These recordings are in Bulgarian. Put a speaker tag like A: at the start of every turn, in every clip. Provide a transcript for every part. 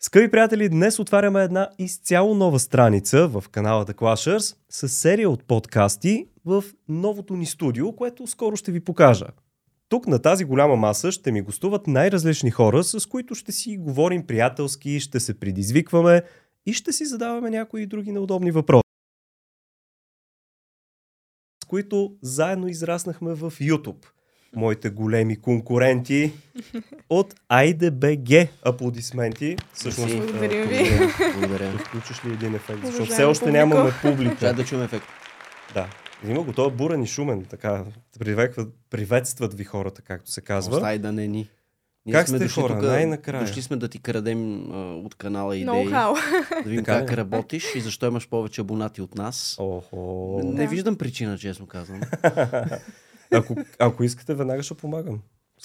A: Скъпи приятели, днес отваряме една изцяло нова страница в канала The Clashers с серия от подкасти в новото ни студио, което скоро ще ви покажа. Тук на тази голяма маса ще ми гостуват най-различни хора, с които ще си говорим приятелски, ще се предизвикваме и ще си задаваме някои други неудобни въпроси. С които заедно израснахме в YouTube. Моите големи конкуренти от IDBG. Аплодисменти. Всъщност,
B: Мерси.
C: Благодаря ви.
B: Благодаря. Благодаря.
A: ще включиш ли един ефект? Защото
C: Уважаема
A: все още
C: публико.
A: нямаме публика.
B: Трябва да чуем ефект.
A: Да. Има го, той е бурен и шумен, така. Привекват, приветстват ви хората, както се казва.
B: Остай да не ни. Ние
A: Как
B: сме
A: сте,
B: дошли
A: хора?
B: тук,
A: Най-накрая.
B: Дошли сме да ти крадем а, от канала идеи.
C: Ноу-хау.
B: Да видим
A: Така ли?
B: как работиш и защо имаш повече абонати от нас.
A: Охо.
B: Не
C: Да.
B: виждам причина, честно казвам.
A: Ако, ако искате, веднага ще помагам.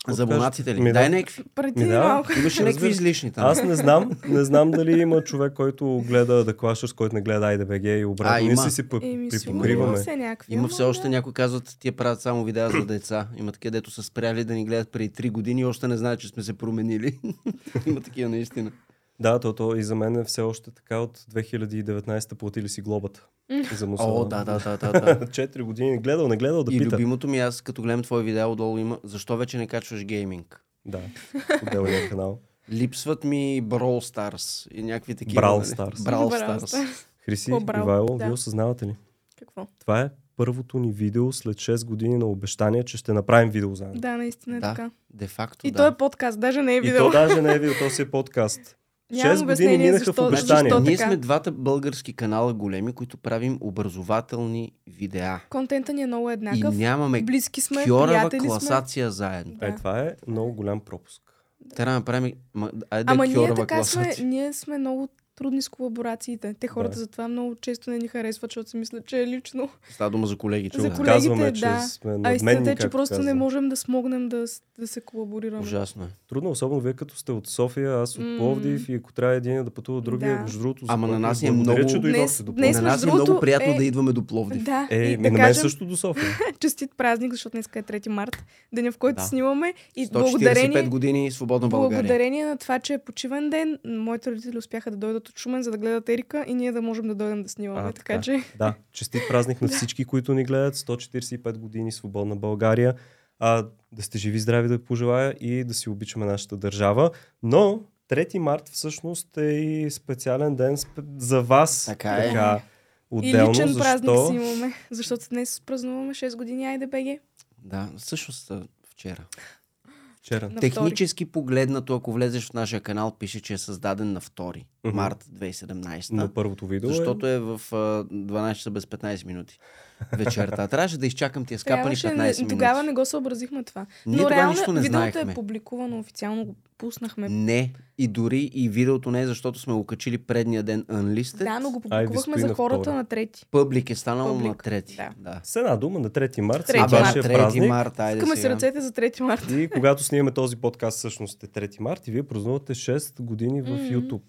A: Какво
B: За абонатите
A: Ми
B: ли?
A: да.
B: Дай някакви.
C: Преди
A: Ми да.
C: малко.
B: Имаше
A: Разбира.
B: някакви излишни там.
A: Аз не знам, не знам дали има човек, който гледа The Clashers, който не гледа IDBG и обратно.
B: А,
A: Ние
B: има.
A: си си
C: Еми,
A: пъ-
C: сигурно
A: припокриваме.
C: Е, Има все някакви.
B: Има
C: ама
B: все още някои казват, тия правят само видеа за деца. Има такива, дето са спряли да ни гледат преди 3 години и още не знаят, че сме се променили. Има такива наистина.
A: Да, то, то и за мен е все още така от 2019 платили си глобата. За мусора.
B: О, да, да, да, да, да.
A: 4 години не гледал, не гледал да
B: И
A: пита.
B: любимото ми, аз като гледам твое видео отдолу има, защо вече не качваш гейминг?
A: Да, отделния канал.
B: Липсват ми Brawl Stars и някакви такива.
A: Brawl
B: нали?
A: Stars.
B: Brawl
C: Brawl
B: Stars.
A: Хриси,
C: По-браво,
A: Ивайло,
C: да.
A: вие осъзнавате ли?
C: Какво?
A: Това е първото ни видео след 6 години на обещание, че ще направим видео заедно.
C: Да, наистина е
B: Да,
C: така.
B: Де факто,
C: И
B: да.
C: то е подкаст, даже не е
A: И
C: видео.
A: то даже не е видео, то си е подкаст.
C: Нямам
A: Шест
C: обяснение
A: години минаха в
C: защо,
A: обещание. Точно
C: защо
B: Значи, Ние
C: така.
B: сме двата български канала големи, които правим образователни видеа.
C: Контента ни е много еднакъв.
B: И нямаме
C: Близки сме,
B: кьорава
C: приятели сме.
B: класация заедно.
A: Е,
C: Да.
A: това е много голям пропуск.
B: Трябва да направим... Ма, айде
C: Ама ние
B: кьорава
C: така сме,
B: класация.
C: ние сме много трудни с колаборациите. Те хората
A: Да.
C: затова много често не ни харесват, защото си мислят, че е лично.
B: Става дума за колеги,
C: За
B: човек.
C: колегите,
A: Казваме, че
C: да.
A: сме
C: А
A: надменни,
C: истината е, че
A: както
C: просто не
A: казвам.
C: можем да смогнем да, с- да се колаборираме.
B: Ужасно е.
A: Трудно, особено вие като сте от София, аз от
C: М.
A: Пловдив и ако трябва един е да пътува другия,
C: Да.
A: между другото. за
B: Ама на
A: което
B: нас
A: ви
B: е
A: благодаря,
B: много-
A: че дойдохте
C: Днес-
A: до
C: днес
B: На
A: Пловдив.
B: нас е
C: между другото,
B: много приятно
C: е-
B: да идваме до Пловдив.
C: Да,
A: Е,
C: и
A: ми
C: да
A: на мен
C: кажем,
A: също до София.
C: честит празник, защото днес е 3 март, деня в който
B: Да.
C: снимаме. И
B: 145
C: благодарение,
B: години свободна България.
C: благодарение на това, че е почивен ден, моите родители успяха да дойдат от Шумен, за да гледат Ерика и ние да можем да дойдем да снимаме.
A: А,
C: А,
A: така.
C: така че
A: Да, честит празник на всички, които ни гледат. 145 години свободна България. А, да сте живи, здрави да пожелая и да си обичаме нашата държава. Но 3 март всъщност е и специален ден сп- за вас.
B: Така е.
A: отделно,
C: и личен
A: защо...
C: празник си имаме, защото днес празнуваме 6 години IDBG.
B: Да, всъщност а, вчера.
A: Вчера.
C: На
B: Технически погледнато, ако влезеш в нашия канал, пише, че е създаден на 2
A: Мгм.
B: март 2017.
A: На първото видео.
B: Защото е в а, 12 часа без 15 минути вечерта. Трябваше да изчакам тия скапани
C: Трябваше,
B: 15
C: не,
B: минути.
C: тогава не го съобразихме това.
B: Ние
C: Но
B: тогава
C: реално
B: нищо не
C: видеото е
B: знаехме.
C: публикувано официално, го пуснахме.
B: Не, и дори и видеото не е, защото сме го качили предния ден Unlisted.
C: Да, но го
A: Ай, ви
C: публикувахме
A: стои
C: за
A: на
C: хората
A: втора.
C: на трети.
B: Пъблик е станал
C: Пъблик,
B: на трети.
C: да.
B: да.
A: С една дума на 3 март.
C: Трети
A: Трети
B: а, да,
A: вашия
B: 3
A: празник.
B: март, айде
C: Искаме се
B: сега.
C: ръцете за 3 марта.
A: И когато снимаме този подкаст, всъщност е 3 март и вие празнувате 6 години в
C: Мгм.
A: YouTube.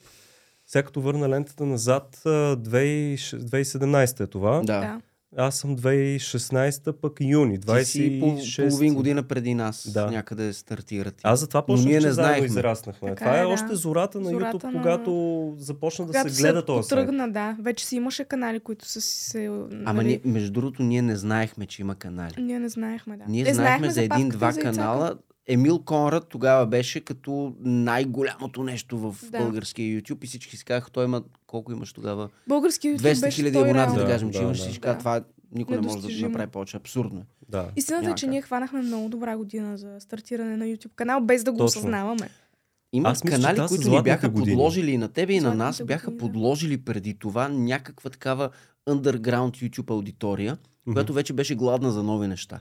A: Сега като върна лентата назад, а, 2006 2017 е това.
B: Да.
C: Да.
A: Аз съм 2016, пък юни,
B: Ти си пол,
A: 26.
B: половин година преди нас
A: Да.
B: някъде стартират.
A: Аз затова
B: Но
A: почнах,
B: ние
A: че
B: не
A: заедно
B: знаехме.
A: израснахме.
C: Така
A: това е
C: е, да.
A: още зората на
C: Зората
A: YouTube,
C: на-
A: когато започна да
C: Когато
A: се гледа този сайт.
C: потръгна, да. Вече си имаше канали, които са си се...
B: Ама
C: нали,
B: ние, между другото, ние не знаехме, че има канали.
C: ние не знаехме, да.
B: Ние
C: Е,
B: знаехме за
C: павката и
B: един-два
C: за яйцата.
B: канала. Емил Конрад тогава беше като най-голямото нещо в
C: Да.
B: българския YouTube и всички си казаха, той има, колко имаш тогава?
C: Български YouTube
B: 200
C: беше
B: 000
C: той
B: абоната,
C: реално.
B: да,
A: Да,
B: кажем, че
A: да,
B: имаш
A: да.
B: всички. казаха,
C: Да.
B: Това никой не може да
C: Недостижимо.
B: направи повече. Абсурдно е.
A: Да.
C: Истината е, че
B: Няма
C: ние хванахме много добра година за стартиране на YouTube канал, без да го
A: Точно.
C: осъзнаваме.
B: Има
A: Аз мисля, че
B: канали,
A: това са
B: които ни
A: златните
B: бяха
A: години.
B: подложили и на тебе и на
C: Златните
B: нас, бяха
C: години, да.
B: подложили преди това някаква такава underground YouTube аудитория,
A: Мгм.
B: която вече беше гладна за нови неща.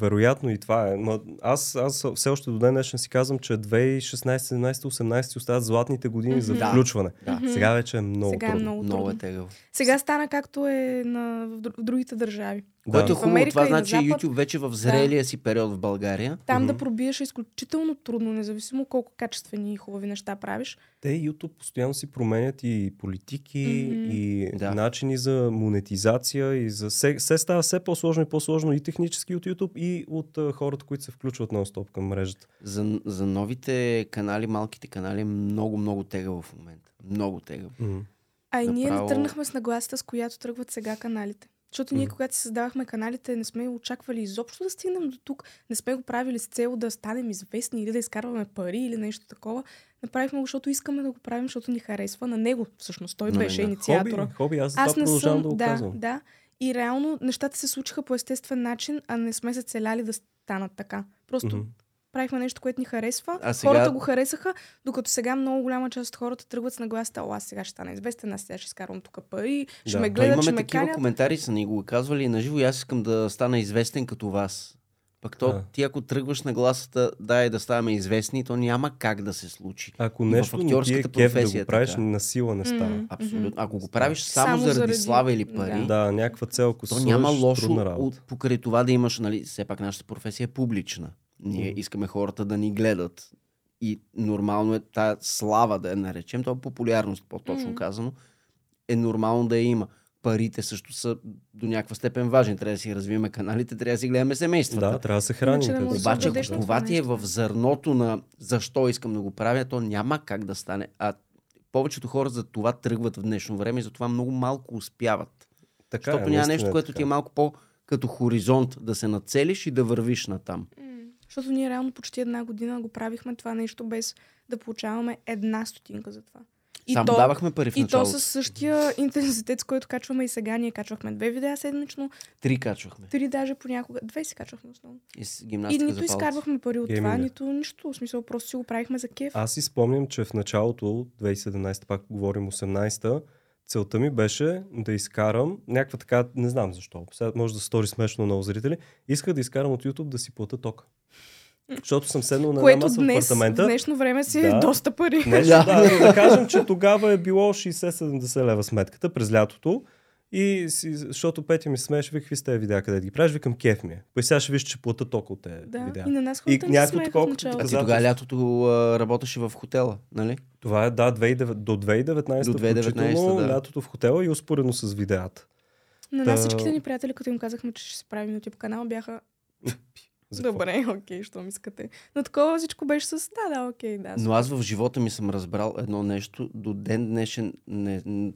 A: Вероятно и това е. Но аз, аз все още до ден днешен си казвам, че 2016, 17, 18 остават златните години за
C: Мгм.
B: Да.
A: включване.
B: Да.
C: Мгм.
A: Сега вече е много
C: Сега е
A: трудно.
C: много
B: Много е
C: трудно.
B: тегаво.
C: Сега стана както е на, в дру- в другите държави.
B: Което е
A: Да.
C: В
B: хубаво.
C: Америка
B: Това
C: и на
B: значи
C: Запад-
B: YouTube вече в зрелия си период в България.
C: Там да
A: Мгм.
C: пробиеш е изключително трудно, независимо колко качествени и хубави неща правиш.
A: Те YouTube постоянно си променят и политики,
C: Мгм.
A: и
B: Да.
A: начини за монетизация, и за все, все става все по-сложно и по-сложно и технически от YouTube, и от а, хората, които се включват нон-стоп към мрежата.
B: За, за новите канали, малките канали, е много, много тегаво в момента. Много тегаво.
A: М.
C: А и ние не
B: Направо-
C: тръгнахме с нагласата, с която тръгват сега каналите. Защото ние,
A: Мгм.
C: когато си създавахме каналите, не сме очаквали изобщо да стигнем до тук. Не сме го правили с цел да станем известни или да изкарваме пари или нещо такова. Направихме го, защото искаме да го правим, защото ни харесва на него. Всъщност той
B: На
C: беше
B: мен, да.
A: Хоби,
C: инициатора.
A: хоби, аз, аз
C: Аз
A: това
C: не
A: продължавам
C: съм.
A: да го
C: да,
A: казвам.
C: да. И реално нещата се случиха по естествен начин, а не сме се целяли да станат така. Просто
A: Мгм.
C: правихме нещо, което ни харесва.
B: А
C: А
B: сега-
C: сега... Хората го харесаха, докато сега много голяма част от хората тръгват с нагласата, о, аз сега ще стана известен, аз сега ще изкарвам тук пари, ще
A: Да.
C: ме
A: Но
B: Но
C: гледат, ще
B: имаме
C: ме
B: такива
C: канят.
B: коментари, са ни го казвали на живо и аз искам да стана известен като вас. Пък то,
A: Да.
B: ти ако тръгваш на гласата, да е да ставаме известни, то няма как да се случи.
A: Ако
B: И в
A: нещо не ти е
B: актьорската
A: кеф да
B: професия
A: го
B: е
A: правиш,
B: така.
A: на сила не
C: Мгм.
A: става.
B: Абсолютно.
C: Мгм.
B: Ако го правиш само, само заради, слава или пари,
A: Да, някаква цел, ако
B: то
A: се
B: няма
A: сложиш,
B: лошо
A: трудна работа.
B: от, покрай това да имаш, нали, все пак нашата професия е публична. Ние
A: Мгм.
B: искаме хората да ни гледат. И нормално е тая слава, да я наречем, то е популярност, по-точно
C: Мгм.
B: казано, е нормално да я има. Парите също са до някаква степен важни. Трябва да си развиеме каналите, трябва да си гледаме семействата.
A: Да, е. трябва да се нали? храним.
C: Иначе не
A: като
C: можеш да
A: цяло.
B: Обаче,
C: дадеш
B: ако
C: на
B: това
C: това
B: ти е
C: нещо.
B: в зърното на защо искам да го правя, то няма как да стане. А повечето хора за това тръгват в днешно време и за това много малко успяват.
A: Така
B: Защото няма
A: наистина
B: нещо,
A: е
B: което
A: така.
B: ти е малко по като хоризонт да се нацелиш и да вървиш натам.
C: М, Защото ние реално почти една година го правихме това нещо без да получаваме една стотинка за това. И
B: Само
C: то,
B: давахме пари в
C: и то
B: началото.
C: със същия интензитет, с който качваме и сега. Ние качвахме две видеа седмично,
B: Три качвахме.
C: три даже понякога. Две си качвахме основно.
B: И с
C: И
B: гимнастика за
C: нито
B: палци.
C: изкарвахме пари от това,
A: Гейминга.
C: нито нищо. В смисъл, просто си го правихме за кеф.
A: Аз си спомням, че в началото, 2017, пак говорим 18-та, целта ми беше да изкарам някаква така, не знам защо, сега може да се стори смешно на много зрители, исках да изкарам от YouTube да си плата тока. Защото съм седнал на една
C: Което
A: маса
C: днес,
A: в
C: в
A: апартамента.
C: днешно време си
A: Да.
C: е доста пари.
A: Нещо,
B: Да.
A: да. Да, да кажем, че тогава е било 60-70 лева сметката през лятото. И си, защото Петя ми смееше, вика, какви сте тези видеа, къде ги правиш, викам, кеф ми е. Па и сега ще виж, че плата тока от тези
C: Да,
A: видеа.
C: и на нас
A: И
C: хората не се
A: някой
C: смееха в
A: такова, като
C: началото.
B: А ти
A: Казателство.
B: тогава лятото а, работеше в хотела, нали?
A: Това е, да, 2009, до 2019,
B: До 2019,
A: включително,
B: да.
A: лятото в хотела и успоредно с видеята.
C: На нас
A: Та-
C: всичките ни приятели, като им казахме, че ще се правим на YouTube канал, бяха
A: За какво?
C: добре, окей, що ми искате. Но такова всичко беше с да, да, окей, да.
B: Но аз в живота ми съм разбрал едно нещо. До ден днешен не, н-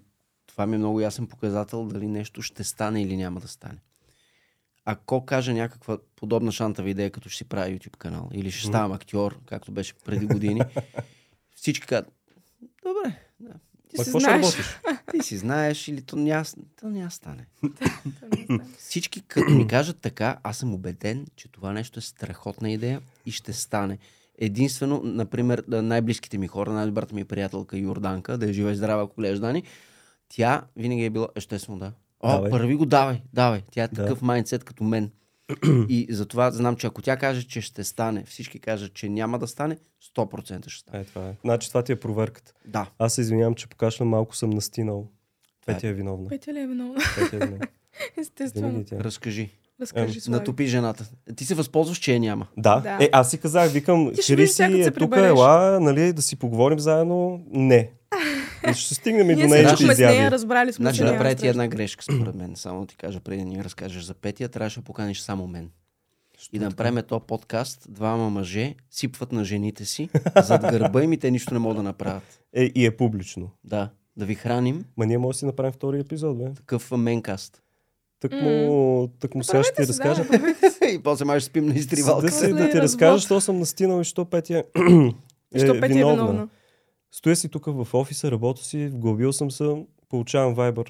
B: това ми е много ясен показател дали нещо ще стане или няма да стане. Ако кажа някаква подобна шантава идея, като ще си правя YouTube канал или ще
A: Мгм.
B: ставам актьор, както беше преди години, всички казват, добре, да. ти,
A: Ма
B: си,
A: какво ще
C: знаеш.
A: работиш?
B: ти си знаеш или то няма, то няма стане.
C: Та не знам.
B: Всички като ми кажат така, аз съм убеден, че това нещо е страхотна идея и ще стане. Единствено, например, да, най-близките ми хора, най-добрата ми приятелка Йорданка, да я живее здрава, ако гледаш, Дани, тя винаги е била, естествено да. О,
A: Давай.
B: първи го давай, давай. Тя е
A: Да.
B: такъв майндсет като мен. и затова знам, че ако тя каже, че ще стане, всички кажат, че няма да стане, 100% ще стане.
A: Е, това е. Значи това ти е проверката.
B: Да.
A: Аз се извинявам, че покашлям, малко съм настинал.
B: Е.
A: Петя е виновна.
C: Петя ли е виновна?
A: Петя е виновна.
C: Естествено.
A: Винаги тя.
B: Разкажи.
C: Разкажи Слави.
B: Натопи жената. Ти се възползваш, че я няма.
A: Да.
C: Да.
A: Е, аз си казах, викам,
C: Ти ще
A: Шири
C: видиш
A: си
C: тя, като
A: е
C: се
A: тук,
C: прибереш.
A: ела, нали, да си поговорим заедно. Не. И ще стигнем и до
C: Ние
A: нея
C: се
A: и ще
C: чухме с нея,
A: изяви.
C: разбрали сме
B: Значи
C: че няма
B: направи ти
C: страшно.
B: една грешка, според мен. Само да ти кажа, преди да ни разкажеш за петия, трябваше да поканиш само мен. И да направим то подкаст, двама мъже сипват на жените си, зад гърба им и те нищо не могат да направят.
A: Е, и е публично.
B: Да, да ви храним
A: Ма ние може да си направим втори епизод, бе.
B: такъв менкаст.
A: Так му, так му сега ще ти
C: Направете си, да,
A: разкажа.
C: направете си.
B: и после май ще спим на
A: За
B: изтривалка.
A: да, си,
C: После
A: да ти
C: развод.
A: разкажа, що съм настинал и що Петя е,
C: Що
A: е
C: Петя е виновна?
A: Стоя си тук в офиса, работя си, вглъбил съм се, получавам Viber.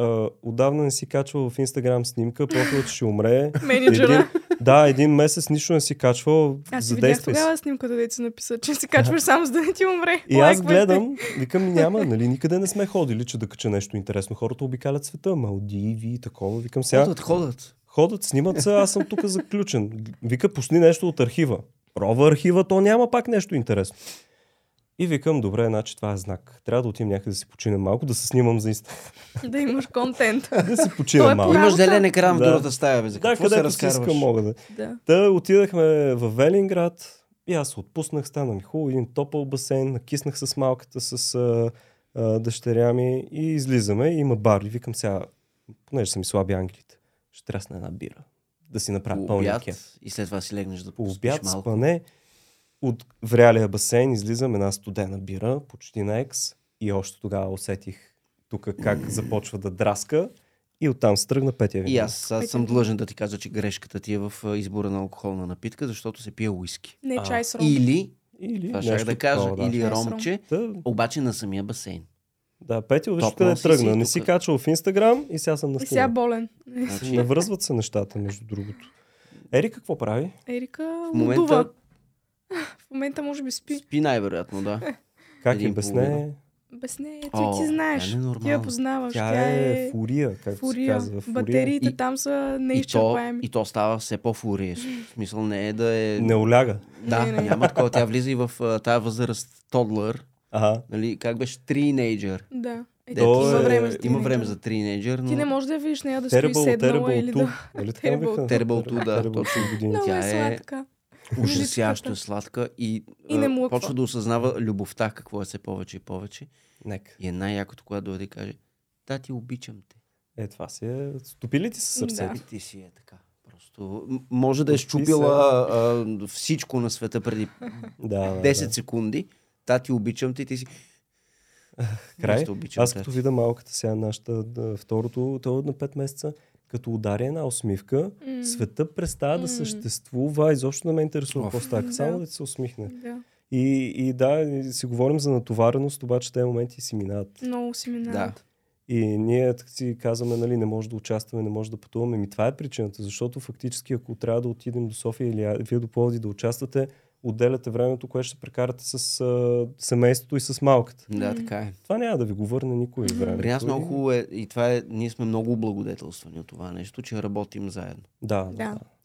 A: А, отдавна не си качвал в Instagram снимка, профилът ще умре. Един,
C: Менеджера.
A: да, един месец нищо не си качвал,
C: Аз си видях
A: задействай се.
C: тогава снимката, дето си написа, че си качваш само за да не ти умре.
A: И аз
C: Лайквайте.
A: гледам, викам, няма, нали, никъде не сме ходили, че да кача нещо интересно. Хората обикалят света, Малдиви, такова, викам сега.
B: Ходят, ходят.
A: Ходят, снимат се, аз съм тук заключен. Вика, пусни нещо от архива. Рова архива, то няма пак нещо интересно. И викам, добре, значи това е знак. Трябва да отидем някъде да си починем малко, да се снимам за инста.
C: да имаш контент.
A: да си починем
C: е
A: малко.
C: по-
B: Имаш
C: Работа.
B: зелен екран в
A: Да.
B: другата стая, бе. За
A: Да,
B: какво се
A: където си
B: разкарваш?
A: искам мога да.
C: да.
A: Та отидахме в Велинград и аз се отпуснах, стана ми хубаво, един топъл басейн, накиснах с малката, с а, а, дъщеря ми и излизаме. Има бар и викам сега, понеже са ми слаби англите, ще трясна една бира. Да си направя
B: По
A: пълния
B: обяд
A: кеф.
B: и след това си легнеш да
A: По
B: поспиш
A: обяд,
B: малко.
A: спане, от врялия басейн излизам една студена бира, почти на екс и още тогава усетих тук как започва да драска и оттам се тръгна петия
B: И
A: виноград.
B: аз сега съм
C: Питам.
B: длъжен да ти кажа, че грешката ти е в а, избора на алкохолна напитка, защото се пие уиски.
C: Не
A: А,
C: чай с ром.
B: Или,
A: Или
B: това ще
A: нещо
B: да кажа,
A: такова, да.
B: или
C: Чай с ром.
B: ромче,
A: Та,
B: обаче на самия басейн.
A: Да, Петя, виж
B: Топнал
A: къде
B: си си
A: тръгна.
B: и
A: Не си
B: тука.
A: качал в Инстаграм и сега съм на
C: И сега
A: снима.
C: болен. Е,
B: Значи,
A: Навръзват се нещата, между другото. Ери, какво прави?
C: Ерика
B: в
C: лудува.
B: момента
C: В момента може би спи.
B: спи най-вероятно, да.
A: Как
B: Един
A: е
B: и
A: без
B: половина.
A: нея?
C: Без нея, ти,
B: О,
C: ти знаеш.
B: тя не е
C: ти я
B: нормална.
C: познаваш.
A: Тя е фурия, както
C: фурия.
A: се казва. Фурия.
C: Батериите
B: И-
C: там са
B: И то,
C: неизчерпаеми.
B: и то става все по-фуриесно. В смисъл не е да е...
A: Не оляга.
B: Да,
C: Не, не.
B: няма такова. Тя влиза и в а, тази възраст тодлър,
A: Ага.
B: нали, как беше, тринейджър.
C: Да. Е,
B: Дето
A: То
C: има
A: е-
C: време за
B: Има време
C: тинейджър.
B: за тринейджър, но
C: Ти не можеш да я видиш нея да стои
A: Тербъл,
C: седнала
A: тербъл,
C: или
A: тук.
C: да...
A: Нали така
C: Terrible.
A: викаха?
B: Terrible to, да,
A: Terrible
B: точно.
A: to години.
C: Много е
B: тя е-
C: сладка.
B: ужасяващо е сладка и,
C: И не
B: а,
C: млъква.
B: почва да осъзнава любовта, какво е все повече и повече.
A: Нека.
B: И е най-якото, когато дойде и каже, да, ти обичам те.
A: Е, това си е... Стопили ти се сърце.
C: Да.
B: И ти си е така. Просто м- може да е
A: Отписа.
B: щупила а, всичко на света преди
A: Да, да,
B: 10
A: да.
B: секунди. Та ти обичам те, ти си.
A: Край.
B: Просто обичам
A: Аз
B: те.
A: като видя малката сега, нашата да, второто, то е на 5 месеца, като удари една усмивка,
C: М,
A: света престава да
C: М.
A: съществува. Изобщо не ме интересува какво
B: Оф.
A: става. Само
C: Да.
A: да ти се усмихне.
C: Да.
A: И, и да, и си говорим за натовареност, обаче тези моменти си минават.
C: Много си
B: Да.
C: минават.
A: И ние така си казваме, нали, не може да участваме, не може да пътуваме. Ми това е причината, защото фактически ако трябва да отидем до София или а- вие до Пловдив да участвате, отделяте времето, което ще прекарате с а, семейството и с малката.
B: Да,
C: М.
B: така е.
A: Това няма да ви го върне никой
C: Мгм.
A: време.
B: При нас много хубаво е, и това е, ние сме много облагодетелствани от това нещо, че работим заедно.
A: Да, да.
C: Да.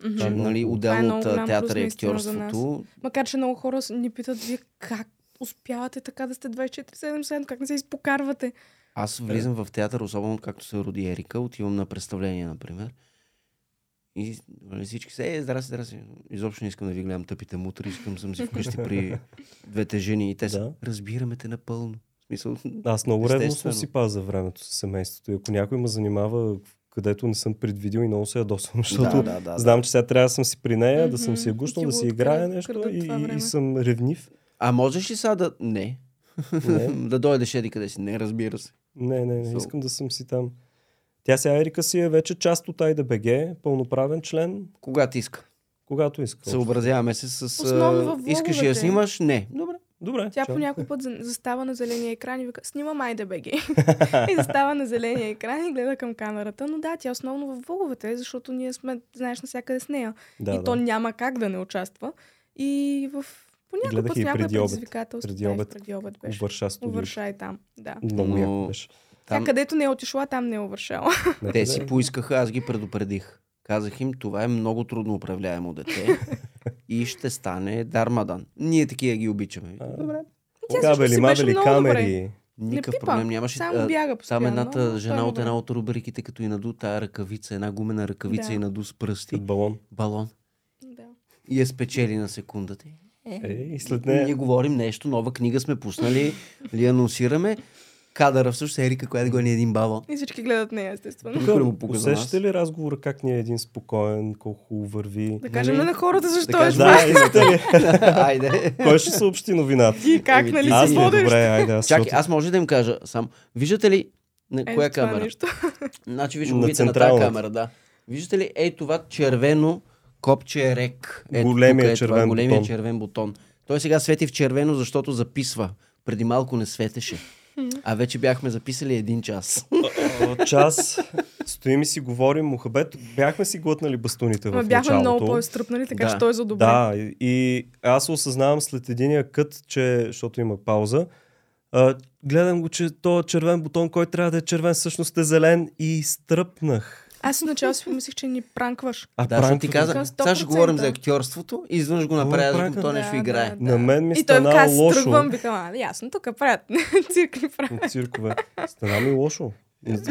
A: да.
C: Мгм.
B: Че,
A: е много
B: нали,
A: хубаво.
C: Това е
B: отделно
C: много
B: от а,
C: голям
B: театъра и
C: плюс наистина за нас.
B: актьорството,
C: Макар, че много хора с- ни питат, вие как успявате така да сте 24-7, как не се изпокарвате?
B: Аз
A: Е.
B: влизам в театър, особено както се роди Ерика, отивам на представление, например. И нали, всички се, е, здрасти, здрасти. Изобщо не искам да ви гледам тъпите мутри, искам съм си вкъщи при двете жени и те са,
A: Да.
B: разбираме те напълно. В смисъл,
A: Аз много ревностно
B: Естествено.
A: си пазя времето с семейството. И ако някой ме занимава, където не съм предвидил и много се ядосвам, защото
B: да, да, да, да.
A: Знам, че сега трябва да съм си при нея, да съм
C: Мгм.
A: си я гушнал,
C: И ти
A: да
C: го
A: си играе
C: открадат-
A: нещо
C: крадат
A: и,
C: това време.
A: и съм ревнив.
B: А можеш ли сега да... Не.
A: Не,
B: да дойдеш еди къде си. Не, разбира се.
A: не, не, не,
B: So-
A: искам да съм си там. Тя сега Ерика си е вече част от IDBG, пълноправен член,
B: Когато иска.
A: когато иска.
B: Съобразяваме се с... а,
C: Основно във е. влоговете.
B: искаш ли я снимаш? Не. Добре.
A: Добре.
C: Тя
A: чао.
C: по някой път за- застава на зеления екран и вика, снимам IDBG. и застава на зеления екран и гледа към камерата. Но да, тя основно в влоговете, е, защото ние сме, знаеш, навсякъде с нея.
A: Да,
C: и
A: да.
C: то няма как да не участва. И в по някой
A: Гледах
C: път
A: и
C: някои
A: преди обед.
C: предизвикателство.
A: Преди
C: да, и
A: обед.
C: преди обед беше.
A: Увърша студио.
C: Увърша и там, да.
A: Много
B: Но-
A: яко беше.
C: Тя
B: Там
C: където не е отишла, там не е увършала.
A: Някъде-
B: Те си поискаха, аз ги предупредих. Казах им, това е много трудно управляемо дете и ще стане дармадан. Ние такива ги обичаме.
A: А,
C: Тя
A: Кабели,
C: всъщност си беше
A: мабели,
C: много
A: камери.
B: Никакъв
C: не пипа,
B: проблем нямаше.
C: Само
B: А,
C: бяга постоянно.
B: Там едната
C: но той е
B: жена
C: му
B: от една от рубриките, като и наду тая ръкавица, една гумена ръкавица
C: Да.
B: и наду с пръсти.
A: След балон.
B: Балон.
C: върна. Да.
B: И я спечели на секундата.
A: Е, и след
B: Ние
A: нея.
B: говорим нещо, нова книга сме пуснали, ли анонсираме. Кадъра всъщност е Ерика, която гони един балон.
C: И всички гледат нея, естествено.
B: Никой не му пука за нас.
A: Усещате ли разговора как ни е един спокоен, колко хубаво върви?
C: Да кажем
B: Нали?
C: на хората защо
B: Да
C: е
B: кажем,
C: жива.
A: Да, искате ли?
B: Айде.
A: Кой ще съобщи новината?
C: И как,
B: Еми,
C: нали,
A: Аз
C: си
A: ли?
C: водиш?
A: Добре, айде. аз
B: Чакай,
A: защото-
B: аз може да им кажа само. Виждате ли на
C: Е,
B: коя
C: за това
B: камера?
C: нещо.
B: Значи виж
A: На
B: ловите на, тази
A: централната.
B: камера, да. Виждате ли, ей това червено копче е рек. Ето,
A: Големия
B: тук е това,
A: червен
B: големия
A: бутон.
B: червен бутон. Той сега свети в червено, защото записва. Преди малко не светеше. А вече бяхме записали един час.
A: О, час. Стоим и си говорим, мухабет. Бяхме си глътнали бастуните
C: Ма
A: в
C: бяхме
A: началото.
C: много по-изтръпнали, така
B: Да.
C: че той е за добре.
A: Да, и- и аз осъзнавам след единия кът, че, защото има пауза, а, гледам го, че то червен бутон, който трябва да е червен, всъщност е зелен и стръпнах.
C: Аз в начало си помислих, че ни пранкваш.
A: А
B: Да, защото ти
A: пранката-
B: каза,
C: Към
B: сега ще говорим
C: 100%.
B: за актьорството и изведнъж го
A: Какво е
B: направя,
A: пранка?
B: защото той нещо
C: Да,
B: играе.
C: да, да.
A: На мен ми
C: И той ми
A: стана
C: каза, аз
A: лошо
C: тръгвам, викам, а, ясно, тук е правят циркли правят.
A: от циркове. Стана ми лошо.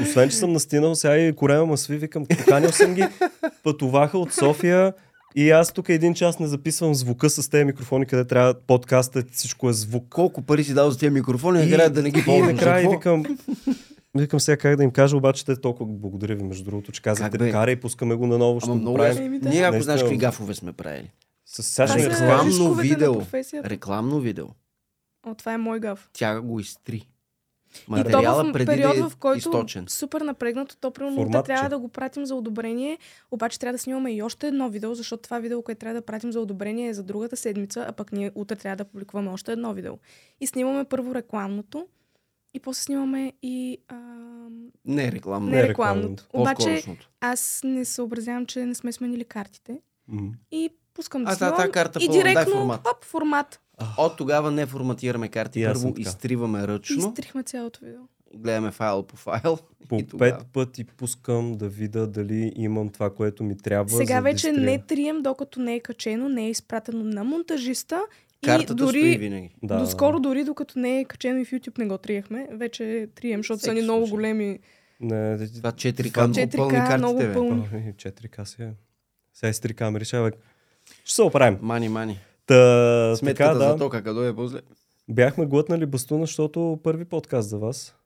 A: Освен, че съм настинал сега и корема ма сви, викам, поканил съм ги, пътуваха от София и аз тук един час не записвам звука с тези микрофони, къде трябва подкаста, всичко е звук.
B: Колко пари си дал за тия микрофони, накрая да не ги
A: И
B: ползвам.
A: накрая и викам, викам сега как да им кажа, обаче те толкова благодаря ви, между другото, че казахте,
B: Как бе?
A: карай, пускаме го наново, ще
B: Ама
A: го
B: много
A: правим.
B: е.
C: Еми да.
B: Ние ако
A: Наистина.
B: знаеш какви гафове сме правили.
A: С, сега ще
C: Това
A: ми
C: са
A: рекламно.
B: Рекламно реклама.
C: рисковете на
B: видео.
C: професията.
B: Рекламно видео.
C: О, това е мой гав.
B: Тя го изтри.
C: И то
B: Материала
C: в
B: преди
C: период,
B: да е
C: в който
B: източен.
C: супер напрегнато, то примерно
A: Форматче.
C: утре трябва да го пратим за одобрение, обаче трябва да снимаме и още едно видео, защото това видео, което трябва да пратим за одобрение е за другата седмица, а пък ние утре трябва да публикуваме още едно видео. И снимаме първо рекламното, и после снимаме и ам,
B: Не е рекламно.
A: Не е
C: не
A: рекламното.
C: рекламното. Обаче
B: По-скорошното.
C: аз не съобразявам, че не сме сменили картите
A: М.
C: и пускам да
B: А, та,
C: снимам
B: та карта
C: и
B: по дай
C: директно
B: формат.
C: хоп, формат.
B: От тогава не форматираме карти.
A: И аз съм
B: Първо
A: така.
B: изтриваме
C: И
B: ръчно,
C: изтрихме цялото видео.
B: гледаме файл по файл.
A: По
B: и тогава.
A: пет пъти пускам да видя дали имам това, което ми трябва.
C: Сега
A: за
C: вече
A: да изтрия.
C: не трием, докато не е качено, не е изпратено на монтажиста.
B: Картата
C: и
B: стои
C: дори,
B: винаги.
A: Да.
C: да. доскоро, дори докато не е качено и в YouTube не го триехме, вече трием, защото са
B: Всеки
C: ни много
B: случай.
C: големи
A: Не, да-
B: Това
A: 4К
B: 4К много пълни
C: 4К, много
B: картите, бе.
C: пълни.
A: Ой, 4К си е. Сега с 3 камери, човек. Ще се оправим.
B: Мани, мани.
A: Та, така,
B: Сметката
A: да,
B: за тока, къде е после.
A: бяхме глътнали бастуна, защото първи подкаст за вас.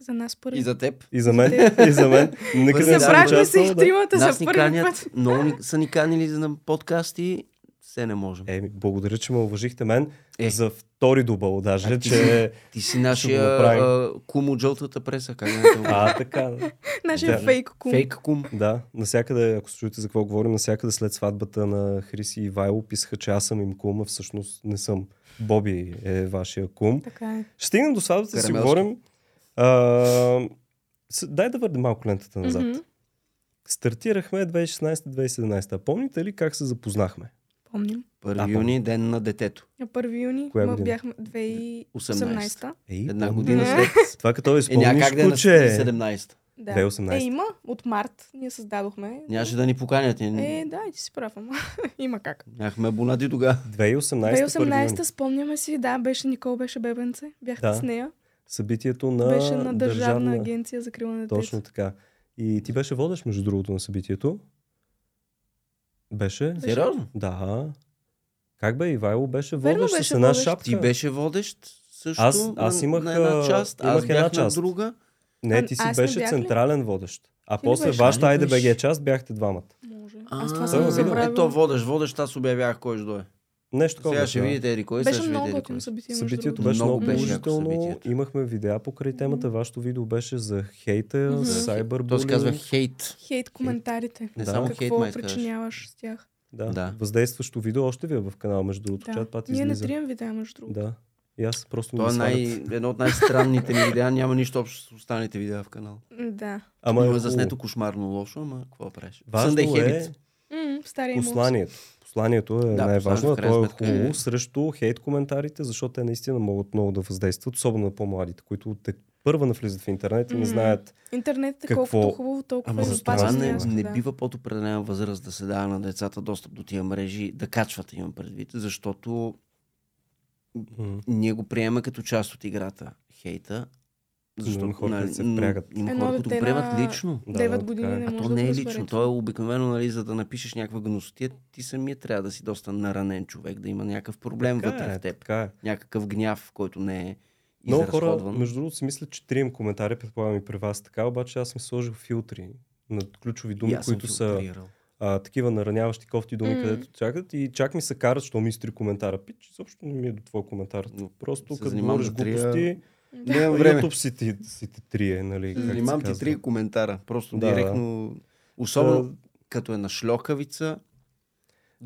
C: за нас първи.
B: И за теб.
A: И за мен, и за мен. Никъде не съм
C: Събрахме се и
A: участвал. Да.
C: тримата
B: Нас
C: за
B: ни
C: първи
B: канят,
C: път.
B: много ни, са ни канили за на подкасти. Се не можем.
A: Е, благодаря, че ме уважихте мен
B: Е.
A: за втори дубъл даже,
B: А ти
A: че...
B: Ти си нашия
A: направим.
B: а, кум от жълтата преса. Как да не те обичам?
A: А, така.
C: Нашия
A: Да.
C: фейк кум.
B: Фейк кум.
A: Да, насякъде, ако се чуете за какво говорим, насякъде след сватбата на Хриси и Вайло писаха, че аз съм им кум, а всъщност не съм. Боби е вашия кум.
C: Така е.
A: Ще стигнем до сватбата, да си
B: Карамелски.
A: говорим. А, с- дай да върнем малко лентата назад.
C: Мгм.
A: Стартирахме 2016-2017. А помните ли как се запознахме?
C: Помним.
A: А,
B: 1
A: помня.
B: юни, ден на детето.
C: На 1 юни
A: Коя
C: ма
A: година?
C: бяхме 2018.
A: Ей,
B: Една
A: помня.
B: година
C: Не.
B: след.
A: Това като
B: Е,
A: изпълниш
B: някак
A: е,
B: да е на
A: куче.
B: 17.
C: Да.
A: 2018.
C: Е, има. От март ние създадохме.
B: Нямаше да ни поканят.
C: Е,
B: Е,
C: да, и ти си прав, ама има как.
B: Бяхме абонати тогава.
A: 2018,
C: 2018
A: 2018
C: спомняме си, да, беше Никол, беше бебенце. Бяхте
A: Да.
C: с нея.
A: събитието на,
C: беше на Държавна агенция за крила на детето.
A: Точно така. И ти беше водещ, между другото, на събитието. Беше?
C: Беше.
B: Сериозно?
A: Да. Как бе, Ивайло беше
C: Верно
A: водещ с
C: беше
A: една
C: водещ.
A: шапка.
B: Ти беше водещ също
A: Аз- аз
B: на-
A: имах,
B: на една
A: а,
B: част,
A: имах
B: аз бях
A: една
B: на
A: част.
B: друга.
A: Не,
C: А,
A: ти си
C: аз не
A: беше
C: бях ли?
A: централен водещ. А
C: Ти ли
A: после
C: беше?
A: вашата
B: Али беше?
A: IDBG част бяхте двамата.
C: Може. Аз това
B: А,
A: да,
C: съм
A: да.
C: го
B: Е, то
C: забравила.
B: водещ, водещ, аз обявявах кой ще дойде.
A: Нещо такова.
B: Сега
A: беше,
B: ще
A: да.
B: видите Ери кой, сега
C: Беше
B: ще
C: много
B: видите Ери кой.
C: готино събитие. между
A: Събитието
C: другото.
A: беше много
B: Много беше яко
A: положително.
B: събитието.
A: Имахме видеа покрай темата. Вашето видео беше за хейта,
C: Мгм.
A: сайбър
B: То се казва хейт.
C: Хейт коментарите.
B: Не
A: е Да.
B: само хейт,
C: Какво
B: май причиня...
C: причиняваш с тях?
A: Да.
B: Да.
A: Въздействащо видео още ви е в канала, между другото.
C: Да.
A: Чат пат
C: Ние не
A: излиза.
C: трием видеа, между другото.
A: Да. И аз просто не
B: То е
A: ми най...
B: най... едно от най-странните ми видеа, няма нищо общо с останалите видеа в канала.
C: Да.
A: Ама е
B: Има
A: хубаво.
B: заснето кошмарно лошо, ама какво правиш?
A: Важно
B: Sunday
A: е
B: Habit.
C: М, в Стария имот.
A: посланието. Посланието е
B: Да,
A: най-важно, а
B: посланието в крайна
A: то е
B: сметка
A: хубаво
B: е-
A: срещу хейт коментарите, защото те наистина могат много да въздействат, особено на по-младите, които те първа навлизат в интернет и не
C: М.
A: знаят.
C: Интернетът е
A: Какво?
C: колкото хубаво, толкова
B: Ама
C: е
A: за
B: за
A: това
B: това
C: безопасно
B: не,
A: място,
B: не
C: да.
B: бива под определена възраст да се дава на децата достъп до тия мрежи, да качват имам предвид, защото
A: М.
B: ние го приемаме като част от играта, хейта. Защото
A: има хората,
B: нали,
A: които се
B: м,
A: впрягат.
B: Има
C: Едно
B: хора, които го
C: дете
B: приемат
C: Е, на-
B: лично.
A: Да,
C: Девет
A: да,
C: години
A: така е.
C: не
B: А
C: може
B: то
C: да
B: не
C: го
B: е
C: разбере
B: лично. То
C: това.
B: е обикновено, нали, за да напишеш някаква гнусотия, ти самия трябва да си доста наранен човек, да има някакъв проблем
A: Така
B: вътре
A: е,
B: в теб.
A: така е.
B: Някакъв гняв, който не е
A: Много хора,
B: изразходван.
A: между другото, си мислят, че трием коментари, предполагам и при вас така, обаче аз съм сложил филтри на ключови думи,
B: И аз съм
A: които
B: си
A: са
B: оперирал.
A: а, такива нараняващи кофти думи,
C: М.
A: където чакат и чак ми се карат, що ми изтри коментара. Пич, изобщо не ми е до твой коментар.
B: Но
A: Просто
B: се
A: като
B: занимавам
A: говориш
B: да трия-
A: глупости,
C: Да.
B: Нямам време.
A: YouTube си ти, си ти трие, нали? как се
B: Занимавам ти
A: казва.
B: три коментара. Просто
A: Да, да.
B: директно. Особено
A: Та,
B: като е на шльокавица,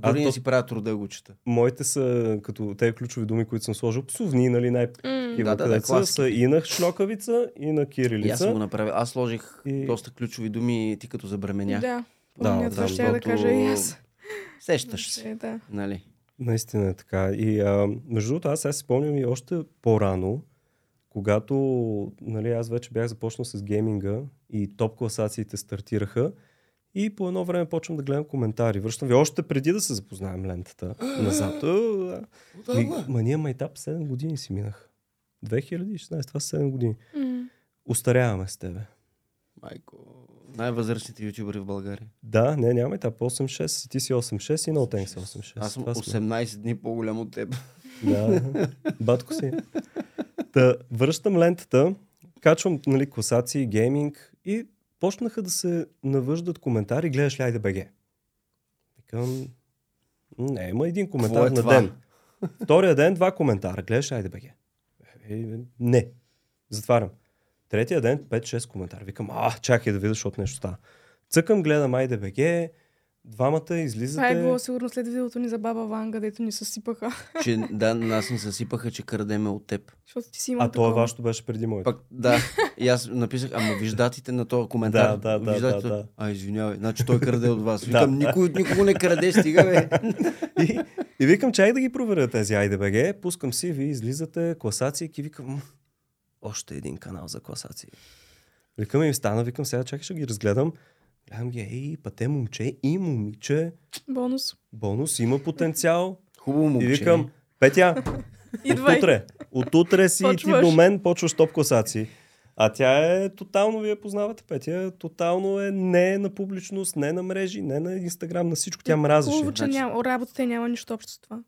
A: А
B: дори не
A: то-
B: си правят роделгочета.
A: Моите са, като те ключови думи, които съм сложил, псовни, нали, най
C: М,
A: такива
B: Да, да, да,
A: където са,
B: класики.
A: са и на шлокавица, и на
B: И аз съм го
A: кирилица.
B: направил. Аз сложих
A: И-
B: доста ключови думи, ти като забременях.
C: Да.
A: Да,
C: Помня,
A: да,
C: това ще я да
B: защото-
C: кажа и аз.
B: Сещаш се,
C: Е, Да.
B: нали?
A: Наистина е така. И а, между другото, аз сега си спомням и още по-рано, когато нали, аз вече бях започнал с гейминга и топ класациите стартираха, и по едно време почвам да гледам коментари. Връщам ви още преди да се запознаем лентата назад. А, да. Ми, ма ние майтап 7 години си минах. 2016, това са 7 години.
C: М.
A: Остаряваме с тебе.
B: Майко. Най-възрастните ютубъри в България.
A: Да, не, няма етап 8-6, ти си 8-6 и No Thanks 8-6.
B: Аз съм
A: Това сме.
B: 18 дни по-голям от теб.
A: Да, батко си. Та, връщам лентата, качвам нали, класации, гейминг и почнаха да се навъждат коментари, гледаш ли IDBG? Викам, не, има един коментар
B: е
A: на
B: това?
A: ден. Втория ден два коментара, гледаш ли IDBG? Е, е, не, затварям. Третия ден 5-6 коментара. Викам, а, чакай да видя, защото нещо става. Цъкам, гледам IDBG, двамата
C: Това е
A: излизате.
C: било сигурно след видеото ни за Баба Ванга, дето ни съсипаха.
B: че да, нас ни съсипаха, че крадеме от теб.
C: Защото ти си имал
A: А то
C: такова.
A: е вашето беше преди моето.
B: Пак, да, и аз написах, ама виждатите на този коментар.
A: Да, да, да,
B: виждатите,
A: да, да.
B: А, извинявай, значи той краде от вас.
A: Да.
B: Викам, никой от никого не краде, стига бе.
A: И, и викам, чай да ги проверя тези IDBG. Пускам си, вие излизате, класации и викам, «М, още един канал за класации. Викам им стана, викам сега, чакай ще ги разгледам. Гледам ги, ей, пъте момче и момиче,
C: Бонус.
A: бонус има потенциал.
B: Хубаво
A: И
B: момче.
A: викам, Петя,
C: Идвай.
A: Отутре. Отутре си и ти
C: Почваш.
A: до мен почваш топ класации. А тя е тотално, вие познавате Петя, тотално е не на публичност, не на мрежи, не на Инстаграм, на всичко. Тя мразеше.
C: Хубаво, че
B: Значи-
C: няма, работата й няма нищо общо с това.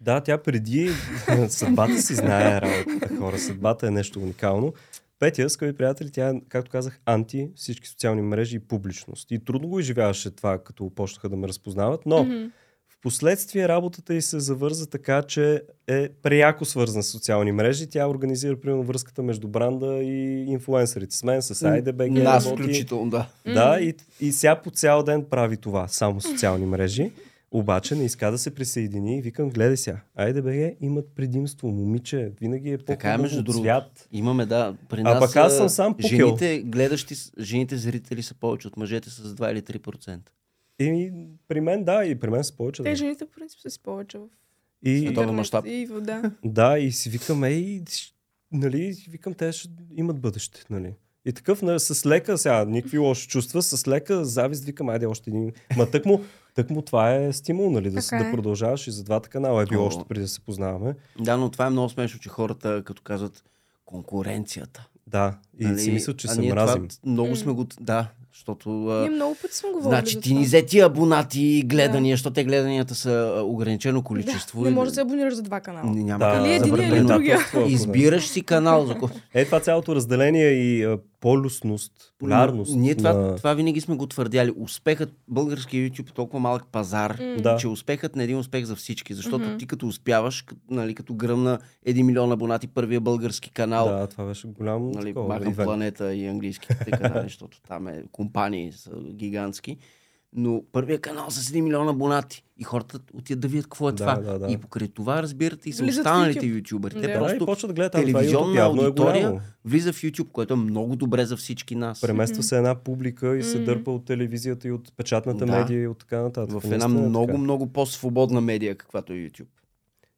A: Да, тя преди съдбата си знае работата, хора. Съдбата е нещо уникално. Петя, скъпи приятели, тя е, както казах, анти всички социални мрежи и публичност. И трудно го изживяваше това, като почнаха да ме разпознават, но
C: Мгм.
A: в последствие работата й се завърза така, че е пряко свързана с социални мрежи. Тя организира, примерно, връзката между бранда и инфлуенсърите. С мен, с IDBG.
B: Нас
A: работи.
B: включително, да.
A: Да, и, и сега по цял ден прави това, само социални мрежи. Обаче не иска да се присъедини и викам, гледай сега, айде бе, имат предимство, момиче, винаги е
B: Така е,
A: по-хубаво
B: между
A: от
B: другото.
A: свят.
B: Имаме, да. При
A: А
B: нас,
A: пък аз съм
B: а,
A: сам пукел.
B: Жените, гледащи, с- жените зрители са повече от мъжете с 2 или 3%.
A: И при мен, да, и при мен са повече.
C: Те
A: Да.
C: жените, по принцип, са си повече в
A: И,
B: Ето. Световен
C: интернет
B: мащаб.
C: И, в- да.
A: да, и си викам, ей, щ- нали, си викам, те ще имат бъдеще, нали. И такъв на, с лека, сега, никакви лоши чувства, с лека завист, викам, айде още един. Ма тък му, тък му това е стимул, нали, да,
C: Така
A: да
C: е.
A: продължаваш и за двата канала е било
B: О.
A: още преди да се познаваме.
B: Да, но това е много смешно, че хората, като казват конкуренцията.
A: Да, и
B: нали,
A: си мисля, че
B: а
A: се
B: ние
A: мразим.
B: Това, много
C: М.
B: сме го... Да, защото... а,
C: Ние много пъти сме говорили
B: Значи
C: за
B: ти
C: това.
B: ни взе тия абонати и гледания, защото те гледанията са а, ограничено количество.
C: Да,
B: и-
C: не можеш да се абонираш за два канала.
B: Н- Няма
A: Да,
B: как
A: Или
B: да
A: един,
C: Ами е или
B: забранено.
C: другия.
B: Избираш си канал, за който...
A: Е, това цялото разделение и а, полюсност, полярност.
B: Ние това,
A: на...
B: това винаги сме го твърдяли. Успехът, българския YouTube е толкова малък пазар,
C: М.
A: Да.
B: че успехът не е един успех за всички. Защото
C: Мгм.
B: ти като успяваш, кът- нали, като гръмна 1 милион абонати, първия български канал,
A: Да, това беше голям
B: е нали,
A: такова,
B: махам
A: ивент.
B: планета и английските канали, защото там е, компании са гигантски. Но първия канал с 1 милион абонати и хората отиват да видят какво е
A: Да,
B: това.
A: да, да.
B: И покрай това разбират и са
C: Влизат в
B: останалите
C: YouTube.
B: ютубъри. Те
C: Да.
A: Да,
B: просто
A: и почва да гледа там това YouTube,
B: телевизионна
A: явно е
B: аудитория
A: голямо.
B: влиза в YouTube, което е много добре за всички нас.
A: Премества се една публика и се
C: Мгм.
A: дърпа от телевизията и от печатната
B: Да.
A: медия и от така нататък.
B: В една
A: Наистина е така.
B: много, много по-свободна медия, каквато е YouTube.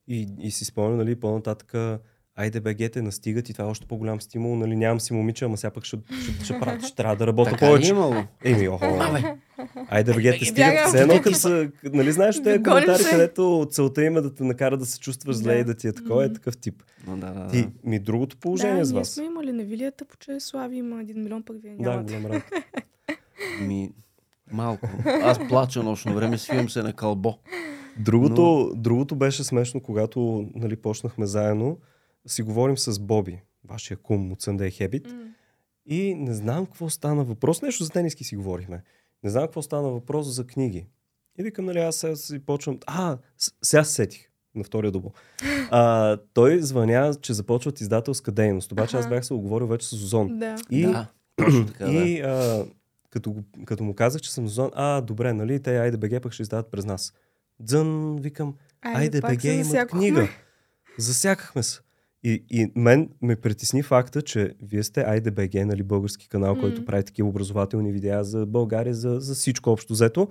A: И, и си спомням, нали, по-нататък айде БГ те настигат и това е още по-голям стимул. Нали, нямам си момиче, ама сега пък ще, ще, ще, правя, ще трябва да работя
B: Така ли е
A: повече.
B: имало.
A: Еми, охо.
B: Абе,
C: Е,
A: Айде, бе, те стигат.
C: бягам.
A: Все едно, като са, нали знаеш тези
C: Гоним
A: коментари,
C: се.
A: където целта им е да те накара да се чувстваш зле
C: Да.
A: и да ти е такова, е
C: Мгм.
A: такъв тип.
B: ну да, да,
A: Ти,
B: да.
A: ми другото положение
C: да,
A: с
C: ние
A: вас.
C: сме имали. Не ви ли е тъпо, че Слави има един милион, пък вие
A: Да,
C: нямате?
A: голям рак.
B: Ми, малко. Аз плача нощно време, свивам се на кълбо.
A: Другото, другото беше смешно, когато нали, почнахме заедно. Си говорим с Боби, вашия кум от Sunday Habit.
C: М.
A: И не знам какво стана въпрос. Нещо за тениски си говорихме. Не знам какво стана въпрос за книги. И викам, нали, аз сега си почвам. А, с- сега се сетих на втория дубъл. А, той звъня, че започват издателска дейност. Обаче аз
C: Аха.
A: бях се оговорил вече с Озон.
C: Да.
A: И,
B: Да, точно така, да.
A: и а, като, го- като му казах, че съм Озон, а, добре, нали, те IDBG пък ще издават през нас. Дзън, викам, Айде,
C: пак
A: БГ
C: се
A: имат
C: засякохме.
A: книга. Засякахме се. И, и мен ме притесни факта, че вие сте IDBG, нали, български канал,
C: Мм.
A: който прави такива образователни видеа за България, за, за всичко общо взето.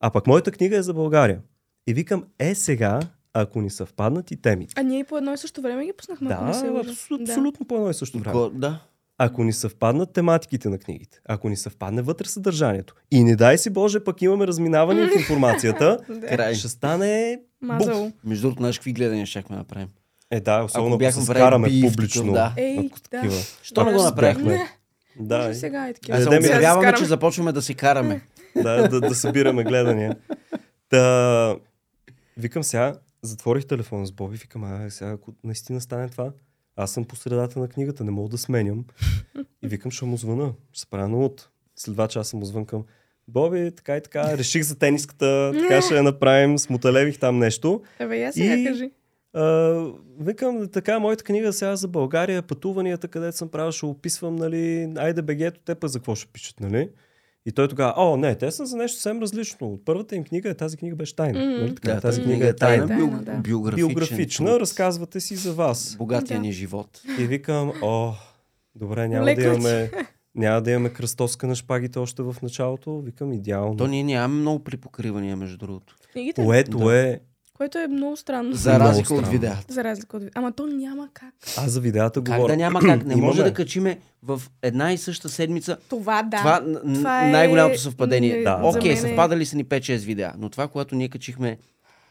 A: А пък моята книга е за България. И викам, е сега ако ни съвпаднат и темите.
C: А ние по едно и също време ги пуснахме. ако не
A: да,
C: се лъжа.
A: абсо-
C: Да.
A: абсолютно по едно и също време.
B: Ко- да.
A: Ако ни съвпаднат тематиките на книгите, ако ни съвпадне вътре съдържанието и не дай си Боже, пък имаме разминаване в информацията,
C: Да.
B: Край.
A: ще стане...
C: Мазало.
B: Между другото, знаеш какви гледания щяхме да направим?
A: Е, да,
B: Ако
A: особено ако,
B: бяхме
A: се
B: правили
A: скараме
B: биф,
A: публично.
B: такъв, да.
C: Ей,
A: Ако
C: да.
A: такива.
B: Що не
A: Ако
B: го
A: се
B: направихме?
A: Е, бяхме.
C: Не,
A: Да,
C: може сега е такива.
B: Аз се
A: Да, да ми-
B: обявяваме, че
C: скараме.
B: започваме да се караме.
A: да, да, да събираме гледания. Та, викам сега, затворих телефона с Боби, викам, а сега ако наистина стане това, аз съм по средата на книгата, не мога да сменям. И викам, ще му звъна, ще се правя на луд. След два часа му звънкам, Боби, така и така, реших за тениската, така ще я направим, смуталевих там нещо.
C: Абе, я сега
A: И-
C: кажи.
A: А, викам, така, моята книга сега за България, пътуванията, където съм правил, ще описвам, нали, айде бегето, те пък за какво ще пишат, нали? И той тогава, о, не, те са за нещо съвсем различно. От първата им книга, тази книга беше тайна.
C: Мгм.
A: Нали? Така,
B: Да,
A: тази книга е тайна.
C: тайна.
B: Био-
C: Да.
B: Биографичен.
A: Биографична,
B: труд.
A: разказвате си за вас.
B: Богатия
C: Да.
B: ни живот.
A: И викам, о, добре, няма
C: Леко
A: да имаме... Няма да имаме кръстоска на шпагите още в началото. Викам, идеално.
B: То ние нямаме много припокривания, между другото.
C: В Книгите,
A: Което
B: Да.
A: е...
C: което е много странно.
B: За разлика от
A: странно.
B: видеята.
C: За разлика от... Ама то няма как.
A: Аз за видеята
B: Как да
A: говоря.
B: няма как? Не може
A: Имаме.
B: да качиме в една и съща седмица
C: Това да.
B: Това, н- н-
C: това е-
B: най-голямото съвпадение.
C: не-
A: Да. за
B: Окей,
C: мен е-
B: съвпадали са ни 5-6 видеа, но това, което ние качихме,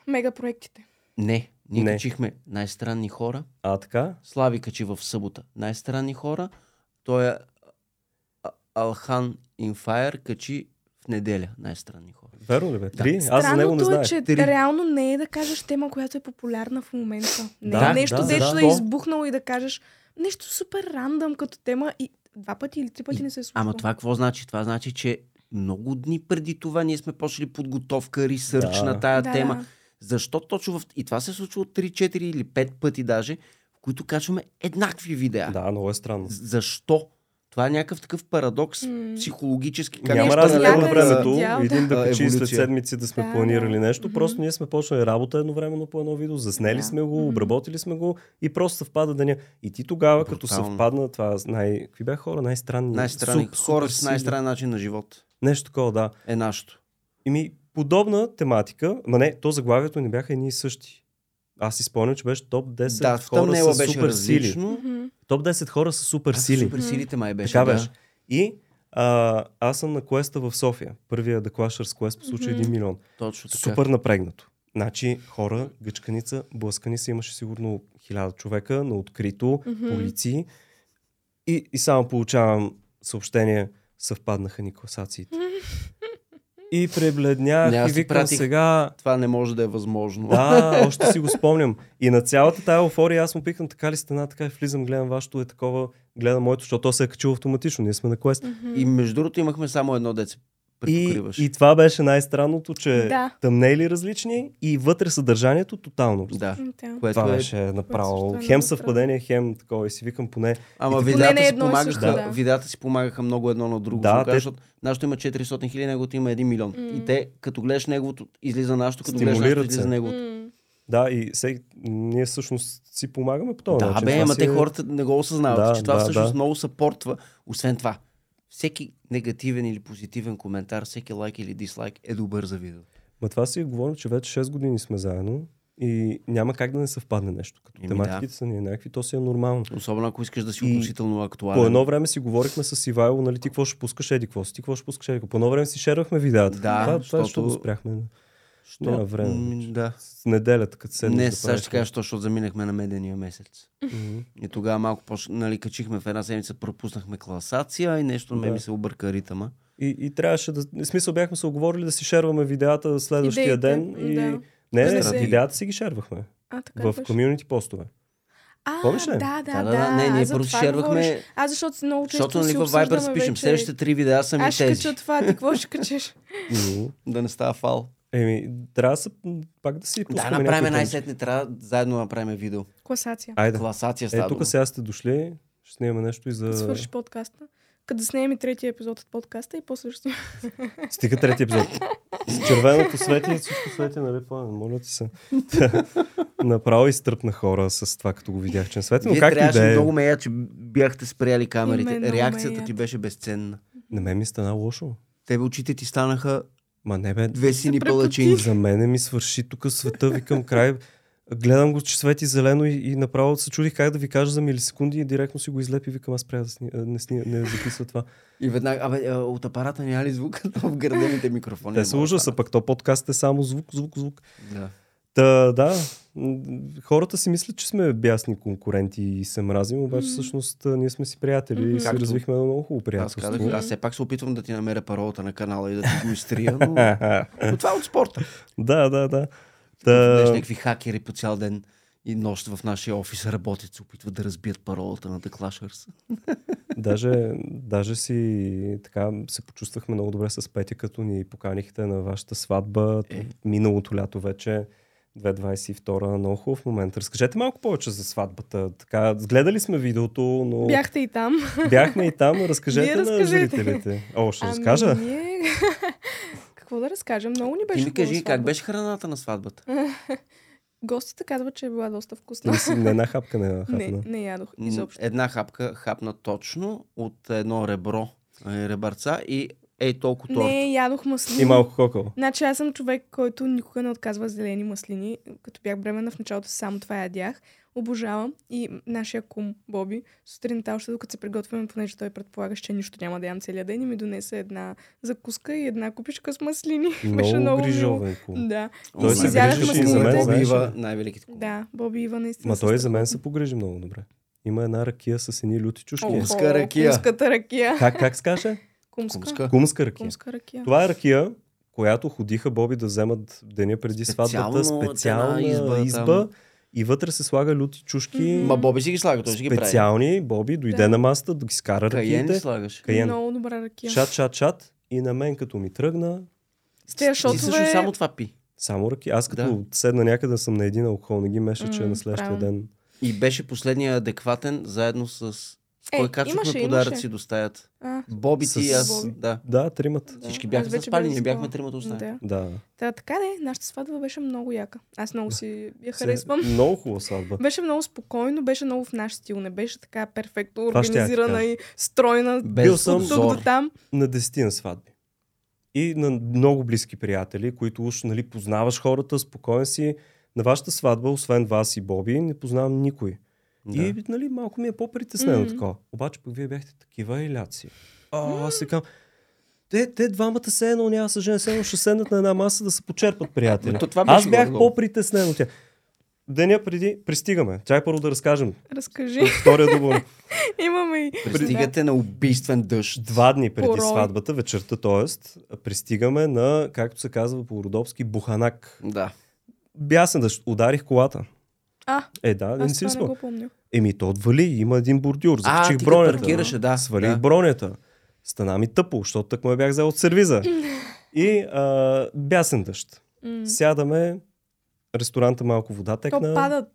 C: Мега проектите.
B: не. Ние
A: Не.
B: качихме най-странни хора.
A: А така?
B: Слави качи в събота най-странни хора. Той е А- Алхан Инфайер качи в неделя най-странни хора.
A: Верно ли бе?
B: Да.
A: Три? Аз за него не
C: Странното
A: знаех.
C: е, че
B: Три.
C: реално не е да кажеш тема, която е популярна в момента. Не
A: Да,
C: е нещо,
A: да,
C: да, дето
B: да.
C: да, е
B: То-
C: избухнало и да кажеш нещо супер рандъм като тема и два пъти или три пъти
B: И-
C: не се е случва.
B: Ама това какво значи? Това значи, че много дни преди това ние сме почели подготовка, ресърч
A: Да.
B: на тая
C: да,
B: тема.
C: Да.
B: Защо точно в... И това се е случва от 3, 4 или 5 пъти даже, в които качваме еднакви видеа.
A: Да, много е странно.
B: Защо? Това е някакъв такъв парадокс
C: М.
B: психологически.
A: Как Няма
C: нещо
A: разлика
C: някъде
A: във
C: си
A: времето.
C: видял,
A: Един да
B: да.
A: качи след
B: Еволюция.
A: седмици да сме
C: Да,
A: планирали
C: да.
A: нещо.
C: Мгм.
A: Просто ние сме почнали работа едновременно по едно видео, заснели
C: Да.
A: сме го,
C: Мгм.
A: обработили сме го и просто съвпада деня. И ти тогава, като
B: Брутално.
A: съвпадна това, с най... какви бяха хора? Най-странни.
B: Най-странни
A: суп-
B: хора
A: супер
B: с
A: сили.
B: най-странен начин на живот
A: Нещо такова, да.
B: е нашето.
A: Ими, подобна тематика, ма не, то заглавието не бяха едни и същи. Аз си спомням, че беше топ 10
B: Да, в
A: хора
B: тъмнела
A: с
B: беше
A: супер сили.
B: различно.
C: Мгм.
A: Топ 10 хора с супер сили.
B: Супер силите май беше.
A: Така
B: да.
A: беше. И а, аз съм на квеста в София. Първия The Clashers Quest по случай
C: Мгм.
A: 1 милион.
B: Точно така.
A: Супер напрегнато. Значи хора, гъчканица, блъскани се, имаше сигурно хиляда човека на открито,
C: Мгм.
A: полиции. И, и само получавам съобщение, съвпаднаха ни класациите. И
B: Не,
A: пребледнях
B: аз
A: и
B: ти
A: викам
B: пратих.
A: сега,
B: Това не може да е възможно.
A: да, още си го спомням. И на цялата тая еуфория аз му пикам така ли стена, така и влизам, гледам вашето е такова, гледам моето, защото то се е качило автоматично, ние сме на квест.
B: И между другото имахме само едно деце.
A: И,
B: Припокриваш.
A: и това беше най-странното, че
C: Да.
A: тъмнели различни и вътре съдържанието тотално.
B: Да.
C: Да.
B: Което
A: Това
B: е...
A: беше направо
C: също е
A: хем
C: много
A: съвпадение, хем такова и си викам поне.
B: Ама
A: и
C: Поне не
B: видеята си,
C: едно и също,
B: помагаха,
C: да.
B: видеята си помагаха много едно на друго.
A: Да,
B: Да, те...
A: те-
B: защото нашето има 400 хиляди, неговото има 1 милион.
C: М.
B: И те, като гледаш неговото, излиза нашето, като гледаш
A: Стимулират
B: нашето, излиза
A: се.
B: неговото.
A: Да, и всеки, ние всъщност си помагаме по този
B: да,
A: начин.
B: бе,
A: Това
B: ама
A: си
B: те
A: е-
B: хората не го осъзнават,
A: Да,
B: че това
A: да,
B: всъщност
A: да.
B: много съпортва. Освен това, всеки негативен или позитивен коментар, всеки лайк или дислайк е добър за видео.
A: Ма това си говорим, че вече 6 години сме заедно и няма как да не съвпадне нещо. Като
B: Еми,
A: тематиките са ни еднакви, то си е нормално.
B: Особено ако искаш да си
A: И
B: относително актуален.
A: По едно време си говорихме с Ивайло, нали, ти какво ще пускаш, еди какво си, ти какво ще пускаш, еди какво. По едно време си шервахме видеята.
B: Да,
A: това, това
B: защото-
A: ще го спряхме.
B: Що...
A: няма време
B: М, Да.
A: С неделята, като седнем
B: Не,
A: да
B: сега ще
A: правиш.
B: кажа, защо, защото заминахме на медения месец.
A: Мгм.
B: И тогава малко поч... нали, качихме в една седмица, пропуснахме класация и нещо ме
A: Да.
B: ми се обърка ритъма.
A: И, и трябваше да. В смисъл бяхме се оговорили да си шерваме видеата следващия
C: Идеите,
A: ден. И...
C: да.
A: Не,
C: Да
A: не,
B: не се-
A: видеята си ги шервахме
C: А, така е
A: в
C: беше.
A: комюнити постове.
C: А,
A: Помниш ли?
C: Да, да, да.
B: Не, ние
C: аз за
B: просто
C: това говориш.
B: шервахме,
C: Аз защото си много често
B: защото
C: си
B: нали във Viber
C: обсъждаме
B: си пишем.
C: вече-
B: Следващите три видеа са ми
C: Аз ще
B: тези.
C: кача това, ти какво ще качеш?
A: Мгм.
B: Да не става фал.
A: Еми, трябва да се, пак да си
B: Да,
A: пускаме някои
B: направим
A: теми.
B: най-сетне, трябва заедно да направим видео.
C: Класация.
A: Айде.
B: Класация
A: Е,
B: става.
A: тук
B: дума.
A: сега сте дошли, ще снимаме нещо и за...
C: Да свършиш подкаста. Като снеме третия епизод от подкаста и после ще...
A: Стига трети епизод. С червеното свети, всичко свети, нали, пламен, моля ти се. Та, Направо изтръпна хора с това, като го видях, че не свети, но
B: Вие
A: както и
B: трябваше
A: да е.
B: много мея, че бяхте спряли камерите.
C: И мен много
B: Реакцията
C: ме
B: ти
C: яд.
B: беше безценна.
A: На мен ми стана лошо.
B: Тебе очите ти станаха
A: Ма не бе,
B: две сини
C: препоти.
B: палачини.
A: за мене ми свърши тук света, викам край. Гледам го, че свети зелено и, и направо се чудих как да ви кажа за милисекунди и директно си го излепи и викам, аз спря да сни... а, не, сни... не записва това.
B: И веднага, абе, а, от апарата няма ли звук в гърдените микрофони?
A: Те са ужаса, пък то подкаст е само звук, звук, звук.
B: Да.
A: Та, да, м, хората си мислят, че сме бясни конкуренти и се мразим, обаче
C: Мгм.
A: всъщност а, ние сме си приятели и
C: Мгм.
A: си
B: Както-
A: развихме едно много хубаво
B: Аз
A: приятелство.
B: казах, аз все пак се опитвам да ти намеря паролата на канала и да ти го изтрия, но, но това е от спорта.
A: да, да, да.
B: Знаеш,
A: Та,
B: някакви хакери по цял ден и нощ в нашия офис работят, се опитват да разбият паролата на The Clashers.
A: даже, даже си така се почувствахме много добре с Петя, като ни поканихте на вашата сватба
B: Е.
A: миналото лято вече. 2022 много хубав момент. Разкажете малко повече за сватбата. Така, гледали сме видеото, но
C: Бяхте и там.
A: бяхме и там. Разкажете
C: Вие
A: на
C: разкажете.
A: зрителите. О, ще разкажа.
C: Ами, ние... Какво да разкажем? Много ни беше
B: Ти ми кажи,
C: хубава
B: как
C: сватба.
B: беше храната на сватбата?
C: Гостите казват, че е била доста
A: Не,
C: вкусна.
A: си- не една хапка не е
C: Не,
A: хапна.
C: не ядох
B: М,
C: изобщо.
B: Една хапка хапна точно от едно ребро, е, ребърца и ей толкова торт.
C: Не, ядох маслини.
A: И малко кокал.
C: Значи аз съм човек, който никога не отказва зелени маслини. Като бях бременна в началото, само това ядях. Обожавам. И нашия кум Боби сутринта, още докато се приготвяме, понеже той предполагаше, че нищо няма да ям целия ден, и ми донесе една закуска и една купичка с маслини. беше
A: Много
C: много мило.
A: грижовен кум.
C: Да,
B: О,
A: Той
C: се
B: най-
C: грижеше
B: великите
C: и за мен,
B: кумове.
A: знаеш ли?
B: Бива най-великите кумове.
C: да, Боби Ива наистина.
A: Ма
C: са
A: той и за
C: страхотни.
A: мен се погрижи много добре. Има една ракия с едни люти чушки.
C: Охо,
B: Кумска ракия.
C: Кумската ракия.
A: Как, как се каже?
C: Кумска.
B: Кумска.
A: Кумска ракия.
C: Кумска ракия.
A: Това е ракия, която ходиха Боби да вземат деня преди сватбата,
B: Специално от една
A: специална
B: изба
A: изба,
B: там.
A: и вътре се слага люти чушки.
C: Мгм.
B: Ма Боби си ги слага, той си ги прави.
A: специални. Боби дойде
C: Да.
A: на масата да ги скара
B: Каен ли
A: ракиите.
B: слагаш?
A: е Каен.
C: Много добра ракия.
A: Чат, чат, чат. И на мен като ми тръгна,
C: С тези
B: Ти също
C: шотове...
B: само това пи.
A: само ръки. Аз като седна някъде съм на един алкохол, не ги меша, че е
C: М,
A: на следващия
C: правилно.
A: ден.
B: И беше последния адекватен, заедно с...
C: Е,
B: Кой качвахме
C: имаше,
B: подаръци
C: имаше.
B: до стаята?
C: А,
B: Боби ти и
A: С-
B: аз. Да.
A: Да, тримата.
C: да.
B: Всички
C: Аз
B: бяхме
C: вече
B: заспали,
C: бях
B: не бяхме
C: заспала.
B: тримата останали.
C: Да.
A: Да.
C: Та, така де, нашата сватба беше много яка. Аз много си я
A: Се-
C: харесвам.
A: Много хубава сватба.
C: Беше много спокойно, беше много в наш стил. Не беше така перфектно
A: Това ще я ти
C: организирана
A: кажа.
C: и стройна.
B: Без
A: Бил съм
C: От тук
B: зор.
C: до там.
A: на десетина сватби. И на много близки приятели, които уж нали, познаваш хората, спокоен си. На вашата сватба, освен вас и Боби, не познавам никой. Да.
B: И
A: И нали, малко ми е по-притеснено
C: Мгм.
A: mm-hmm. такова. Обаче пък вие бяхте такива еляци. А, аз се кам... Те, те двамата се едно няма да се женят, се едно ще седнат на една маса да се почерпат приятели.
B: Ма то това беше
A: Аз бях
B: много.
A: по-притеснен от тях. Деня преди пристигаме. Чай първо да разкажем.
C: Разкажи.
A: Втория договор.
C: Имаме и...
B: пристигате на убийствен дъжд.
A: Два дни преди
C: Порой.
A: сватбата, вечерта, т.е. пристигаме на, както се казва по-родопски, Буханак.
B: Да.
A: Бясен да ударих колата.
C: А,
A: Е, да, не
C: аз
A: си
C: това не
A: спомням.
C: го помня.
A: Еми, то отвали, има един бордюр. Закачих
B: ти
A: бронята.
B: като паркираше, да.
A: Свалих
B: да.
A: бронята. Стана ми тъпо, защото так му я бях взел от сервиза. И а, бясен дъжд.
C: М.
A: Сядаме, ресторанта малко вода
C: То
A: текна.
C: падат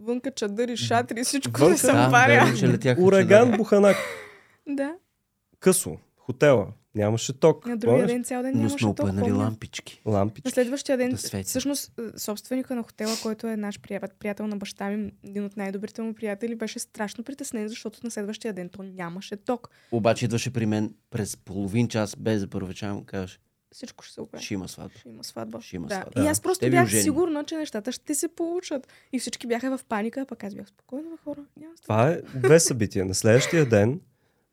C: вънка чадъри, шатри, всичко
A: Вънка,
C: не
B: Да,
C: съм паря.
B: верно, че летяха
A: Ураган,
B: чедари.
A: буханак.
C: Да.
A: Късо, хотела. Нямаше ток.
C: На другия
A: Помниш?
C: ден цял ден
B: Но сме
C: нямаше
B: опънали
C: толкова.
B: лампички.
C: На
A: Лампички.
C: следващия ден,
B: Да
C: да
B: свети.
C: всъщност, е, собственика на хотела, който е наш приятел, приятел на баща ми, един от най-добрите му приятели, беше страшно притеснен, защото на следващия ден то нямаше ток.
B: Обаче идваше при мен през половин час, без да първечам, казваш,
C: Всичко ще се оправи.
B: ще има сватба.
C: Ще има сватба.
B: Ще има
C: да.
B: сватба.
C: И
B: Да.
C: аз
B: Ще
C: просто
B: ви
C: бях
B: оженим.
C: сигурна, че нещата ще се получат. И всички бяха в паника, а пък аз бях спокойна бе, хора. Няма страх.
A: Това е две събития. На следващия ден,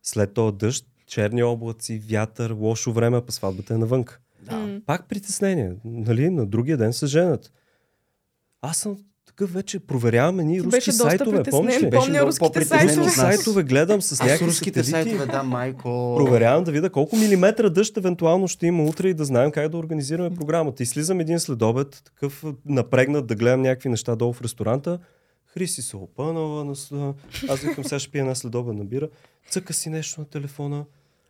A: след този дъжд, черни облаци, вятър, лошо време, па сватбата е навън.
B: Да.
C: М.
A: Пак притеснение. Нали, на другия ден се женят. Аз съм такъв вече, проверяваме ни
C: Ти
A: руски
C: беше доста
A: сайтове, помниш ли?
C: притеснен,
B: Беше
C: помня
B: много
C: руските
B: по-притеснен
A: Руски
B: от
C: сайтове.
B: нас.
A: сайтове гледам с
B: Аз
A: някакви
B: руските
A: сателити.
B: сайтове, да, майко.
A: Проверявам да видя колко милиметра дъжд евентуално ще има утре и да знаем как да организираме програмата. И слизам един следобед, такъв напрегнат да гледам някакви неща долу в ресторанта. Хриси се опънала, на... с- аз викам сега ще пия една следобедна бира, цъка си нещо на телефона.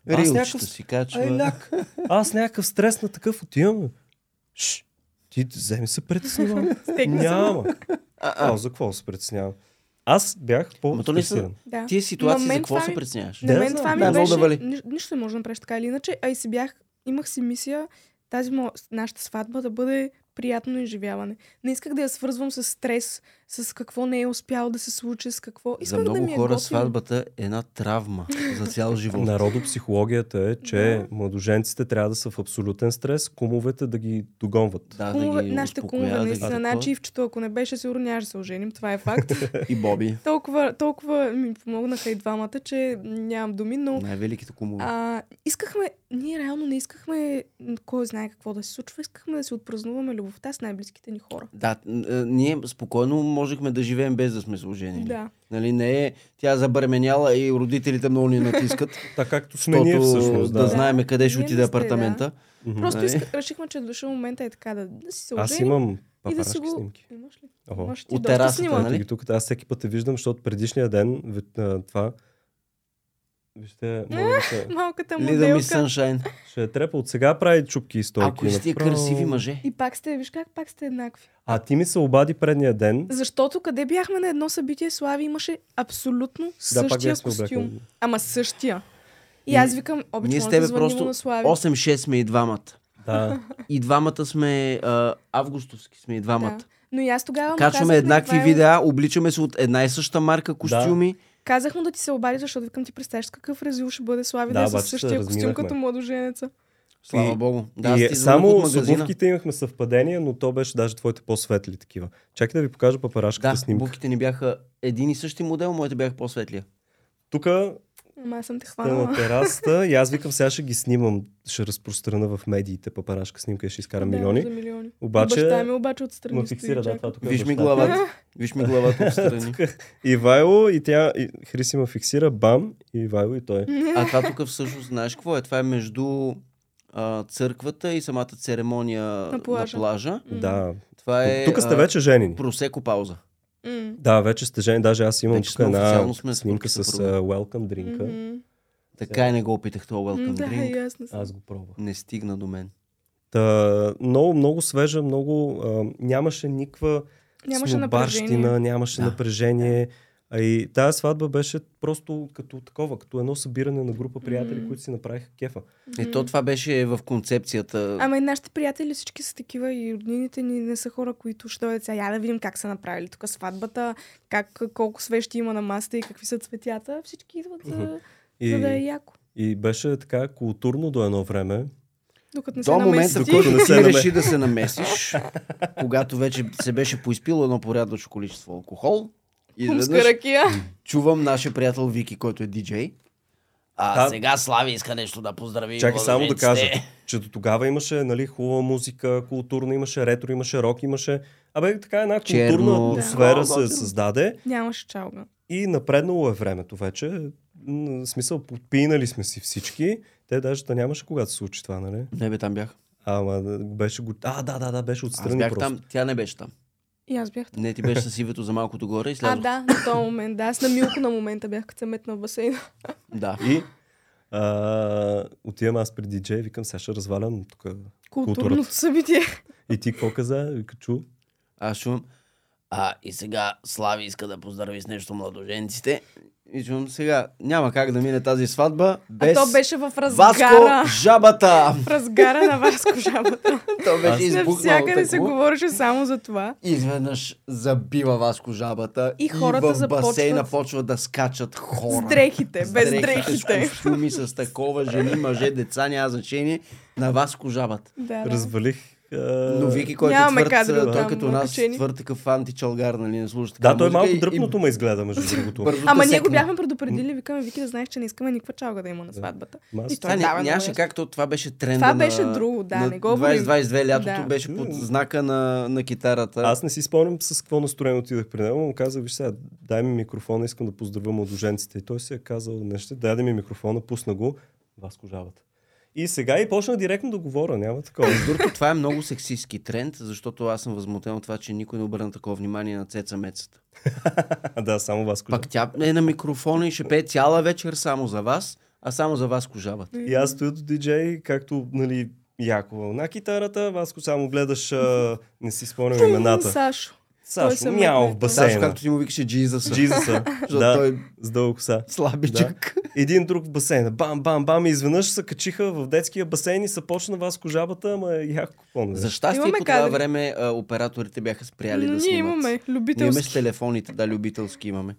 A: Аз някакъв,
B: Рилчета си качва.
A: ай, ляк. аз някакъв стрес на такъв отивам. бе. Шш, ти вземи се притеснявам.
C: Стегна се.
A: Няма. Е, А, за какво се притеснявам? Аз бях
B: Ама то не са-
A: по-стресиран.
C: Да.
B: Тия ситуации, за
C: На мен
B: какво
C: това
B: се
C: ми-
B: притесняваш?
A: Да,
C: На мен
A: знам.
C: това ми
B: Да, много
C: беше...
B: да вали.
C: ни- Нищо не може да направиш така или иначе. А и си бях... Имах си мисия тази мо... нашата сватба да бъде приятно изживяване. Не исках да я свързвам с стрес, с какво не е успял да се случи, с какво.
B: За
C: Искам да
B: много
C: ми е
B: хора
C: готино.
B: сватбата е една травма за цял живот.
A: Народопсихологията е, че
C: Да.
A: младоженците трябва да са в абсолютен стрес, кумовете да ги догонват.
B: Да,
C: Кумове,
B: да ги
C: нашите
B: успокоя,
C: кумове,
B: да ги-
C: наистина.
B: А,
C: Значи,
B: такова.
C: Ивчето, ако не беше, сигурно нямаше да се оженим. Това е факт.
B: И Боби.
C: толкова, толкова ми помогнаха и двамата, че нямам думи, но
B: Най-великите кумове.
C: А, искахме, ние реално не искахме м, кой знае какво да се случва, искахме да си отпразнуваме любовта с най-близките ни хора.
B: Да, н- е, ние спокойно можехме да живеем без да сме служени.
C: Да.
B: Нали, не е, тя е забременяла и родителите много ни натискат.
A: Така както сме ние
B: защото
A: всъщност. Да.
B: да знаеме къде ще
C: Вие
B: отиде
C: не сте, да.
B: апартамента.
A: Мгм.
C: Просто
B: Нали?
C: иска, решихме, че е дошъл момента е така да, да си се
A: Аз
C: оженим
A: имам
C: и да
A: папарашки
C: си го...
A: снимки.
C: Имаш ли?
A: Ого.
C: Имаш ти
B: От
C: доста
B: терасата,
C: снимам.
A: Ето
B: нали?
A: ги тук, аз всеки път те виждам, защото предишния ден, ви- а, това, вижте, мога да се-
C: Малката
B: Лида ми
C: моделка.
B: Съншайн.
A: ще е трепа. От сега прави чупки и стойки.
B: Ако и е сте
A: е направо.
B: красиви мъже.
C: И пак сте, виж как пак сте еднакви.
A: А ти ми се обади предния ден.
C: Защото къде бяхме на едно събитие, Слави имаше абсолютно
A: да, пак
C: същия
A: бях се
C: костюм.
A: облекал.
C: Ама същия. И,
B: И
C: аз викам,
B: ние с
C: обичам да
B: тебе
C: звъним
B: просто
C: на Слави.
B: 8-6 сме и двамата.
A: Да,
B: И двамата сме а, августовски сме и двамата.
C: Да. Но и аз тогава му казах
B: Качваме
C: на
B: еднакви
C: Ивайло-
B: видеа, обличаме се от една и съща марка костюми.
C: Казах му да ти се обади, защото викам ти представяш с какъв разил ще бъде Слави
A: Да,
C: да, е
A: обаче се
C: със същия костюм
A: разминахме.
C: като младоженеца.
B: Слава
A: И-
B: Богу. Да, аз
A: и е
B: ти звъннах
A: само
B: от
A: с
B: магазина.
A: обувките имахме съвпадение, но то беше даже твоите по-светли такива. Чакай да ви покажа папарашката
B: Да,
A: снимка.
B: буките ни бяха един и същи модел, моите бяха по-светлия.
A: Тук
C: Ама аз съм те
A: сте на
C: хванала.
A: терасата и аз викам, сега ще ги снимам, ще разпространа в медиите папарашка снимка и ще изкара милиони.
C: Да, за милиони. Обаче... Баща ми
A: Обаче
C: обаче отстрани
A: ме
C: стои и
A: фиксира, да,
C: чака.
A: това тук е
B: Виж ми
A: баща.
B: главата. Виж ми главата отстрани.
A: Ивайло и тя, и Хриси ме фиксира, бам, и Ивайло и той.
B: А това тук всъщност знаеш какво е? Това е между а, църквата и самата церемония на
C: плажа.
B: плажа. На плажа.
C: М.
A: Да.
B: Това е
A: Тук сте
B: а,
A: вече женени.
B: просеко пауза.
C: М.
A: Да, вече сте жени. Даже аз имам
B: Вече
A: тук
B: сме
A: една
B: официално сме
A: снимка с
B: съпруги.
A: uh, welcome drink
C: Мгм.
B: Така и не го опитах това welcome
C: М, Да,
B: drink.
C: и аз не съм.
A: Аз го пробвах.
B: Не стигна до мен.
A: Та, много, много свежа, много... А, нямаше никаква
C: Нямаше напрежение.
A: снобарщина, нямаше
B: Да.
A: напрежение. А и тази сватба беше просто като такова, като едно събиране на група приятели,
C: Мгм.
A: които си направиха кефа.
B: И то това беше в концепцията.
C: Ама и нашите приятели всички са такива и роднините ни не са хора, които ще дойдат сега. Я да видим как са направили тук сватбата, как, колко свещи има на масата и какви са цветята. Всички идват за,
A: И,
C: за да е яко.
A: и беше така културно до едно време.
C: Докато не се
B: До момента,
C: намесят.
B: в
A: ти.
B: който
A: Докато не се
B: ти
A: намеси.
B: реши да се намесиш, когато вече се беше поизпило едно порядъчно количество алкохол,
C: Хумска
B: изведнъж
C: ракия.
B: чувам нашия приятел Вики, който е диджей. А
A: Да.
B: сега Слави иска нещо да поздрави.
A: Чакай само да кажа,
B: младоженците.
A: че до тогава имаше нали, хубава музика, културна, имаше ретро, имаше рок, имаше... Абе, така една културна
B: Черно.
A: атмосфера
B: Да.
A: се създаде.
C: Нямаше чалга.
A: И напреднало е времето вече. М, В смисъл, подпинали сме си всички. Те даже да нямаше когато се случи това, нали?
B: Не бе, там бях.
A: Ама да, беше го... А, да, да, да, беше
B: Аз
A: отстрани
B: бях
A: просто.
B: там, тя не беше там.
C: И аз бях
B: Не, ти беше с Ивето за малкото горе и
C: А,
B: слязох.
C: да, на този момент. Да, аз на Милко на момента бях, като се метна в басейна.
B: да.
A: И а, отивам аз при диджей, викам, сега ще развалям тук. Културата.
C: Културното събитие.
A: И ти какво каза? Вика, чу.
B: Аз чувам. А, и сега Слави иска да поздрави с нещо младоженците. И чувам сега, няма как да мине тази сватба
C: А
B: без
C: то беше в разгара.
B: Васко жабата.
C: В разгара на Васко жабата.
B: То
A: Аз-
B: беше избухнало
C: Навсякъде се
B: такова.
C: говореше само за това.
B: Изведнъж забива Васко жабата
C: И хората
B: в басейна
C: започват-
B: почват да скачат хора.
C: С дрехите,
B: С
C: без
B: дрехи, С
C: дрехите.
B: костюми, с такова, жени, мъже, деца, няма значение. На Васко жабата.
C: Да, да.
A: Развалих. А...
B: Но Вики, който
C: Нямаме
B: е твърд,
C: кадри
B: той
C: от там,
B: като нас
C: качени.
B: твърд такъв античалгар, нали, не слуша така
A: Да, той е
B: музика
A: малко
B: и-
A: дръпното ме изгледа, между
B: и
A: другото.
B: бързо
C: Ама
B: те
C: ние го
B: секна.
C: бяхме предупредили, викаме Вики да знаеш, че не искаме никаква чалга да има на сватбата.
A: Ма аз-
C: И той
B: Това
C: дава
B: не, нямаше
C: много
B: как, то, това беше тренда
C: Това
B: на-
C: беше друго, да,
B: на
C: не го говорим.
B: 2022 лятото
C: Да.
B: беше под знака на, на китарата.
A: Аз не си спомням с какво настроение отидах при него, но му казах, виж сега, дай ми микрофона, искам да поздравя младоженците. И той си е казал нещо, даде ми микрофона, пусна го, Васко жабата. И сега и почна директно да говоря, няма такова.
B: Между другото, това е много сексистски тренд, защото аз съм възмутен от това, че никой не обърна такова внимание на Цеца Мецата.
A: А, да, само Васко жабата.
B: Пак тя е на микрофона и ще пее цяла вечер само за вас, а само за вас кожавата.
A: И аз стоя до диджей, както, нали, яко на китарата, Васко само гледаш, а, не си спомням имената.
C: Сашо. Той
A: Сашо,
C: се
A: мяо
C: мъкне.
A: в
B: Сашо,
A: басейна.
B: както ти му викаше Джизъс.
A: Джизуса,
B: Защото
A: да,
B: той е
A: с дълго коса.
B: слабичък.
A: Един друг в басейна. Бам, бам, бам. И изведнъж се качиха в детския басейн и се почна вас кожабата, ама е яко помня.
B: За щастие
C: Имаме
B: по това
C: кадри.
B: време а, операторите бяха спряли
C: Но
B: да
C: ние
B: снимат.
C: имаме
B: Ние имаме
C: любителски.
B: с телефоните, да, любителски имаме.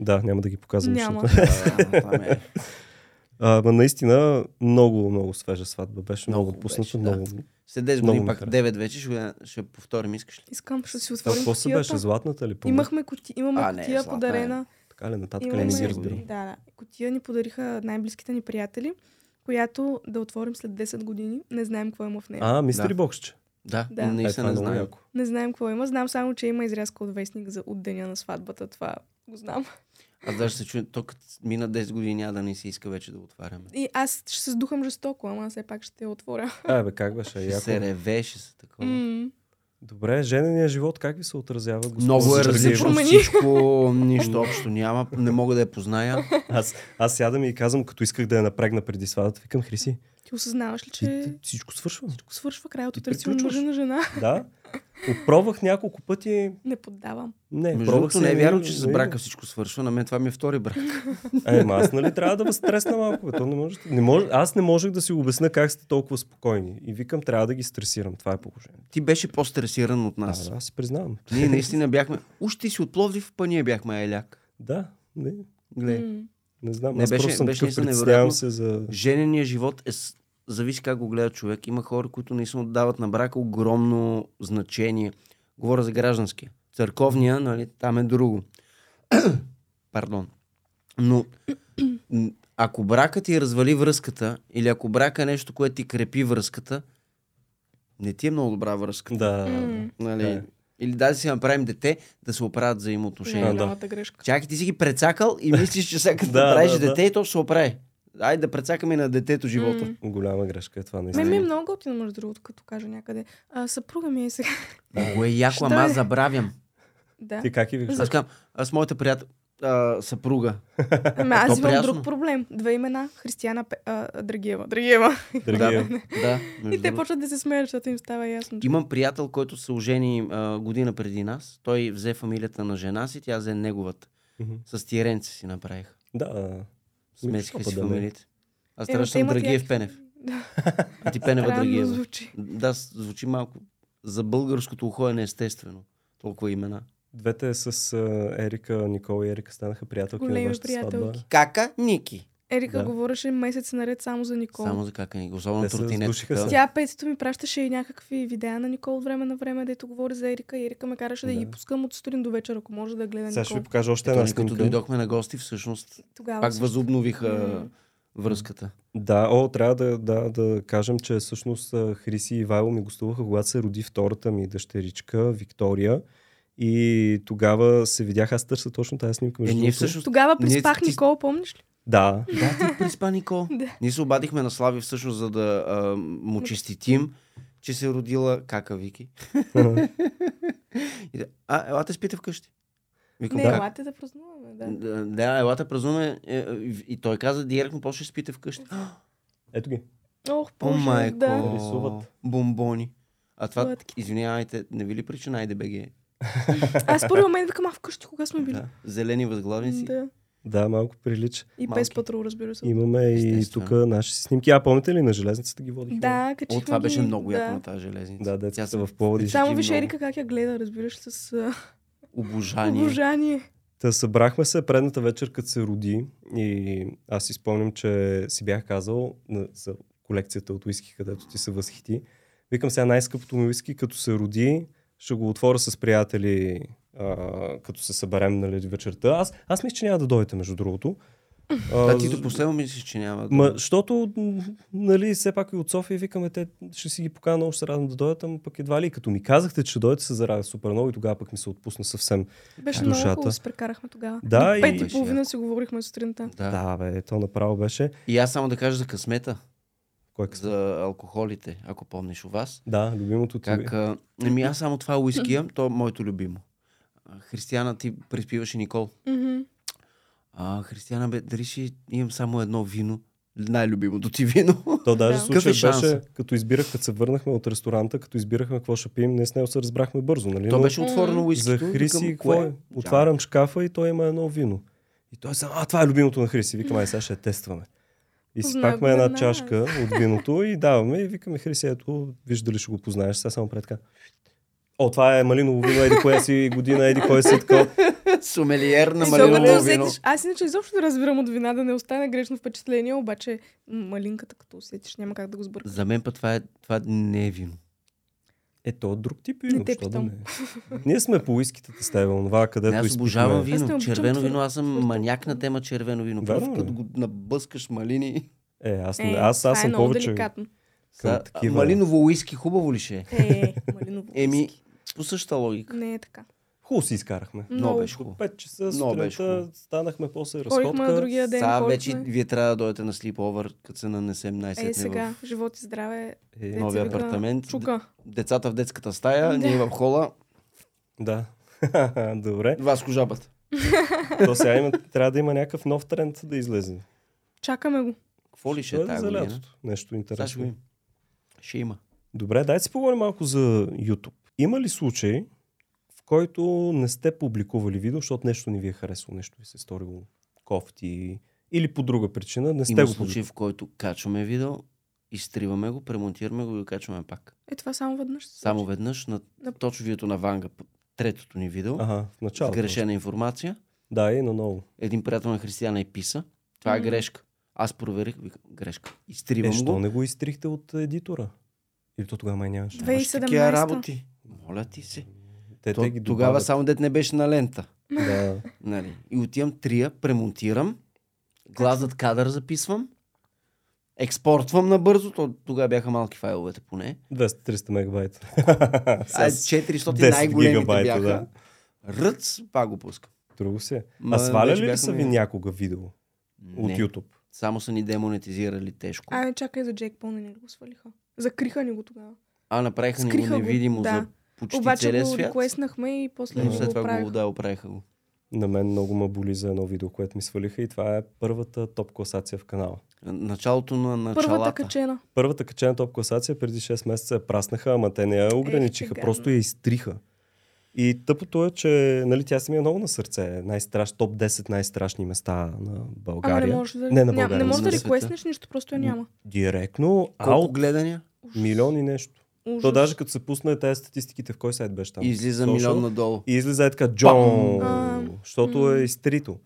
A: Да, няма да ги показвам.
C: Няма.
A: защото-
B: А, това ме е.
A: А, Ама наистина много, много свежа сватба. Беше много,
B: Много
A: пусната,
B: беше, да.
A: много.
B: След 10
A: Много
B: години
A: ме
B: пак
A: хареса.
B: 9 вече ще, я- ще повторим, искаш ли?
C: Искам, ще си
A: А
C: отворим
A: какво се беше?
C: кутията.
A: Златната ли? помня?
C: Имахме кути... Имаме
B: А, не,
C: кутия
B: златна е.
C: подарена.
A: Така ли нататък?
C: Имаме...
A: Не ги
B: Имаме-
A: разбирам.
C: Да, да. Кутия ни подариха най-близките ни приятели, която да отворим след 10 години. Не знаем какво има в нея.
A: А, мистери
B: Да.
A: боксче.
B: Да,
C: Да.
B: не
A: Е,
B: се
A: това е
B: не
A: много
B: знае.
A: яко.
C: Не знаем какво има. Знам само, че има изрязка от вестник за от деня на сватбата. Това го знам.
B: Аз даже се чуя, то като мина 10 години, няма да не се иска вече да отваряме.
C: И аз ще се сдухам жестоко, ама все пак ще я отворя.
A: А, Е, бе, как беше?
B: Ще се
A: Яко.
B: реве, ще се такова.
C: М.
A: Добре, женения живот как ви се отразява? госпожо
B: Много е
A: Сергеева?
B: различно
C: промени.
B: всичко, нищо общо няма, не мога да я позная.
A: Аз, аз сядам и казвам, като исках да я напрегна преди сватбата, викам Хриси,
C: Ти осъзнаваш ли,
A: ти, ти,
C: че
A: всичко свършва.
C: свършва крайото
A: Ти
C: търсим
A: приключваш.
C: мъжа на жена?
A: Да. Опробвах няколко пъти.
C: Не поддавам.
A: Не,
B: Между
A: пробвах
B: другото, не е
A: но-
B: вярно, че с
A: но-
B: брака всичко свършва. На мен това ми е втори брак.
A: Е, ама аз нали трябва да възтресна малко, бе, то не може. Не мож... Аз не можех да си обясна как сте толкова спокойни. И викам, трябва да ги стресирам. Това е положението.
B: Ти беше по-стресиран от
A: Аз,
B: нас.
A: да, аз си признавам.
B: Ние наистина бяхме. Уж ти си от Пловдив, па ние бяхме еляк.
A: Да, не,
B: Гледай.
C: М.
A: не знам.
B: Не,
A: аз
B: беше-
A: просто съм
B: беше
A: такъв,
B: наистина
A: притеснявам
B: невероятно.
A: се за...
B: Женения живот е. с- Зависи как го гледа човек. Има хора, които наистина отдават на брака огромно значение. Говоря за гражданския. Църковния, нали, там е друго. Пардон. Но м, ако бракът ти развали връзката, или ако брака е нещо, което ти крепи връзката, не ти е много добра връзка.
A: Да.
C: М.
B: Нали?
A: Да.
B: Или да си направим дете, да се оправят взаимоотношения.
C: Не е
A: да.
C: голямата грешка.
B: Чакай, ти си ги прецакал и мислиш, че сега като
A: Да,
B: да, правиш
A: да, да.
B: дете, то ще се оправи. Айде да прецакаме на детето живота.
C: М.
A: Голяма грешка е това, наистина.
C: Мен ми е много готино, между другото, като кажа някъде. А, съпруга ми е сега.
B: Много е яко, ама
C: Що
B: аз
C: е?
B: забравям.
C: Да.
A: Ти как и виждаш?
B: Аз казвам, аз моята приятел, а, съпруга.
C: Ама аз
B: То
C: имам
B: приясно.
C: друг проблем. Две имена. Християна Пе- а, Драгиева. Драгиева.
A: Драгиев.
B: Да,
C: И
B: между
C: те
B: другото.
C: почват да се смеят, защото им става ясно. че-
B: Имам приятел, който се ожени а, година преди нас. Той взе фамилията на жена си, тя взе неговата.
A: Мгм.
B: С тиренци си направих.
A: Да, да.
B: Смесиха
A: защо
B: си
A: па да е? не?
B: фамилиите. Аз
C: Е, но те
B: трябваше да съм
C: имат
B: Драгиев
C: яки-
B: Пенев.
C: Да,
B: А ти Пенева
C: странно
B: Драгиева.
C: звучи.
B: Да, с- звучи малко. За българското ухо е неестествено. Толкова имена.
A: Двете с а, Ерика, Никола и Ерика станаха приятелки на
C: Големи
A: вашата сватба.
C: приятелки.
B: Кака Ники.
C: Ерика
A: Да.
C: говореше месец наред само за Никол.
B: Само за кака Ники. Особено
A: Те се сдушиха
B: тротинетката.
A: се.
C: Тя петито ми пращаше и някакви видеа на Никол от време на време, дето говори за Ерика. И Ерика ме караше да,
A: Да.
C: ги пускам от сутрин до вечер, ако може да гледа
A: Сега ще
C: Никол.
A: ви покажа още една
B: Тя... Като
A: снимка.
B: дойдохме на гости, всъщност
C: Тогава
B: пак
C: също.
B: възобновиха
C: М.
B: връзката. Е,
A: Да, о, трябва да, да, да кажем, че всъщност а, Хриси и Вайло ми гостуваха, когато се роди втората ми дъщеричка, Виктория. И тогава се видях, аз търся точно тази снимка.
B: Е,
A: Между
B: ние
A: другото.
B: всъщност...
C: Тогава
B: Ние-
C: приспах
B: ти-
C: Никол, помниш ли?
A: Да,
B: Да, ти приспа, Никол.
C: Да.
B: Ние се обадихме на Слави всъщност, за да а, му честитим, че се е родила кака Вики. И да, а, елате спите вкъщи. Викам,
C: Не,
B: как?
C: елате да празнуваме, да.
B: Да, Да, елате празнуваме. е, е, И той каза, директно после ще спите вкъщи.
A: ето ги.
C: Ох,
B: О,
C: боже,
B: майко.
C: да.
A: Рисуват.
B: Бомбони. А това,
C: Сладки.
B: извинявайте, не ви ли прича на БГ?
C: Аз в първи момент викам, а вкъщи кога сме били?
B: Да. Зелени възглавници.
C: Да.
A: Да, малко прилича.
C: И
B: Малки.
C: без патрул, разбира се.
A: Имаме и
B: Естествено.
A: тук наши снимки. А, помните ли на железницата ги водихме?
C: Да,
B: О,
C: качихме
B: това беше
C: ги,
B: много
C: да.
B: яко на тази железница.
A: Да, децата
B: се
A: в Пловдив.
C: Само
B: впечатли
C: виж
B: много.
C: Ерика как я гледа, разбираш, с а,
B: Обожание.
C: обожание.
A: Та събрахме се предната вечер, като се роди и аз си спомням, че си бях казал на, за колекцията от уиски, където ти се възхити. Викам сега най-скъпото ми уиски, като се роди, ще го отворя с приятели, а, като се съберем нали, вечерта. Аз, аз мисля, че няма да дойдете, между другото.
B: А
A: А,
B: ти
A: з-
B: до последно мислиш, че няма. да-
A: Ма, защото, м, нали, все пак и от София викаме, те ще си ги покана, много ще се радвам да дойдат, ама пък едва ли. И Като ми казахте, че ще дойдете, се зарадя супер много и тогава пък ми се отпусна съвсем.
C: Беше
A: Да.
C: много
A: Душата.
C: хубаво, се прекарахме тогава.
A: Да,
C: До
A: и-
C: пет и
B: Беше
C: половина
B: яко.
C: си говорихме сутринта.
B: Да.
A: Да, бе, то направо беше.
B: И аз само да кажа за късмета,
A: Кой къс-
B: за алкохолите, ако помниш у вас.
A: Да, любимото ти.
B: Как, а, ами аз само това уиския, то е моето любимо. А, Християна, ти приспиваше Никол.
C: Мгм.
B: А, Християна, бе, дали ще имам само едно вино? най-любимото ти вино.
A: То даже да.
C: Да.
A: случай
B: Какъв е
A: беше,
B: шансът?
A: като избирах, като се върнахме от ресторанта, като избирахме какво ще пием, ние с него се разбрахме бързо, нали?
B: То
A: Но
B: беше отворено
C: М.
B: уискито.
A: за Хриси,
B: викам,
A: какво
B: кое?
A: е?
B: Джамбо.
A: Отварям шкафа и той има едно вино. И той сам, а, това е любимото на Хриси. Викам, ай, сега ще я тестваме. И
C: Познай го
A: спахме е една
C: веднага.
A: чашка от виното и даваме и викаме, Хриси, ето, виж дали ще го познаеш, сега само пред така. О, това е малиново вино, еди коя си година, еди кой си такова.
B: Сомелиер на
C: И
B: малиново
C: докато
B: вино.
C: Е, усетиш, аз иначе изобщо не разбирам от вина, да не остане грешно впечатление, обаче м, малинката като усетиш няма как да го сбъркаш.
B: За мен път това, е, това не е вино.
A: Е, то е друг тип вино,
C: Не те
A: що да
C: питам.
A: не е. Ние сме по уиските тестевал, това
B: Не,
A: където
B: аз обожавам
A: изпитваме.
C: Аз не
B: вино.
C: обичам
B: Червено
C: твърдо-
B: вино, аз съм
C: твърдо.
B: маняк на тема червено вино.
A: Вярно
B: Просто
A: ли?
B: като го набъскаш малини.
A: Е, аз, не, аз,
C: това
A: аз
C: е
A: съм
C: много
A: повече
C: деликатно.
A: към
B: Са,
A: такива.
B: малиново уиски хубаво ли ще е?
C: Е, малиново.
B: Еми,
C: виски.
B: по същата логика.
C: Не е така.
A: Хубаво си изкарахме.
B: Много
C: Много.
B: беше хубаво.
A: 5 часа
B: Много беше
A: сутринта
B: хубаво.
A: станахме после
C: Ходихме на
A: разходка.
C: другия ден.
B: Сега вече
C: ходихме.
B: вие трябва да дойдете на слиповър, като се нанесем най-сетне
C: Е, сега, живот и здраве,
A: Е,
B: в
C: Деца
B: новия
C: вика,
B: апартамент.
C: чука.
B: Децата в детската стая,
C: Да.
B: ние в хола,
A: Да. Добре.
B: вас кожабата.
A: То сега има, трябва да има някакъв нов тренд да излезе.
C: Чакаме го.
B: Какво ли ще
A: Той
B: е
A: е
B: тази
A: за
B: година?
A: лятото. Нещо
B: Сега ще го
A: интересно. е.
B: има. Ще има.
A: Добре, дай си поговорим малко за YouTube. Има ли случай, в който не сте публикували видео, защото нещо не ви е харесало, нещо ви се е сторило кофти или по друга причина не сте
B: Има
A: го
B: случаи,
A: публикували?
B: в който качваме видео, изтриваме го, премонтираме го и го качваме пак.
C: Е, това само веднъж. се
B: Само
C: случи.
B: веднъж на
C: На-
B: точовието на Ванга, п- третото ни видео,
A: Ага, в
B: с
A: началото.
B: грешена информация,
A: Да, и на ново.
B: един приятел на Християна е писа, това е
C: Мгм.
B: грешка. Аз проверих, викам, грешка.
A: Е,
B: Изтривам
A: що
B: го.
A: не го изтрихте от едитора? И то тогава май нямаше.
C: Две-
B: Нямаше
C: 2017-та.
B: такива работи. Моля ти се.
A: Те,
B: То,
A: те ги
B: тогава
A: добавят.
B: само дет не беше на лента.
A: Да.
B: Нали. И отивам трия, премонтирам, глазът кадър записвам, експортвам набързо, то тогава бяха малки файловете поне.
A: 200-300 мегабайта.
B: Ай,
A: С
B: 400
A: 10
B: най-големите
A: гигабайта,
B: бяха.
A: да.
B: Ръц, пак го пускам.
A: Друго си е.
B: Ма,
A: А сваля
B: вече
A: ли
B: бяха
A: ли са
B: ми-
A: ви някога видео от
B: Не,
A: YouTube?
B: Само са ни демонетизирали тежко.
C: А, не, чакай за Джейк Пълне, не го свалиха. Закриха ни го тогава.
B: А направиха ни го
C: скриха го,
B: невидимо
C: да.
B: за почти
C: Обаче
B: целия
C: го
B: свят.
C: реквестнахме и после
B: Но
A: Мгм.
C: го
B: след това
C: оправиха.
B: го да, оправиха го.
A: На мен много ме боли за едно видео, което ми свалиха и това е първата топ класация в канала.
B: Началото на началата.
C: Първата качена.
A: Първата качена топ класация преди 6 месеца я праснаха, ама те не
B: Е,
A: я ограничиха,
C: гадно.
A: просто я изтриха. И тъпото е, че нали, тя си ми е много на сърце. Най-страш, топ 10 най-страшни места на
C: Ама не
A: България.
C: можеш да,
A: Не, на
C: ням-
A: България,
C: не можеш
B: на
C: да
B: света.
C: реквестнеш нищо, просто я
A: М,
C: няма.
A: Директно,
B: Колко
A: аут,
B: гледания?
A: милион и нещо.
C: Ужас.
A: То даже като се пусна тези статистиките, в кой сайт беше там?
B: Излиза
A: Social?
B: милион надолу.
A: И излиза е така Джон,
C: А,
A: защото
C: м.
A: е изтрито.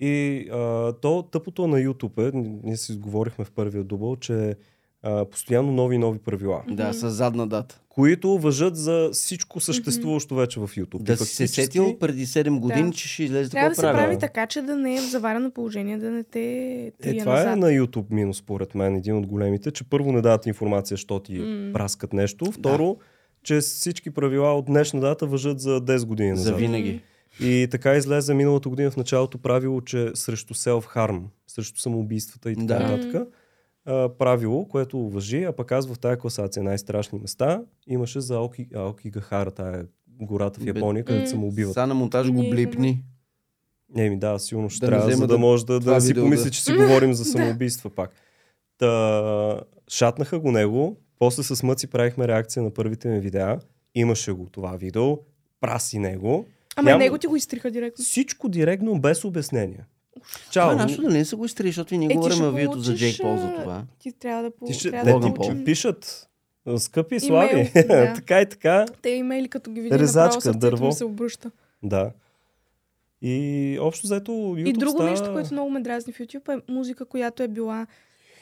A: И а, то тъпото на YouTube е, н- ние си говорихме в първия дубъл, че а, постоянно нови и нови правила,
B: Да,
C: Мгм.
B: с задна дата.
A: които въжат за всичко съществуващо вече в YouTube. И
B: Да си се
A: фактически-
B: сетил преди 7 години, че ще излезе
C: Трябва
B: такова
C: да се
B: правило.
C: прави така, че да не е в заварено положение, да не те
A: Е,
C: трие
A: това е
C: назад.
A: на YouTube минус, според мен, един от големите, че първо не дават информация, що ти е
C: М.
A: праскат нещо. Второ, че всички правила от днешна дата въжат за 10 години назад.
B: За
C: Ами,
B: винаги.
A: И така излезе миналата година в началото правило, че срещу self-harm, срещу самоубийствата и така
B: Да.
A: нататък, а, правило, което въжи, а пък аз в тая класация най-страшни места имаше за Аоки, Аоки Гахара, тая гората в Япония,
C: Бе,
A: където
C: м.
A: се убиват.
B: Са на монтаж го
C: Ние
B: блипни.
A: Еми да, сигурно ще
B: Да
A: да
B: не
A: трябва,
B: взема
A: за да,
B: да-
A: може да,
B: това
A: да си
B: видео
A: помисли,
B: да-
A: че си говорим за
C: Да.
A: самоубийства пак. Та, шатнаха го него, после с мъци правихме реакция на първите ми видеа, имаше го това видео, праси него,
C: Ама
A: Няма-
C: него ти го изтриха директно.
A: всичко директно, без обяснение.
B: Това е
A: Чао,
C: е
B: нашето да не са го изтрие, защото и ние
C: ти
B: говорим
C: ще
B: във видеото за
C: получиш,
B: Джейк Пол за
C: а,
B: това.
C: Ти трябва да по...
A: Ти ще,
C: трябва
A: не,
C: да
A: ти
B: Логан Пол.
A: ще
C: получим-
A: пишат. "Е, Скъпи
C: Имейл,
A: слави.
C: да.
A: така и така.
C: Те имейли, като ги види
A: Резачка,
C: направо сърцето
A: дърво.
C: ми се обръща.
A: Да. И общо заето YouTube
C: и друго
A: става
C: нещо, което много ме дразни в YouTube е музика, която е била...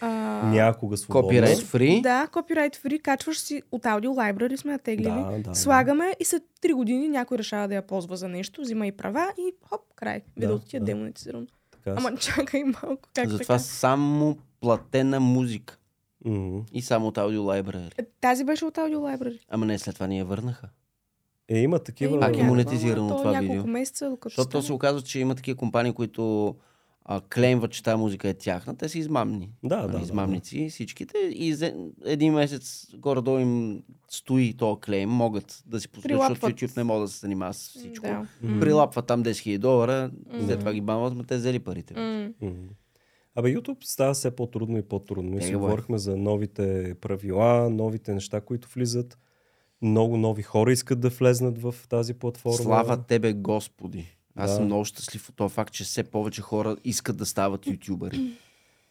C: А...
A: някога свободна.
B: Копирайт фри.
C: Да, copyright free, качваш си от аудио лайбрари, сме я теглили.
A: Да, да, да.
C: Слагаме и след 3 години някой решава да я ползва за нещо, взима и права и хоп, край. Видеото ти е
A: да.
C: демонетизирано.
A: Така
C: Ама чакай малко, как
B: Затова
C: така?
B: само платена музика.
A: М.
B: И само от Audio Library.
C: Е, Тази беше от аудио лайбрари.
B: Ама не, след това ни я върнаха.
A: Е, има такива...
B: Пак е
C: някаква,
B: монетизирано
C: ама то
B: това
C: няколко
B: видео.
C: месеца, докато
B: Защото то се
C: стане.
B: оказва, че има такива компании, които а, клеймват, че тази музика е тяхна. Те са измамни.
A: Да,
B: Нали,
A: да, да.
B: измамници всичките. И за един месец горе-долу им стои то клейм. Могат да си позволят, защото
C: Прилапват.
B: YouTube не мога да се занимава с всичко.
C: Да.
A: М.
B: Прилапват там 10 000 долара, след
C: М.
B: това ги бамват, но те взели парите.
C: М.
A: М. Абе, YouTube става все по-трудно и по-трудно. Ние си
B: Него е.
A: говорихме за новите правила, новите неща, които влизат. Много нови хора искат да влезнат в тази платформа.
B: Слава тебе, Господи! Аз
A: Да.
B: съм много щастлив от това факт, че все повече хора искат да стават ютубъри.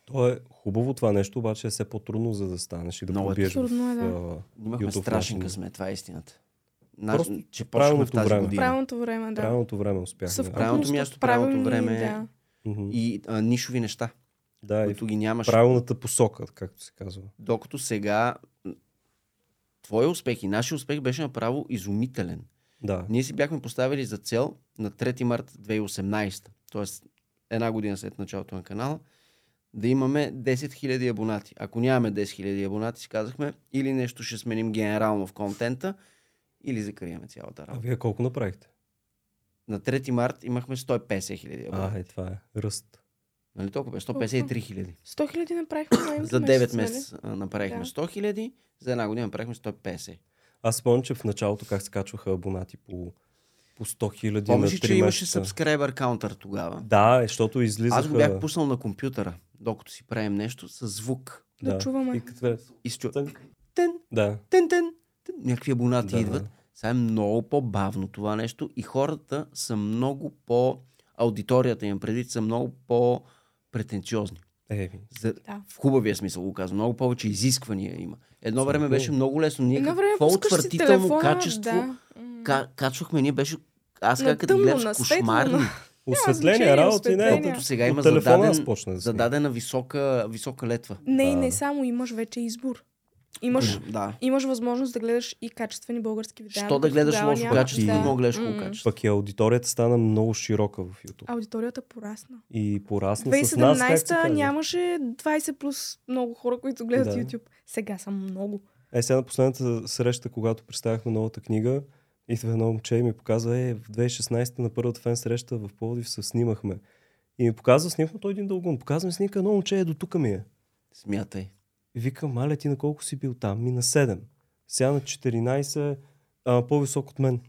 A: То е хубаво това нещо, обаче е все по-трудно за да станеш и да
B: Много е
A: пробиеш в...
C: трудно, е, да.
A: а,
B: Имахме
A: YouTube
B: страшен
A: начин.
B: късмет, това е истината. Наш,
A: Просто
B: че почнахме
A: правилното
B: в тази
A: време.
B: година.
C: Правилното време, да.
A: Правилното време успяхме. да.
C: Съвкупност
B: Правилното
C: от
B: място, правилното
C: правилни,
B: време. е
C: Да.
A: Мгм.
B: И а, нишови неща,
A: Да, и в
B: които ги нямаш.
A: правилната посока, както се казва.
B: Докато сега м, твоя успех и нашия успех беше направо изумителен.
A: Да.
B: Ние си бяхме поставили за цел на 3 март 2018, т.е. една година след началото на канала, да имаме 10 000 абонати. Ако нямаме 10 000 абонати, си казахме, или нещо ще сменим генерално в контента, или закриеме цялата
A: А
B: работа.
A: вие колко направихте?
B: На 3 март имахме 150 000
A: А,
B: абонати.
A: е, това е. Ръст.
B: Нали толкова бе? 153 000.
C: 100 хиляди направихме май
B: За 9
C: нали?
B: месеца нали? а, направихме
C: Да.
B: 100 000, за една година направихме 150.
A: Аз спомням, че в началото как се качваха абонати по, по 100 хиляди на 3
B: Помниш, ли, че имаше
A: месеца.
B: subscriber counter тогава.
A: Да, е, защото излизаха...
B: Аз го бях пуснал на компютъра, докато си правим нещо, с звук.
C: Да чуваме.
A: И като... е
B: И се чу...
A: Тънк.
B: Тен,
A: Да.
B: тен, тен, тен. Някакви абонати
A: Да,
B: идват.
A: да.
B: Сега е много по-бавно това нещо и хората са много по... Аудиторията им преди са много по-претенциозни.
A: Еми,
B: За...
C: Да.
B: В хубавия смисъл го казвам. Много повече изисквания има. Едно време
A: Абсолютно.
B: беше много лесно. Ние
C: Едно време
B: какво
C: пускаш си
B: отвратително
C: телефона,
B: качество
C: да. М.
B: ка- качвахме. Ние беше... Аз
C: На
B: как като
C: тъмно,
B: гледам
C: на
B: с
C: светло,
B: кошмарни.
C: на-
A: Осветление,
C: значение,
A: работи не.
C: осветление.
B: Докато сега
A: От
B: има
A: телефона аз
B: зададен,
A: почна да си.
B: зададена висока, висока летва.
C: Не, и
A: Да.
C: не само имаш вече избор. Имаш,
B: Да.
C: имаш възможност да гледаш и качествени български видеа.
B: Що да
C: докато
B: гледаш
C: тогава
B: лошо
C: нямаш,
B: качество,
A: да.
B: да. гледаш хубаво
C: М.
B: качество.
A: Пък и аудиторията стана много широка в YouTube.
C: Аудиторията порасна.
A: И порасна с нас, как се
C: 2017-та
A: казва.
C: нямаше 20 плюс много хора, които гледат
A: Да.
C: YouTube. Сега са много.
A: Е, сега на последната среща, когато представяхме новата книга, идва едно момче и ми показва, е, в 2016 на първата фен среща в Пловдив се снимахме. И ми показва, снимахме той е един дългон. Показва ми снимка, едно момче е до тук ми е.
B: Смятай.
A: И викам, маля ти на колко си бил там? Ми на 7. Сега на 14 а, по-висок от мен.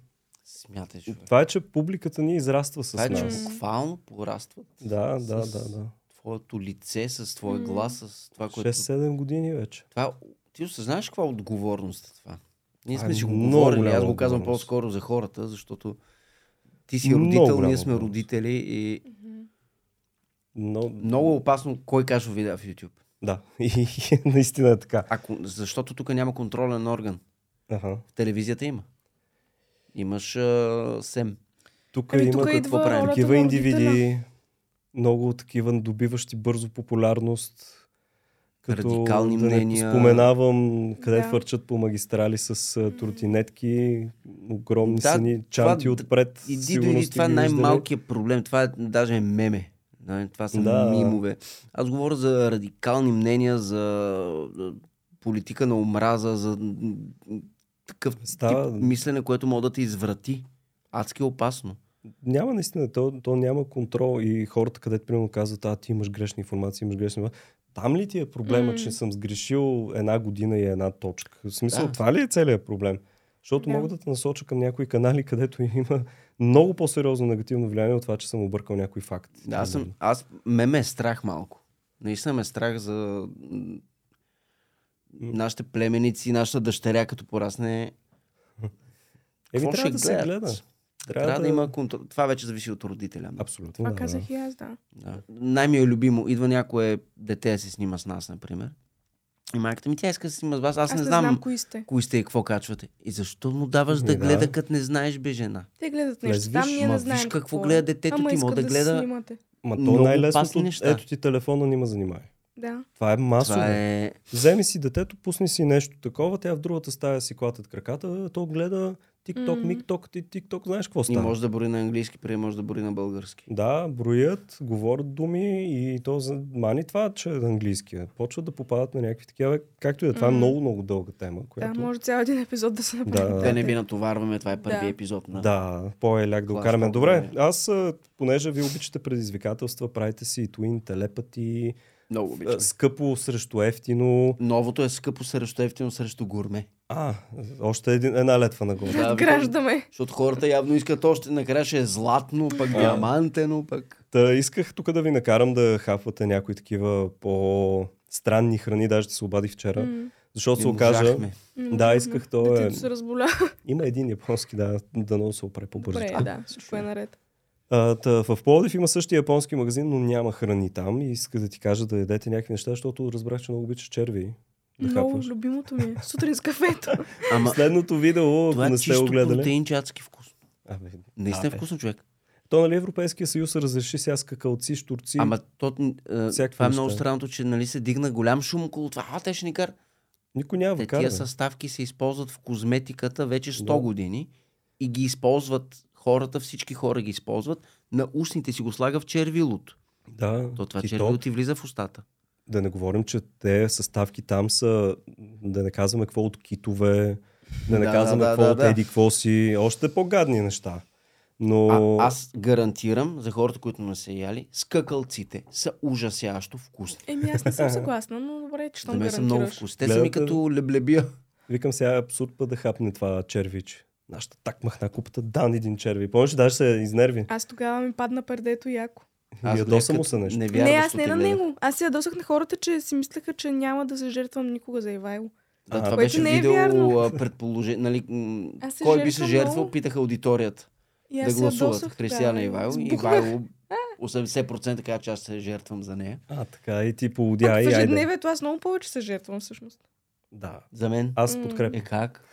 B: Смятай, човек.
A: Това е, че публиката ни израства с
B: Това е, че
A: нас.
C: м.
B: буквално порастват.
A: Да,
B: с-
A: да,
B: с
A: да, да.
B: Твоето лице, с твоя
C: М.
B: глас, с това, което...
A: 6-7 години вече.
B: Това... Ти осъзнаеш каква е отговорност е това? Ние
A: Това
B: сме
A: е
B: си го
A: много
B: говорили,
A: голяма
B: аз го казвам
A: отговорност.
B: по-скоро за хората, защото ти си
A: Много
B: родител,
A: голяма
B: ние сме
A: отговорност.
B: родители и
A: Но,
B: много е опасно кой каже видеа в YouTube.
A: Да, и наистина е така.
B: Ако... Защото тук няма контролен орган.
A: Аха.
B: В телевизията има. Имаш а, СЕМ.
A: Тук
C: Ами
A: има
C: тук
A: какво
C: идва
B: правим?
C: ролята
A: такива
C: на родителя.
A: индивиди, много такива добиващи бързо популярност. Като
B: Радикални
A: да
B: мнения.
A: Не споменавам къде
C: Да.
A: фърчат по магистрали с а, тротинетки, огромни
B: Да,
A: да, сини, чанти
B: това-
A: отпред.
B: Иди
A: сигурно
B: дойди,
A: сте
B: това е
A: ги виждали.
B: най-малкият проблем. Това е даже е меме. Нали? Това са
A: Да.
B: да. мимове. Аз говоря за радикални мнения, за е, политика на омраза, за м, м, такъв
A: Става-
B: тип мислене, което може да те изврати. Адски опасно.
A: Няма наистина, то, то няма контрол и хората, където примерно казват, а ти имаш грешна информация, имаш грешна информация. Там ли ти е проблема,
C: М.
A: че съм сгрешил една година и една точка? В смисъл,
B: Да.
A: това ли е целият проблем? Защото
C: Да.
A: мога да те насоча към някои канали, където има много по-сериозно негативно влияние от това, че съм объркал някой факт.
B: Да, аз, съм, аз ме ме е страх малко. Наистина ме е страх за м, нашите племеници, нашата дъщеря, като порасне.
A: Еми,
B: какво
A: трябва да
B: ще
A: се
B: гледат?
A: гледа.
B: Трябва, трябва да... да има контрол. Това вече зависи от родителя.
A: Абсолютно.
C: Това
A: да, да.
C: казах и аз, да.
B: Да. Най-ми е любимо. Идва някое дете да се снима с нас, например. И майката ми, тя иска да се снима с вас. Аз,
C: Аз не
B: знам,
C: знам кои сте.
B: кои сте и какво качвате. И защо му даваш да,
A: Ми, да.
B: гледа, като не знаеш, бе, жена?
C: Те гледат
A: Влез,
C: нещо. Там
A: виж,
C: ние
B: ма
C: не
B: виж
C: знаем е.
B: какво гледа детето ти,
C: Ама
B: мога
C: искат
B: да
C: да
B: гледа-
C: Си снимате.
A: Ма то
B: Много
A: най-лесното,
B: опасни неща.
A: ето ти телефона ни ма занимай.
C: Да.
A: Това е масово.
B: Това е...
A: Вземи си детето, пусни си нещо такова, тя в другата стая си клатят краката, а то гледа тик-ток,
C: Мм.
A: мик-ток, ти- тик-ток, знаеш какво
B: И
A: става.
B: може да брои на английски, преди може да брои на български.
A: Да, броят, говорят думи и то за- мани това, че е английски. Почват да попадат на някакви такива, както и да това е
C: Мм.
A: много, много дълга тема, която...
C: Да, може цял един епизод да се направи.
A: Да.
B: Да не ви натоварваме, това е първи
C: Да.
B: епизод на...
A: Да, по-еляк да го
B: Клас,
A: караме.
B: толкова
A: Добре,
B: е.
A: аз, а, понеже ви обичате предизвикателства, правите си Twin, телепати,
B: Много
A: а,
B: обичам.
A: скъпо срещу ефтино.
B: Новото е скъпо срещу ефтино, срещу гурме.
A: А, още един, една летва нагоре.
B: Да,
C: Граждаме.
B: Защото хората явно искат още, накрая ще е златно, пък
A: А.
B: диамантено, пък...
A: Та исках тук да ви накарам да хапвате някои такива по-странни храни, даже ти се обади вчера, mm. защото
B: Не
A: се окажа...
B: можахме.
A: Да, исках то е...
C: Детето се разболя.
A: Има един японски, да, дано се опре по-бързо.
C: Добре, да, всичко е наред.
A: А, та, в Пловдив има същия японски магазин, но няма храни там. И иска да ти кажа да ядете някакви неща, защото разбрах, че много обичаш черви. Да
C: Много
A: хапваш.
C: любимото ми е. Сутрин с кафето.
B: Ама
A: Следното видео,
B: това
A: ако
B: е
A: не сте
B: чисто
A: го гледали.
B: протеин, че адски вкусно.
A: Абе,
B: Наистина
A: Абе.
B: е вкусно, човек.
A: То нали Европейския съюз разреши сега с какалци, штурци.
B: Ама то, а,
A: Всякакви
B: това е много
A: неща.
B: странното, че нали се дигна голям шум около това. А, те ще ни кар.
A: Никой няма
B: Те,
A: да
B: тия
A: кара.
B: съставки се използват в козметиката вече 100
A: Да.
B: години и ги използват хората, всички хора ги използват. На устните си го слага в червилото.
A: Да,
B: То това
A: и
B: червило ти влиза в устата.
A: Да не говорим, че те съставки там са, да не казваме какво от китове, да не
B: Да,
A: казваме
B: да,
A: какво
B: да,
A: от
B: да.
A: еди какво си, още по-гадни неща. Но
B: А, аз гарантирам за хората, които не са яли, скъкълците са ужасящо вкусни.
C: Еми, аз не съм съгласна, но добре,
B: За
C: че щом
B: мен са много
C: гарантираш.
B: вкусни. Те са ми
A: Гледате-
B: като леблебия.
A: викам сега е абсурд па да хапне това червич. Нашата так махна купата, дан един черви. Помниш, даже се изнерви.
C: Аз тогава ми падна пердето яко.
A: Аз
B: Аз
A: Ядоса
B: гледах
A: му се
B: като
A: нещо.
B: невярващо
C: Не, аз не
B: те
C: на
B: гледах.
C: него. Аз се ядосах на хората, че си мислеха, че няма да се жертвам никога за Ивайло.
B: Да,
A: А, което
B: това беше
C: не е
B: видео
C: вярно.
B: а, предположение. Нали, м,
C: Аз се
B: кой би се
C: жертвам
B: жертвал,
C: много.
B: питаха аудиторията
C: И аз
B: да
C: се
B: гласуват.
C: ядосах
B: Християна
C: тогава.
B: Ивайло. И
C: Сбухнах.
B: Ивайло 80% каза, че аз се жертвам за нея.
A: А, така и ти
C: Пък
A: поудя
C: в
A: и айде.
C: ежедневието аз много повече се жертвам всъщност.
A: Да.
B: За мен.
A: Аз
C: М.
A: подкрепям.
B: Е как?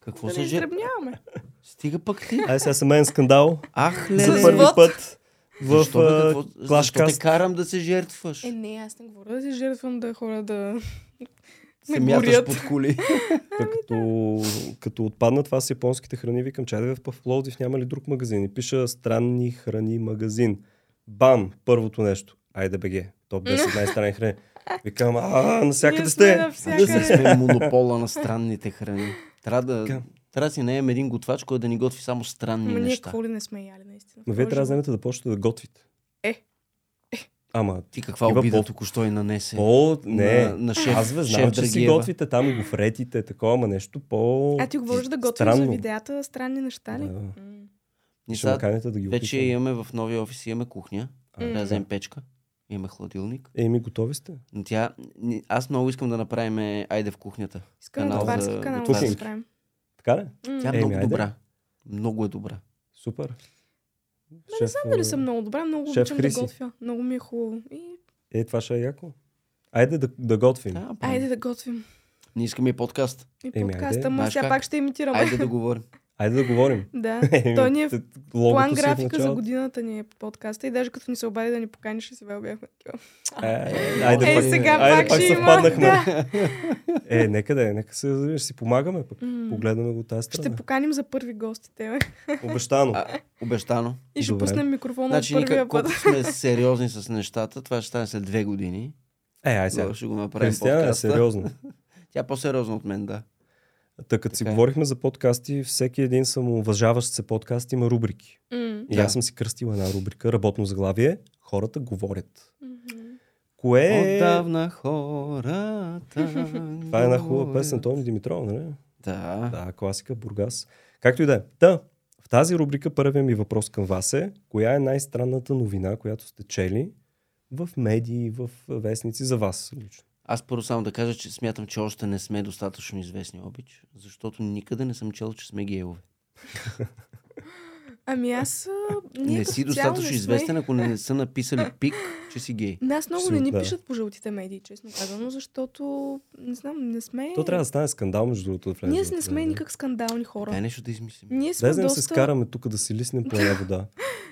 B: Какво
C: Да
B: се
C: не
B: жертва?
C: издребняваме.
B: Стига пък ти.
A: Ай, Е, сега семейен скандал.
B: Ах,
A: За
B: леле.
A: първи
C: Развод.
A: път в
B: Защо, бе, какво-
A: Clash
B: защо те
A: Cast.
B: карам да се жертваш?
C: Е, не, аз не говоря да се жертвам да хора да...
B: се
C: ме
B: мяташ
C: горят.
B: под коли.
C: Ами
A: Като, като отпадна това с японските храни, викам, чай да бе, в Пловдив няма ли друг магазин? И пиша странни храни магазин. Бам, първото нещо. Айде беге, топ 10 най-странни храни. Викам, а,
C: Ние
A: насякъде
C: сме
A: сте.
C: навсякъде.
B: Ние сме монопола на странните храни. Трябва да,
A: Така.
B: трябва да си наем един готвач, който да ни готви само странни
C: Ма ние
B: неща.
C: какво ли не сме яли наистина.
A: Но вие Ами, трябва да вземете да почнете да готвите.
C: Е. Е.
A: Ама,
B: Ти каква
A: Ива
B: обида
A: Поп.
B: току-що и
C: Е.
B: нанесе.
A: по... Не,
B: на, на шеф,
A: аз бе,
B: шеф
A: знам, че си
B: Дъргиева.
A: готвите там гофретите, такова, ама нещо по...
C: А ти говориш да готвим
A: странно.
C: за видеята странни неща ли?
A: Да.
C: М.
B: Ние
A: Ще ме
B: сега
A: каните да ги
B: вече
A: опитам.
B: имаме в новия офис, имаме кухня, трябва да вземем печка, имаме хладилник.
A: Еми, готови сте?
B: Но тя, ни- аз много искам да направим е, Айде в кухнята.
C: Искам
B: Канал
C: на
B: за
C: тварски канал да
A: готвинки.
C: се правим.
A: Така ли?
C: М.
B: Тя е
A: Еми,
B: много
A: айде.
B: добра. Много е добра.
A: Супер.
C: Не знам дали
A: а,
C: съм много добра, много
A: Шеф
C: обичам да
A: Хриси.
C: готвя. Много ми е хубаво. И
A: Е, това ще е яко. Айде да, да готвим.
B: Да,
C: айде
B: айде.
C: да готвим.
B: Ние искаме и подкаст.
C: И
A: Еми, айде.
C: подкаста, ама
B: Знаеш
C: сега
B: как?
C: пак ще имитираме.
B: Айде да говорим.
A: Айде да говорим.
C: Да.
A: Еми,
C: Той ни е
A: т-
C: в
A: логото
C: план
A: си в
C: графика за
A: началото.
C: годината ни е подкаста и даже като ни се обади да ни поканиш, и сега бяхме такива.
A: Е, Айде
C: Е,
A: пак,
C: сега
A: айде
C: пак
A: пак
C: ще има,
A: съвпаднахме.
C: да.
A: Е, нека да е, нека се развиеш, си помагаме пък.
C: М.
A: Погледаме го от тази
C: Ще
A: страна.
C: поканим за първи гостите. бе.
A: Обещано.
B: А, Обещано.
C: И ще
A: Добре.
C: пуснем микрофона от
B: Значи, ние
C: първия
B: как-
C: път.
B: колкото сме сериозни с нещата, това ще стане след две години.
A: Е, ай сега.
B: Сега ще го направим
A: Християна е
B: подкаста.
A: сериозно.
B: Тя е по-сериозна от мен, да.
A: Та като си
B: Така е.
A: говорихме за подкасти, всеки един самоуважаващ се подкаст има рубрики.
C: М.
A: И
B: Да.
A: аз съм си кръстил една рубрика, работно заглавие. Хората говорят.
C: Мгм.
A: Кое е...
B: Отдавна хората...
A: Това е една хубава песен, Тони Димитров, нали?
B: Да.
A: Да, класика, Бургас. Както и да е. Та, в тази рубрика първият ми въпрос към вас е, коя е най-странната новина, която сте чели в медии, в вестници за вас лично?
B: Аз първо само да кажа, че смятам, че още не сме достатъчно известни обич, защото никъде не съм чел, че сме гееве.
C: Ами аз... а, Ние
B: Не
C: като
B: си
C: цяло не
B: достатъчно
C: сме-
B: известен, ако не са написали пик, че си гей.
C: Нас много не ни
A: Абсолютно, да.
C: пишат по жълтите медии, честно казано, защото, не знам, не сме...
A: То трябва да стане скандал, между другото. да влезе
C: Е, Ние
A: в
C: не
A: това,
C: сме
A: да.
C: никак скандални
B: Дай
C: хора.
B: нещо да измислим.
C: Ние сме
A: Без да им
C: доста...
A: се скараме тук да си лиснем по една вода.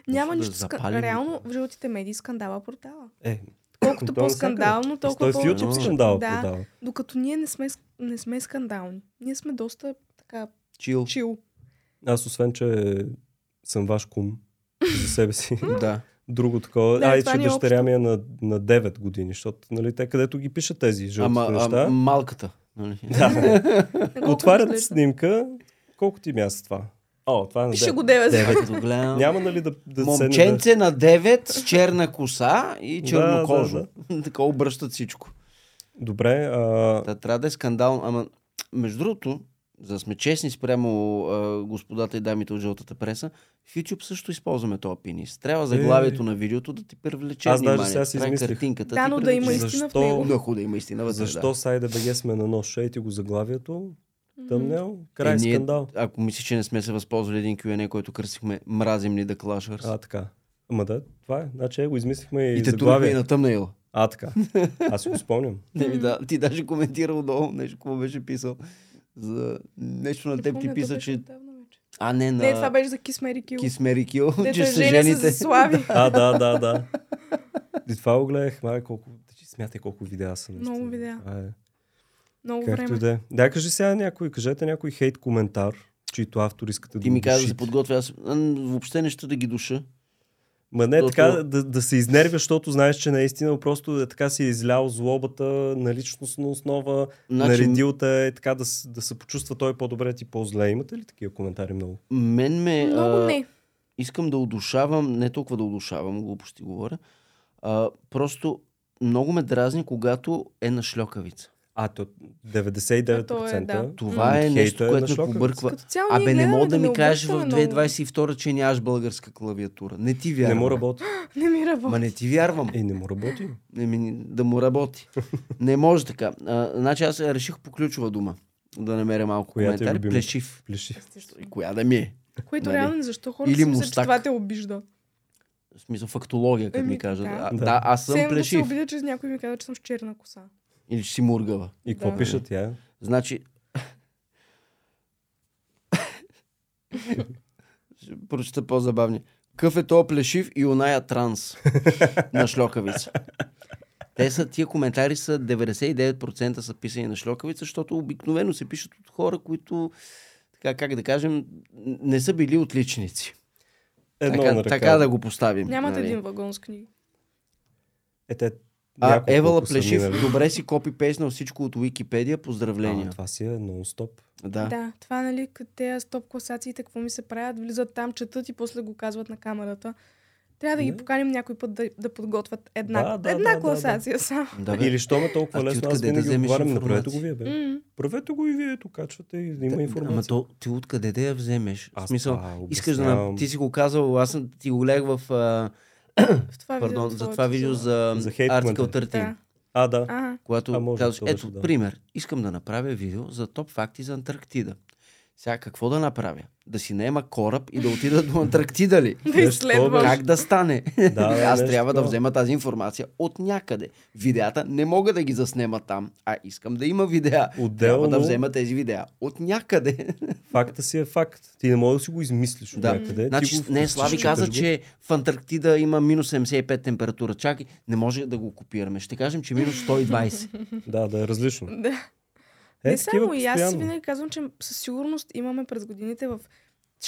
C: Няма
B: да
C: нищо... ска-
B: запалим.
C: Реално в жълтите медии скандала продава.
A: Е,
C: Колкото
A: то е
C: по-скандално,
A: всякъде. Той
C: толкова
A: в
C: по...
A: YouTube скандал
C: Да.
A: продава.
C: Докато ние не сме, ск- не сме скандални. Ние сме доста така
B: Чил.
C: чил.
A: Аз освен, че съм ваш кум за себе си.
B: Да.
A: Друго такова.
C: Да,
A: а, и
C: това
A: че
C: ни е
A: дъщеря
C: общо.
A: ми е на, на 9 години, защото нали, те където ги пишат тези жълти
B: Ама
A: неща.
B: а, малката. нали?
A: Да.
C: Колко
A: Отварят
C: изглежда?
A: снимка. Колко ти мяса това? О, това е на
C: Пише
A: 9.
C: го девет.
B: Девет. Като гледам-
A: Няма нали да, да седне да...
B: Момченце на 9 с черна коса и
A: Да,
B: чернокожо. Така обръщат всичко.
A: Добре, а,
B: Та, трябва да е скандално. Ама Между другото, за да сме честни спрямо а, господата и дамите от жълтата преса, в YouTube също използваме този пинис. Трябва заглавието на видеото да ти привлече
A: Е. Аз даже
B: внимание.
A: сега си
B: Трябва
A: измислих.
B: картинката
C: Да,
B: ти
C: но да
B: привлече.
C: има
A: Защо-
C: истина в него.
B: Много е хубаво да има истина вътре.
A: Защо сайда БГ сме на нож? Ейте го заглавието, тъмнел, край
B: Е, ние-
A: скандал.
B: Да. Ако мислиш, че не сме се възползвали един Q&A, който кръсихме, мразим ли да клашърс.
A: А, така. Ама да, това е. Значи е, го измислихме и,
B: И те турихме и
A: заглавие.
B: на тъмнейл.
A: А, така. Аз си го спомням.
B: Не ми да. Ти даже коментира отдолу нещо, какво беше писал. За нещо на
C: Не
B: теб
C: помня,
B: ти
C: то
B: писа,
C: беше
B: че...
C: отдавна вече.
B: А, не, на...
C: Не, това беше за Kiss Mary Kill.
B: Kiss Mary Kill,
C: Дето
B: че
C: е
B: ще се
C: женя
B: жените.
C: с Слави.
A: А, да, да, да. И това го гледах, мале, колко... Значи, Смятай колко видеа съм. наистина.
C: Много видеа.
A: Това е.
C: Много
A: Както
C: време.
A: и да е. Да, кажи сега някой, кажете някой хейт коментар, чието автор искате да
B: Ти ми
A: го
B: каза да
A: душите.
B: се подготвя, аз м, въобще не ще да ги душа.
A: Ма не
B: Защото-
A: така да, да се изнервя, защото знаеш, че наистина просто е така си е излял злобата на личностна основа,
B: Значи,
A: наредил те е така да, с- да се почувства той по-добре, ти по-зле. Имате ли такива коментари много?
B: мен ме...
C: Много
B: е, а,
C: не.
B: искам да удушавам, не толкова да удушавам, глупости говоря, а, просто много ме дразни, когато е на шльокавица.
A: А, то 99%
C: А, то е, да.
B: Това
A: М,
B: е
A: хейта
B: нещо,
A: е на
B: което ме
A: шльокавица.
B: побърква.
C: Като цяло ние
B: Абе, не
C: Ами, гледаме
B: мога да ми кажеш в
C: обръщаме много.
B: 2022, че нямаш българска клавиатура. Не ти
A: не
B: вярвам.
A: му работи.
C: Не ми работи.
B: Ма не ти вярвам.
A: Е, не му работи.
B: Не, ми, да му работи. не може така. А, значи аз реших по ключова дума да намеря малко
A: Коя ти е
B: коментар.
A: любима?
B: Плешив.
A: Плеши.
B: И коя да ми е?
C: Което
B: нали?
C: реално не защо хората
B: Или
C: си мислят, че
B: мустак.
C: това те е обижда.
B: В смисъл фактология, като
C: Еми,
B: ми кажат.
C: така.
B: А,
A: Да.
B: да, аз съм
C: Съм да се
B: плешив.
C: обидя, че някой ми каза, че съм с черна коса.
B: Или че си мургава.
A: И какво
C: Да.
A: пише тя?
B: Значи... Ще прочета по-забавни. Къв е то плешив и оная транс на шлокавица. Те са, тия коментари са 99% са писани на шлокавица, защото обикновено се пишат от хора, които, така как да кажем, н- не са били отличници.
A: Едно е
B: така,
A: на ръка.
B: така да го поставим. нали?
C: Нямат един вагон с книги.
A: Е, те,
B: А,
A: няколко,
B: Евала
A: ако са
B: Плешив,
A: минали.
B: добре си копипейснал всичко от Википедия,
A: А,
B: поздравления.
A: това си е нон-стоп.
B: да.
C: Да, това нали, като те стоп класациите, какво ми се правят, влизат там, четат и после го казват на камерата. Трябва да
A: Не.
C: ги поканим някой път да, да подготвят една,
A: Да, да,
C: една
A: да, да, да.
C: класация само.
B: да бе.
A: Или що ме толкова
B: А ти
A: лесно, аз
B: откъде да
A: винаги
B: вземеш
A: отговарям, направете го
B: информация?
A: вие, бе.
C: М.
A: Правете го и вие, ето качвате и да има
B: Т- Ама
A: информация.
B: то, ти откъде да я вземеш? Аз,
A: Аз
B: смисъл,
A: това
B: искаш да... на-
A: обяснявам.
B: Ти си го казал, аз съм ти го лег в... А,
C: В това
B: пардон,
C: видео,
B: за това видео за,
A: За
B: за
A: хейт
B: Article
A: коментари.
B: 13.
C: Да.
A: А, да.
C: А,
B: Когато
A: А, може
B: казваш,
A: би това
B: ето,
A: беше, да.
B: пример, искам да направя видео за топ факти за Антарктида. Сега какво да направя? Да си наема кораб и да отида до Антарктида ли?
C: да
A: Нещо
C: изследвам.
A: повече.
B: Как да стане?
A: да
B: Аз
A: нещо
B: трябва да
A: такова.
B: взема тази информация от някъде. Видеята не мога да ги заснема там, а искам да има видеа. Трябва да
A: Отделно-
B: взема тези видеа от някъде.
A: Факта си е факт. Ти не можеш да си го измислиш от
B: Да.
A: някъде. Ти
B: Значи,
A: го
B: не,
A: вкусиш,
B: Слави
A: четеш
B: каза,
A: го.
B: че в Антарктида има минус 75 температура. Чакай, не може да го копираме. Ще кажем, че минус 120.
A: Да, да е различно.
C: Да.
A: Е,
C: не
A: такива
C: само и аз си
A: постоянно.
C: винаги казвам, че със сигурност имаме през годините в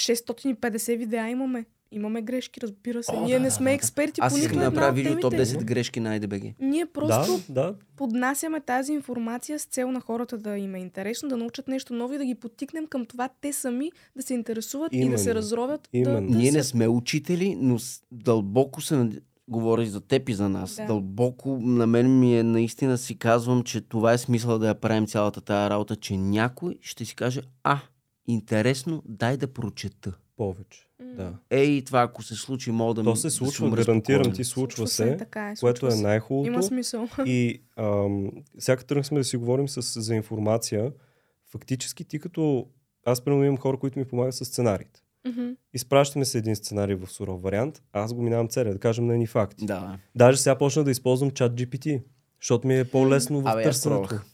C: 650 видеа имаме. Имаме грешки, разбира се.
B: О,
C: Ние
B: да,
C: не
B: да,
C: сме
B: да.
C: експерти
B: Аз
C: по
B: искам
C: нито
B: да
C: една
B: направя
C: от
B: видео топ
C: темите.
B: 10 грешки на ЕДБГ.
C: Ние просто
A: Да, да.
C: поднасяме тази информация с цел на хората да им е интересно, да научат нещо ново и да ги потикнем към това те сами да се интересуват и
A: Именно.
C: да се разровят.
A: Именно.
C: Да,
B: Ние
C: да
B: не
C: се...
B: сме учители, но с- дълбоко се над... говори за теб и за нас.
C: Да.
B: Дълбоко на мен ми е наистина си казвам, че това е смисъл да я правим цялата тая работа, че някой ще си каже, а, интересно, дай да прочета.
A: Повече.
C: М.
A: Да.
B: Ей, това ако се случи, мога да
A: То
B: м-
A: се
B: да си
A: случва,
B: умра
A: гарантирам
B: спокоен.
A: ти, случва
C: е,
A: се,
C: така е,
A: което
C: случва
A: е
C: се. Има
A: най-хубавото.
C: смисъл.
A: И ам, всяка тръгнахме да си говорим с, за информация. Фактически ти като... Аз примерно имам хора, които ми помагат с сценариите.
C: Мгм.
A: Изпращаме се един сценарий в суров вариант, аз го минавам целия, да кажем на едни факти.
B: Да.
A: Даже сега почна да използвам чат GPT, защото ми е по-лесно в
B: Абе, аз
A: търсенето.
B: пробвах.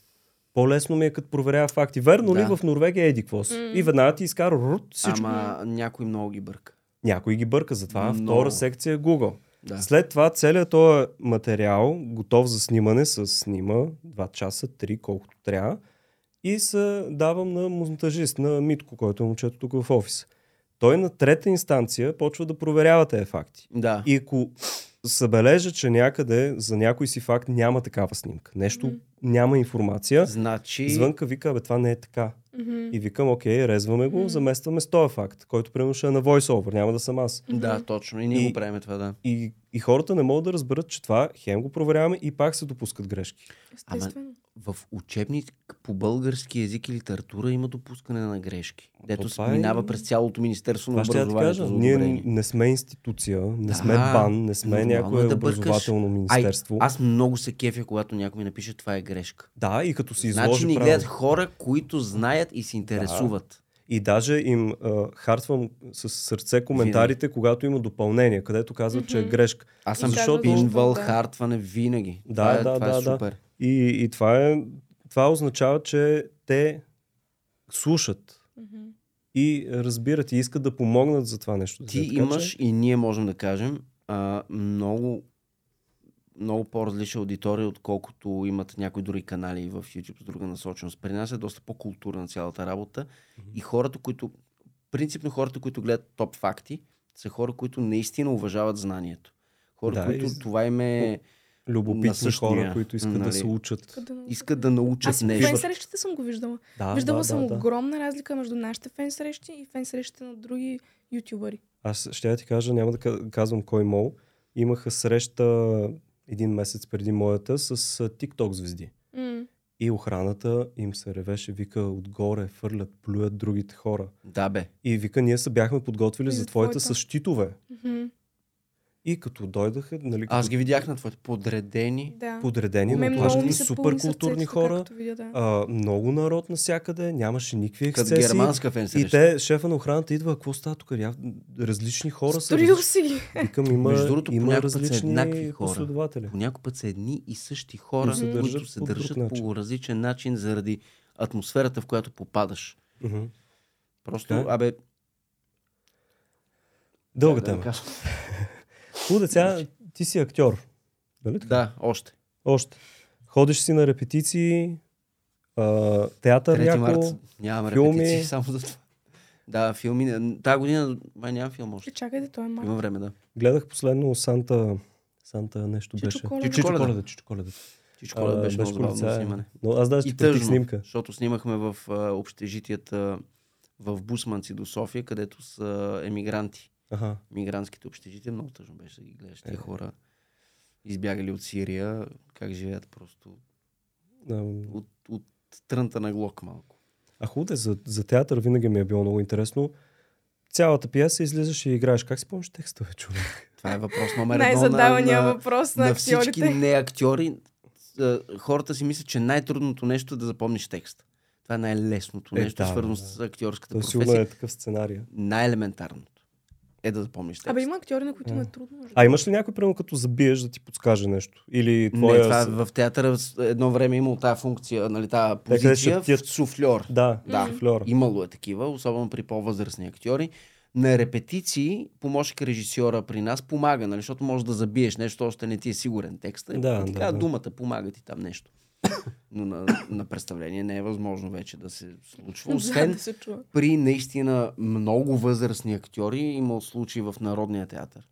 A: По-лесно ми е като проверя факти. Верно
B: Да.
A: ли в Норвегия е еди какво си?
C: М.
A: И веднага ти изкара рут, всичко. е-
B: Ама някой много ги бърка.
A: Някой ги бърка, затова
B: Но-
A: втора секция е Google.
B: Да.
A: След това целият този материал, готов за снимане, с снима 2 часа, 3, колкото трябва. И се давам на монтажист, на Митко, който е момчето тук в офиса. Той на трета инстанция почва да проверява тези факти.
B: Да.
A: И ако събележа, че някъде за някой си факт няма такава снимка, нещо
C: Мгм.
A: няма информация,
B: Значи...
A: звънка вика, бе, това не е така.
C: Мгм.
A: И викам, окей, резваме го,
C: Мгм.
A: заместваме с този факт, който примерно ще е на voiceover, няма да съм аз.
B: Да, точно. И ние
A: И-
B: го правим това, да.
A: И, и хората не могат да разберат, че това хем го проверяваме и пак се допускат грешки.
C: Естествено.
B: в учебник по български език и литература има допускане на грешки. Дето се
A: това е-
B: минава през цялото Министерство на
A: Това ще я ти
B: образованието.
A: кажа.
B: за
A: Ние
B: одобрение.
A: не сме институция, не сме
B: е Да,
A: бан, не сме
B: нормално е
A: някое
B: да бъркаш.
A: образователно министерство.
B: Аз много се кефя, когато някой ми напише това е грешка.
A: Да, и като се
B: значи
A: изложи
B: ни гледат
A: правилно.
B: хора, които знаят и се интересуват.
A: И даже им а, хартвам с сърце коментарите, когато има допълнение, където казват, че е
C: Мгм.
A: грешка.
B: Аз
C: И
B: съм
A: казват
B: защото
A: нещо,
B: пинвал,
C: да.
B: хартване винаги.
A: Да,
B: това
A: да,
B: е, това
A: да,
B: е
A: да.
B: супер.
A: И, и това, е, това означава, че те слушат
C: Мгм.
A: и разбират и искат да помогнат за това нещо.
B: Ти
A: Така че-
B: имаш и ние можем да кажем а, много много по-различна аудитория, отколкото имат някои други канали в YouTube с друга насоченост. При нас е доста по-културна цялата работа
A: Мгм.
B: и хората, които принципно хората, които гледат топ факти, са хора, които наистина уважават знанието. Хора,
A: Да,
B: които
A: и-
B: това им е...
A: любопитни
B: на същия,
A: хора, които искат да
B: нали.
A: се учат.
C: Искат да научат.
B: искат да научат
C: Аз фен
B: нещо.
C: срещите съм го виждала.
A: Да,
C: виждала
A: да,
C: съм
A: да, да.
C: огромна разлика между нашите фен срещи и фен срещите на други ютубъри.
A: Аз ще я ти кажа, няма да ка- казвам кой мол. Имаха среща един месец преди моята с а, TikTok звезди.
C: М.
A: И охраната им се ревеше, вика отгоре, фърлят, плюят другите хора.
B: Да, бе.
A: И вика, ние се бяхме подготвили
C: И
A: за
C: Ами за
A: твоята
C: твоята.
A: с щитове.
C: Мгм.
A: И като дойдаха, нали, като
B: Аз ги видях на твоите подредени.
C: Да.
A: подредени,
C: Мен
A: но
C: Ами много
A: плащани,
C: ми се
A: супер
C: пълни
A: културни
C: сърцето,
A: хора,
C: Както видя, да.
A: а, много народ насякъде, нямаше никакви
B: Като
A: ексцесии.
B: германска фен
A: И
B: среща.
A: те, шефа на охраната идва, какво става тук? Ря- Различни хора са.
C: Сторил
A: различ-
C: си ги.
A: Викам, има,
B: Между другото,
A: има
B: понякога са еднакви
A: различни
B: хора.
A: последователи.
B: понякога път са едни и същи хора,
A: Е. се
B: които
A: държат
B: се
A: по друг
B: държат
A: начин.
B: по различен начин заради атмосферата, в която попадаш.
A: Мгм.
B: Просто,
A: Да.
B: абе...
A: Дълга
B: как да, Значи-
A: тема.
B: ви кажа?
A: Хубаво, сега ти си актьор. Дали така?
B: да, още.
A: Още. Ходиш си на репетиции, а, театър
B: Трети март.
A: няко.
B: Нямам
A: филми.
B: репетиции само за това. Да, филми. не- Тая година май няма филм
C: Ще
B: още.
C: чакайте, той е
B: Има
C: малко.
B: време, да.
A: Гледах последно Санта... Санта нещо
C: Чичо
A: беше.
C: Коледа.
A: Чичо
B: Коледа.
A: Коледа. Чичо Коледа.
B: Чичко да
A: А,
B: беше много забавно
A: полицай.
B: снимане.
A: Но аз даже
B: И
A: ти платих
B: тъжно,
A: снимка.
B: защото снимахме в а, общежитията в Бусманци до София, където са емигранти.
A: Аха.
B: мигрантските общежития. Много тъжно беше да ги гледаш. Тези хора избягали от Сирия, как живеят просто
A: Ам,
B: от, от трънта на глок малко.
A: А хубаво да е, за, за театър винаги ми е било много интересно. Цялата пиеса излизаш и играеш. Как си помниш текстове, човек?
B: Това е въпрос номер едно на,
C: Най-задавания
B: на,
C: въпрос на
B: на всички
C: актьорите.
B: не актьори. Е, Хората си мислят, че най-трудното нещо е да запомниш текст. Това е най-лесното
A: Е,
B: нещо,
A: да,
B: свързано
A: да.
B: с актьорската
A: То сигурно
B: професия.
A: е такъв сценарий.
B: Най-елементарното е да запомниш текст.
C: Абе има актьори, на които
A: Да.
C: му е трудно. между
A: А имаш ли някой, примерно, като забиеш да ти подскаже нещо? Или
B: Не,
A: твоя...
B: това е в театъра с- едно време е имало тази функция, нали, тази
A: къде
B: позиция,
A: шептят.
B: в суфльор.
A: Да,
B: Да.
A: да. флора.
B: Имало е такива, особено при по-възрастни актьори. На репетиции помощник режисьора при нас помага, нали? защото може да забиеш нещо, още не ти е сигурен текста. И
A: Да,
B: ти
A: да,
B: казва
A: да.
B: думата, помага ти там нещо. Но на, на представление не е възможно вече да се случва.
C: другото. Да,
B: Освен
C: да се чува.
B: при наистина много възрастни актьори, имал случаи в Народния театър,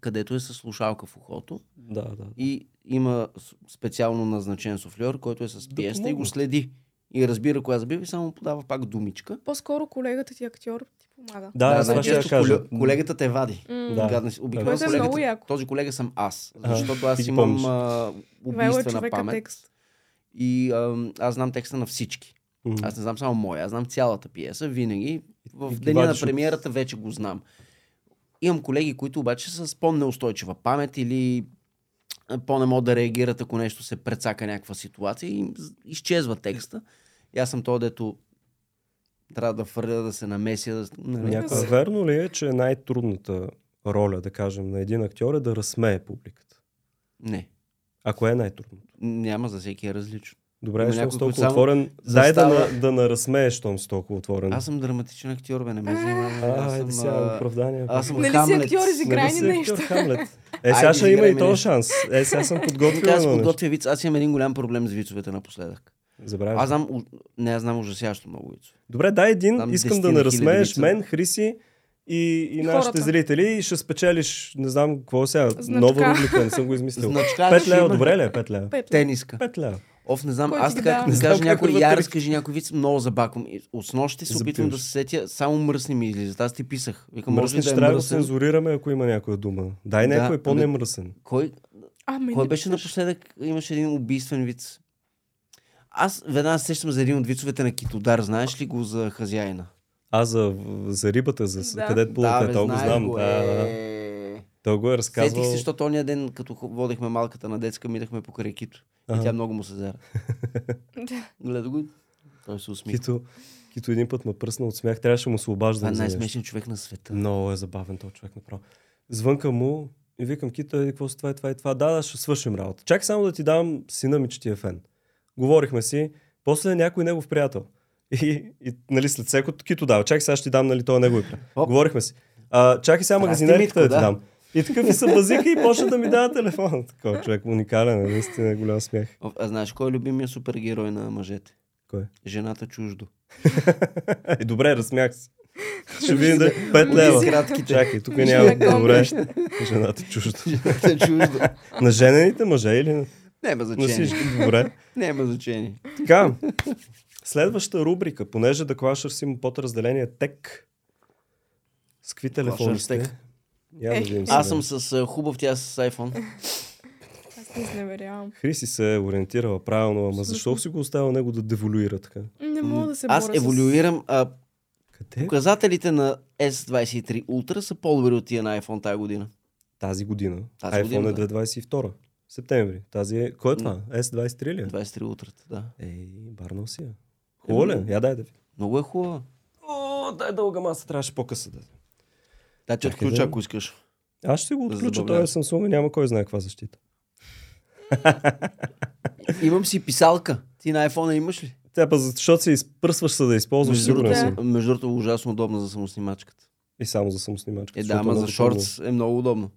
B: където е със слушалка в ухото
A: Да, да.
B: и има с- специално назначен суфльор, който е с
A: Да
B: пиеста и го
A: помогне.
B: следи. И разбира коя забива и само подава пак думичка.
C: По-скоро колегата ти актьор ти помага.
A: Да, аз това
B: значи,
A: ще я
B: често
A: кажа.
B: коле- Колегата те вади.
C: М.
A: Да.
B: Гадна си. Обикновено
A: Което
C: е
B: колегата,
C: много яко.
B: този колега съм аз.
A: А,
B: Защото аз
A: ти помниш.
B: имам а,
C: Вела е
B: убийствена
C: човека
B: памет.
C: текст.
B: И ам, аз знам текста на всички.
A: М.
B: Аз не знам само моя, аз знам цялата пиеса. Винаги
A: и
B: в
A: ги
B: деня на
A: вадиш от-
B: премиерата вече го знам. Имам колеги, които обаче са с по-неустойчива памет или а, по-не могат да реагират, ако нещо се прецака някаква ситуация и им з- изчезва текста. И аз съм то, дето трябва да фърля, да се намеся. Да... нали?
A: Някаква...
C: Да.
A: Верно ли е, че най-трудната роля, да кажем, на един актьор е да разсмее публиката?
B: Не,
A: А кое е най-трудното? няма
B: няма за всеки е различно.
A: Добре,
B: Има
A: щом
B: някой,
A: си толкова
B: който само
A: отворен. Дай да,
B: застава-
A: на- да наразсмееш, щом си толкова отворен.
B: Аз съм драматичен актьор, бе, не ме
A: А,
B: занимава.
A: айде
B: Аз съм,
A: сега
B: а,
A: оправдание.
B: аз съм
C: Нали си
B: Хамлет.
C: актьор, изиграй
A: Нали
C: ни
A: си
C: нещо?
A: актьор Хамлет? Е, сега
B: Айде,
A: ще има
B: изиграй
A: и
B: ми
A: този
B: нещо.
A: шанс. Е, сега съм подготвил
B: Така, аз
A: едно нещо.
B: подготвя виц. Аз имам един голям проблем с вицовете напоследък.
A: Забравя.
B: Аз знам, у- не, аз знам ужасяващо много вицове.
A: Добре, дай един.
B: Знам
A: Искам да
B: десетина
A: наразсмееш
B: хиляди
A: мен, Хриси и, и
C: И
A: нашите
C: хората.
A: зрители и ще спечелиш, не знам какво сега,
C: Значка.
A: нова рубрика, не съм го измислил.
B: Значка
A: Пет
B: ще
A: лева,
B: има.
A: добре ли? е? Пет лева.
C: Пет.
B: Тениска.
A: Пет лева.
B: Оф, не знам,
C: Кой
B: аз
C: ти ги
B: така
C: дава?
B: като ми
A: Не знам е
B: кажа
A: как
B: някой,
A: вътре
B: я
A: ги-
B: разкажи някой виц, много забаквам. И От снощи се опитвам
A: Запиваш.
B: да се сетя, само мръсни ми излизат. Аз ти писах. Викам, може
A: Мръсни
B: ли да
A: ще
B: е
A: трябва да
B: мръсен?
A: цензурираме, ако има някоя дума. Дай
B: Да,
A: някой
B: ами-
A: по-немръсен.
B: Кой,
C: А, ами, ме
B: кой
C: не
B: беше
C: питаш.
B: напоследък? Имаше един убийствен виц. Аз веднага се сещам за един от вицовете на Китодар, знаеш ли го за хазяина?
A: А за, за рибата, за с-
C: Да.
A: където плуват,
B: бе,
A: да, то го
B: знаех
A: знам.
B: го,
A: Да, да, да.
B: е.
A: Той го е
B: Сетих
A: разказвал.
B: се, защото ония ден, като хо- водехме малката на детска, минахме по Кито. И
A: Ага.
B: тя много му се зара.
C: Да.
B: Гледа го. и Той се усмихва.
A: Кито, кито един път ме пръсна от смях, трябваше да му се обаждам.
B: Това е
A: за нещо.
B: най-смешният човек на света.
A: Много е забавен този човек направо. Звънка му и викам, Кито, еди, какво си това и това и това. Да, да, ще свършим работа. Чакай само да ти дам сина ми, че ти е фен. Говорихме си, после някой негов приятел. И, и нали, след всеко Кито дава, чакай сега ще ти дам, нали, той е негови приятел.
B: Оп.
A: Говорихме си. А, чакай сега
B: Здрасти,
A: магазинерката да
B: Митко,
A: ти
B: да.
A: дам. И такъв и се базика и почна да ми дава телефон. Такова човек уникален, е, наистина е голям смях.
B: О, А знаеш кой е любимия супергерой на мъжете?
A: Кой?
B: Жената чуждо.
A: И добре, разсмях се. Ще видим да 5
B: С
A: лева.
B: кратките.
A: Чакай, тук
C: Ще
A: няма
C: на
A: добре. Жената чужда.
B: Жената чуждо.
A: На женените мъже или на-
B: Няма
A: на
B: значение.
A: всички? Добре.
B: Няма значение.
A: Така, следваща рубрика, понеже да клашър си има подразделение ТЕК. С какви телефони
B: Клашър
A: сте?
B: Тек.
A: Я да видим
B: Аз
A: сега.
B: съм с а, хубав, тя с
C: Е,
B: iPhone.
C: Аз не изневерявам.
A: Хриси се е ориентирала правилно, ама защо
C: Всъщност.
A: си го оставил него да деволюира така?
C: Не мога да се
B: Аз
C: боря
B: еволюирам. а,
A: Къде?
B: е Показателите на S23 Ultra са по-добри от тия на iPhone тази година.
A: Тази година.
B: Тази
A: iPhone
B: година,
A: е 2022. Септември. Тази е... Кой е това? S23 ли е?
B: 23 Ultra, да.
A: Ей, барно си я. Хубаво ли? е? Я дай да ви.
B: Много е хубава.
A: О, дай дълга маса, трябваше по-къса да.
B: Да, ти
A: Чакай
B: отключа,
A: да-
B: ако искаш.
A: Аз ще го
B: Да
A: отключа, той
B: забавлявам.
A: е Samsung и няма кой знае каква защита.
B: Имам си писалка. Ти на iPhone имаш ли?
A: Тя па, защото се изпръсваш се да използваш,
B: Между
A: сигурен
B: другото,
A: съм.
C: Да.
B: между другото, ужасно удобна за самоснимачката.
A: И само за самоснимачка.
B: Е, да,
A: защото
B: ама за
A: много трудно.
B: шортс е много удобно.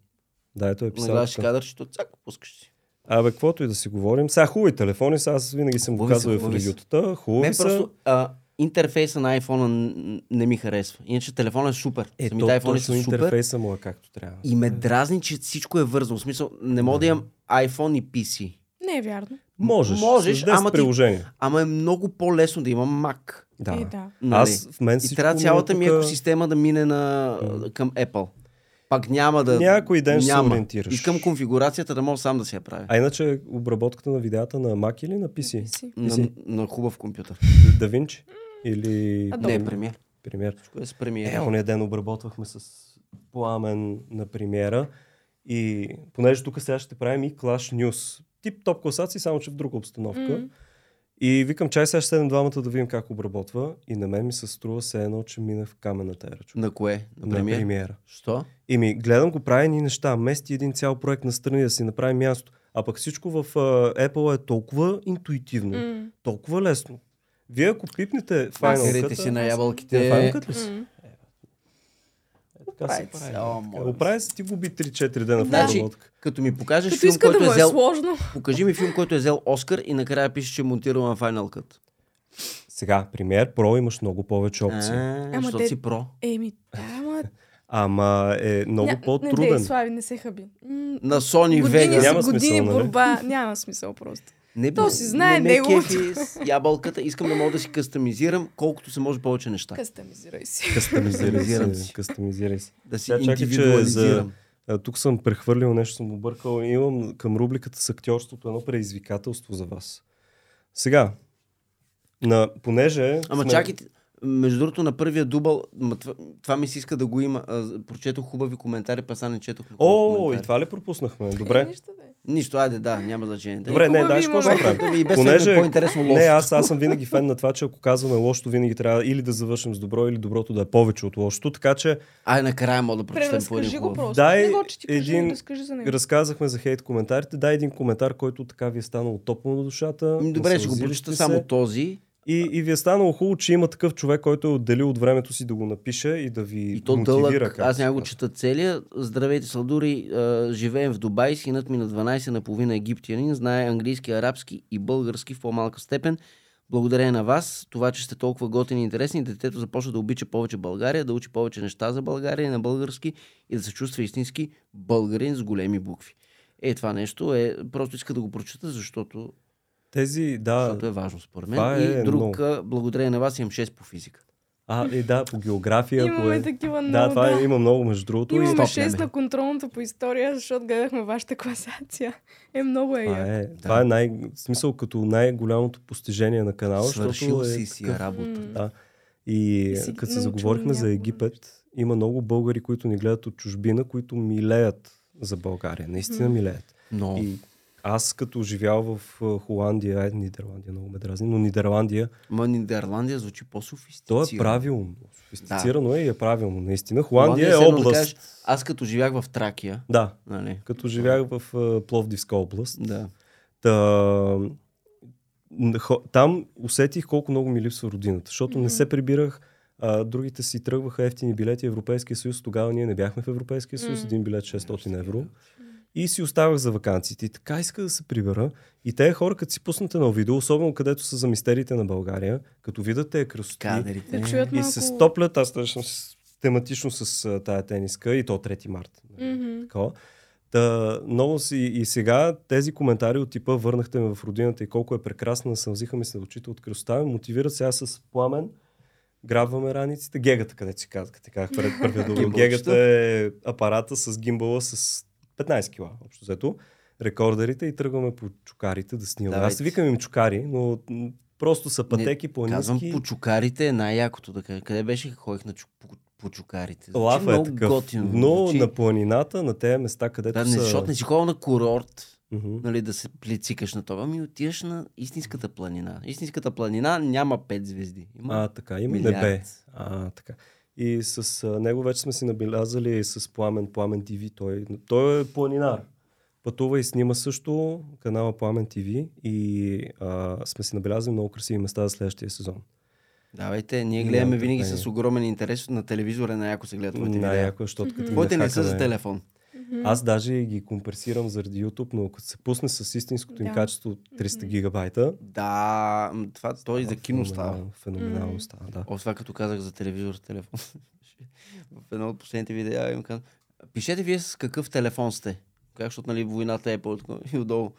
A: Да, ето е писал.
B: Нагадаш кадърчето, цак, пускаш си.
A: Абе, каквото и да си говорим. Сега хубави телефони, сега аз винаги съм го
B: Хубави са,
A: казвал и в
B: хубави са.
A: ревютата. Хубави
B: Мен
A: са.
B: просто а, интерфейса на iPhone н- не ми харесва. Иначе телефонът е супер.
A: Е,
B: Самите
A: то,
B: iPhone
A: точно
B: са супер.
A: интерфейса му е както трябва.
B: И ме дразни, че всичко е вързано. В смисъл, не мога да имам iPhone и PC.
C: Не е вярно.
A: Можеш.
B: можеш,
A: с 10
B: ама ти-
A: приложения.
B: Ама е много по-лесно да имам Mac.
A: Да.
C: Е, да.
B: Нали?
A: Аз в мен
B: И
A: всичко
B: трябва
A: е
B: цялата ми
A: тука-
B: екосистема да мине на, към Apple. Пак няма да.
A: Някой ден ще се
B: няма.
A: ориентираш.
B: Искам конфигурацията да мога сам да си я правя.
A: А иначе обработката на видеята на Mac или на PC?
C: Си.
B: На,
A: си.
B: на, хубав компютър.
A: Да Винчи? Или...
C: Adobe.
B: Не, премиер.
A: Пример.
B: Кое е с премиер?
A: Е, ония ден обработвахме с пламен на премиера и понеже тук сега ще правим и Clash News. Тип топ класации, само че в друга обстановка.
C: М.
A: И викам, чай сега ще седнем двамата да видим как обработва. И на мен ми се струва се едно, че минах в камената ера. човек.
B: На кое? На
A: На
B: премиер?
A: премиера.
B: Що?
A: И ми гледам го прави ни неща. Мести един цял проект на страни да си направи място. А пък всичко в а, Apple е толкова интуитивно, mm.
C: М. толкова
A: толкова лесно. Вие ако пипнете
C: Аз-
B: Серете си
A: файналката...
B: на
A: Ти на
B: ябълките.
A: файлката ли си?
C: Е, М.
A: Е,
C: Е,
A: Така се
B: Оправи се.
A: прави.
B: О,
A: Така,
B: моля.
A: Оправи се, ти губи 3-4 дена в
C: Да.
A: разработка.
B: Значи, Като ми покажеш
C: Като
B: филм,
C: иска да
B: който
C: му
B: е
C: е
B: взел...
C: сложно.
B: Покажи ми филм, който е взел Оскар и накрая пише, че е монтирал на Final Cut.
A: Сега, премиер Pro имаш много повече опции.
B: А,
C: Ама
B: Защото
C: те-
B: си про.
C: Еми, да, ама...
A: Ама е много
C: ня- Не, дей,
A: по-труден.
C: Слави, не се хъби. М,
B: На Sony
C: Години,
B: Vegas.
A: Няма
C: си, години
A: смисъл, нали?
C: борба. Няма смисъл просто.
B: Не,
C: То
B: бе,
C: си знае
B: не ме
C: неговото.
B: кефи с ябълката. Искам да мога да си кастомизирам колкото се може повече неща.
C: Кастамизирай си.
A: Кастамизирай
B: Кастамизирам
A: се.
B: си.
A: Кастамизирай се.
B: Да си
A: Сега чакай, че е
B: индивидуализирам.
A: А, тук съм прехвърлил нещо, съм объркал. Имам към рубриката с актьорството едно предизвикателство за вас. Сега, на, понеже...
B: Ама
A: сме-
B: чакайте, между другото на първия дубъл, ма, това, това ми се иска да го има. А, з- прочетох хубави коментари, па сега не четох.
A: О,
B: коментари.
A: и това ли пропуснахме?
C: Е,
A: Добре.
C: нищо да е.
B: Нищо, айде, да, няма значение. Да.
A: Добре, не,
C: хубави
A: да, какво ще
C: моменти.
A: направим?
B: Да ви и без
A: Понеже-
B: това е по-интересно лошо.
A: Не, аз, аз съм винаги фен на това, че ако казваме лошото, винаги трябва или да завършим с добро, или доброто да е повече от лошото. Така че
B: Ай, накрая мога да прочетем по
C: Преразкажи го просто.
A: Дай
C: не го, че ти кажи,
A: един-
C: но разкажи за него.
A: разказахме за хейт коментарите. Дай един коментар, който така ви е станал топло на душата.
B: Ами, Добре, ще го
A: насълзили
B: прочета
A: сте
B: само
A: се.
B: този.
A: И, и ви е станало хубаво, че има такъв човек, който е отделил от времето си да го напише и да ви
B: И то
A: мотивира.
B: дълъг.
A: както
B: Аз
A: се
B: няма го
A: казва.
B: чета целия. Здравейте, Салдури. А, живеем в Дубай. Синът ми на 12 наполовина египтянин. Знае английски, арабски и български в по-малка степен. Благодарение на вас, това, че сте толкова готини и интересни, детето започва да обича повече България, да учи повече неща за България и на български и да се чувства истински българин с големи букви. Е, това нещо е, просто иска да го прочета, защото,
A: Тези, да,
B: защото е важно според мен.
A: това е
B: и друг,
A: много.
B: а, благодарение на вас, имам 6 по физика.
A: А, е, да, по география. по...
C: Имаме такива много.
A: Да, това е- има много, между другото. и-
C: Имаме
B: Стоп,
C: 6
B: Неми.
C: на контролната по история, защото гледахме вашата класация. Е, много е.
A: Това
C: яко.
A: е, това е най, в смисъл като най-голямото постижение на канала,
B: Свършил
A: защото е
B: си си
A: такъв-
B: работа.
C: М.
A: Да. И,
C: И си
A: като се
C: научил
A: заговорихме за
C: някакво
A: Египет, има много българи, които ни гледат от чужбина, които милеят за България. Наистина
C: М.
A: милеят.
B: Но
A: И аз като живял в а, Холандия, е, Нидерландия много ме дразни, но Нидерландия,
B: Ма Нидерландия звучи
A: то
B: по-софистицирано.
A: е правилно. Софистицирано е и е правилно, наистина. Холандия,
B: все
A: е
B: едно да
A: област.
B: кажеш, аз като живях в Тракия,
A: Да,
B: нали?
A: като живях в а, Пловдивска област.
B: Да.
A: Та, н- хо- там усетих колко много ми липсва родината, защото не
C: Мгм.
A: се прибирах. А, другите си тръгваха ефтини билети Европейския съюз. Тогава ние не бяхме в Европейския съюз.
C: Мгм.
A: Един билет 600 евро. И си оставах за вакансиите. И така иска да се прибера. И те хора, като си пуснат едно видео, особено където са за мистериите на България, като видят те красоти
B: Кадрите.
C: Да чуят
A: и
C: малко-
A: се стоплят, аз съм тематично с а, тая тениска и то 3 март. нали?
C: Мгм.
A: Такова. Та, много си и сега тези коментари от типа върнахте ме в родината и колко е прекрасна, сълзиха ми се очите от красота, ме мотивират сега с пламен, грабваме раниците, гегата, къде си казах, те казах пред първия дума.
B: Гимбалчета.
A: Гегата е апарата с гимбала с 15 кила, общо взето, рекордерите и тръгваме по чукарите да снимаме. Аз
B: Давайте.
A: викам им чукари, но м, просто са пътеки,
B: Казвам,
A: планински.
B: по чукарите е най-якото. Да кажа. Къде беше? Ходих на чу... по, по чукарите. Звучи
A: Лафа е
B: много
A: такъв,
B: готино.
A: но
B: звучи.
A: на планината, на тези места, където
B: Да, не,
A: са...
B: защото не си ходил на курорт,
A: Мгм.
B: нали, да се плецикаш на това, ами отиваш на истинската планина. Истинската планина няма пет звезди. Има
A: А, така, има
B: милиард.
A: небе. А, така. И с а, него вече сме си набелязали с Пламен, Пламен ТВ. Той, той е планинар. Пътува и снима също канала Пламен ТВ и а, сме си набелязали много красиви места за следващия сезон.
B: Давайте, ние
A: Нямам
B: гледаме винаги
A: търпение.
B: с огромен интерес на телевизора, на яко се гледат твоите видеа.
A: Най-яко, е, защото като ги
B: Твоите не са
A: нахакаме-
B: за телефон.
A: Аз даже ги компресирам заради YouTube, но като се пусне с истинското им
C: Да.
A: качество 300 гигабайта,
B: Да, м, това той за кино става.
A: феноменално- Феноменално
C: Мгм.
A: става, да.
B: Освен като казах за телевизор, телефон. в едно от последните видеа им казвам, пишете вие с какъв телефон сте. Как, защото нали, войната е по и отдолу.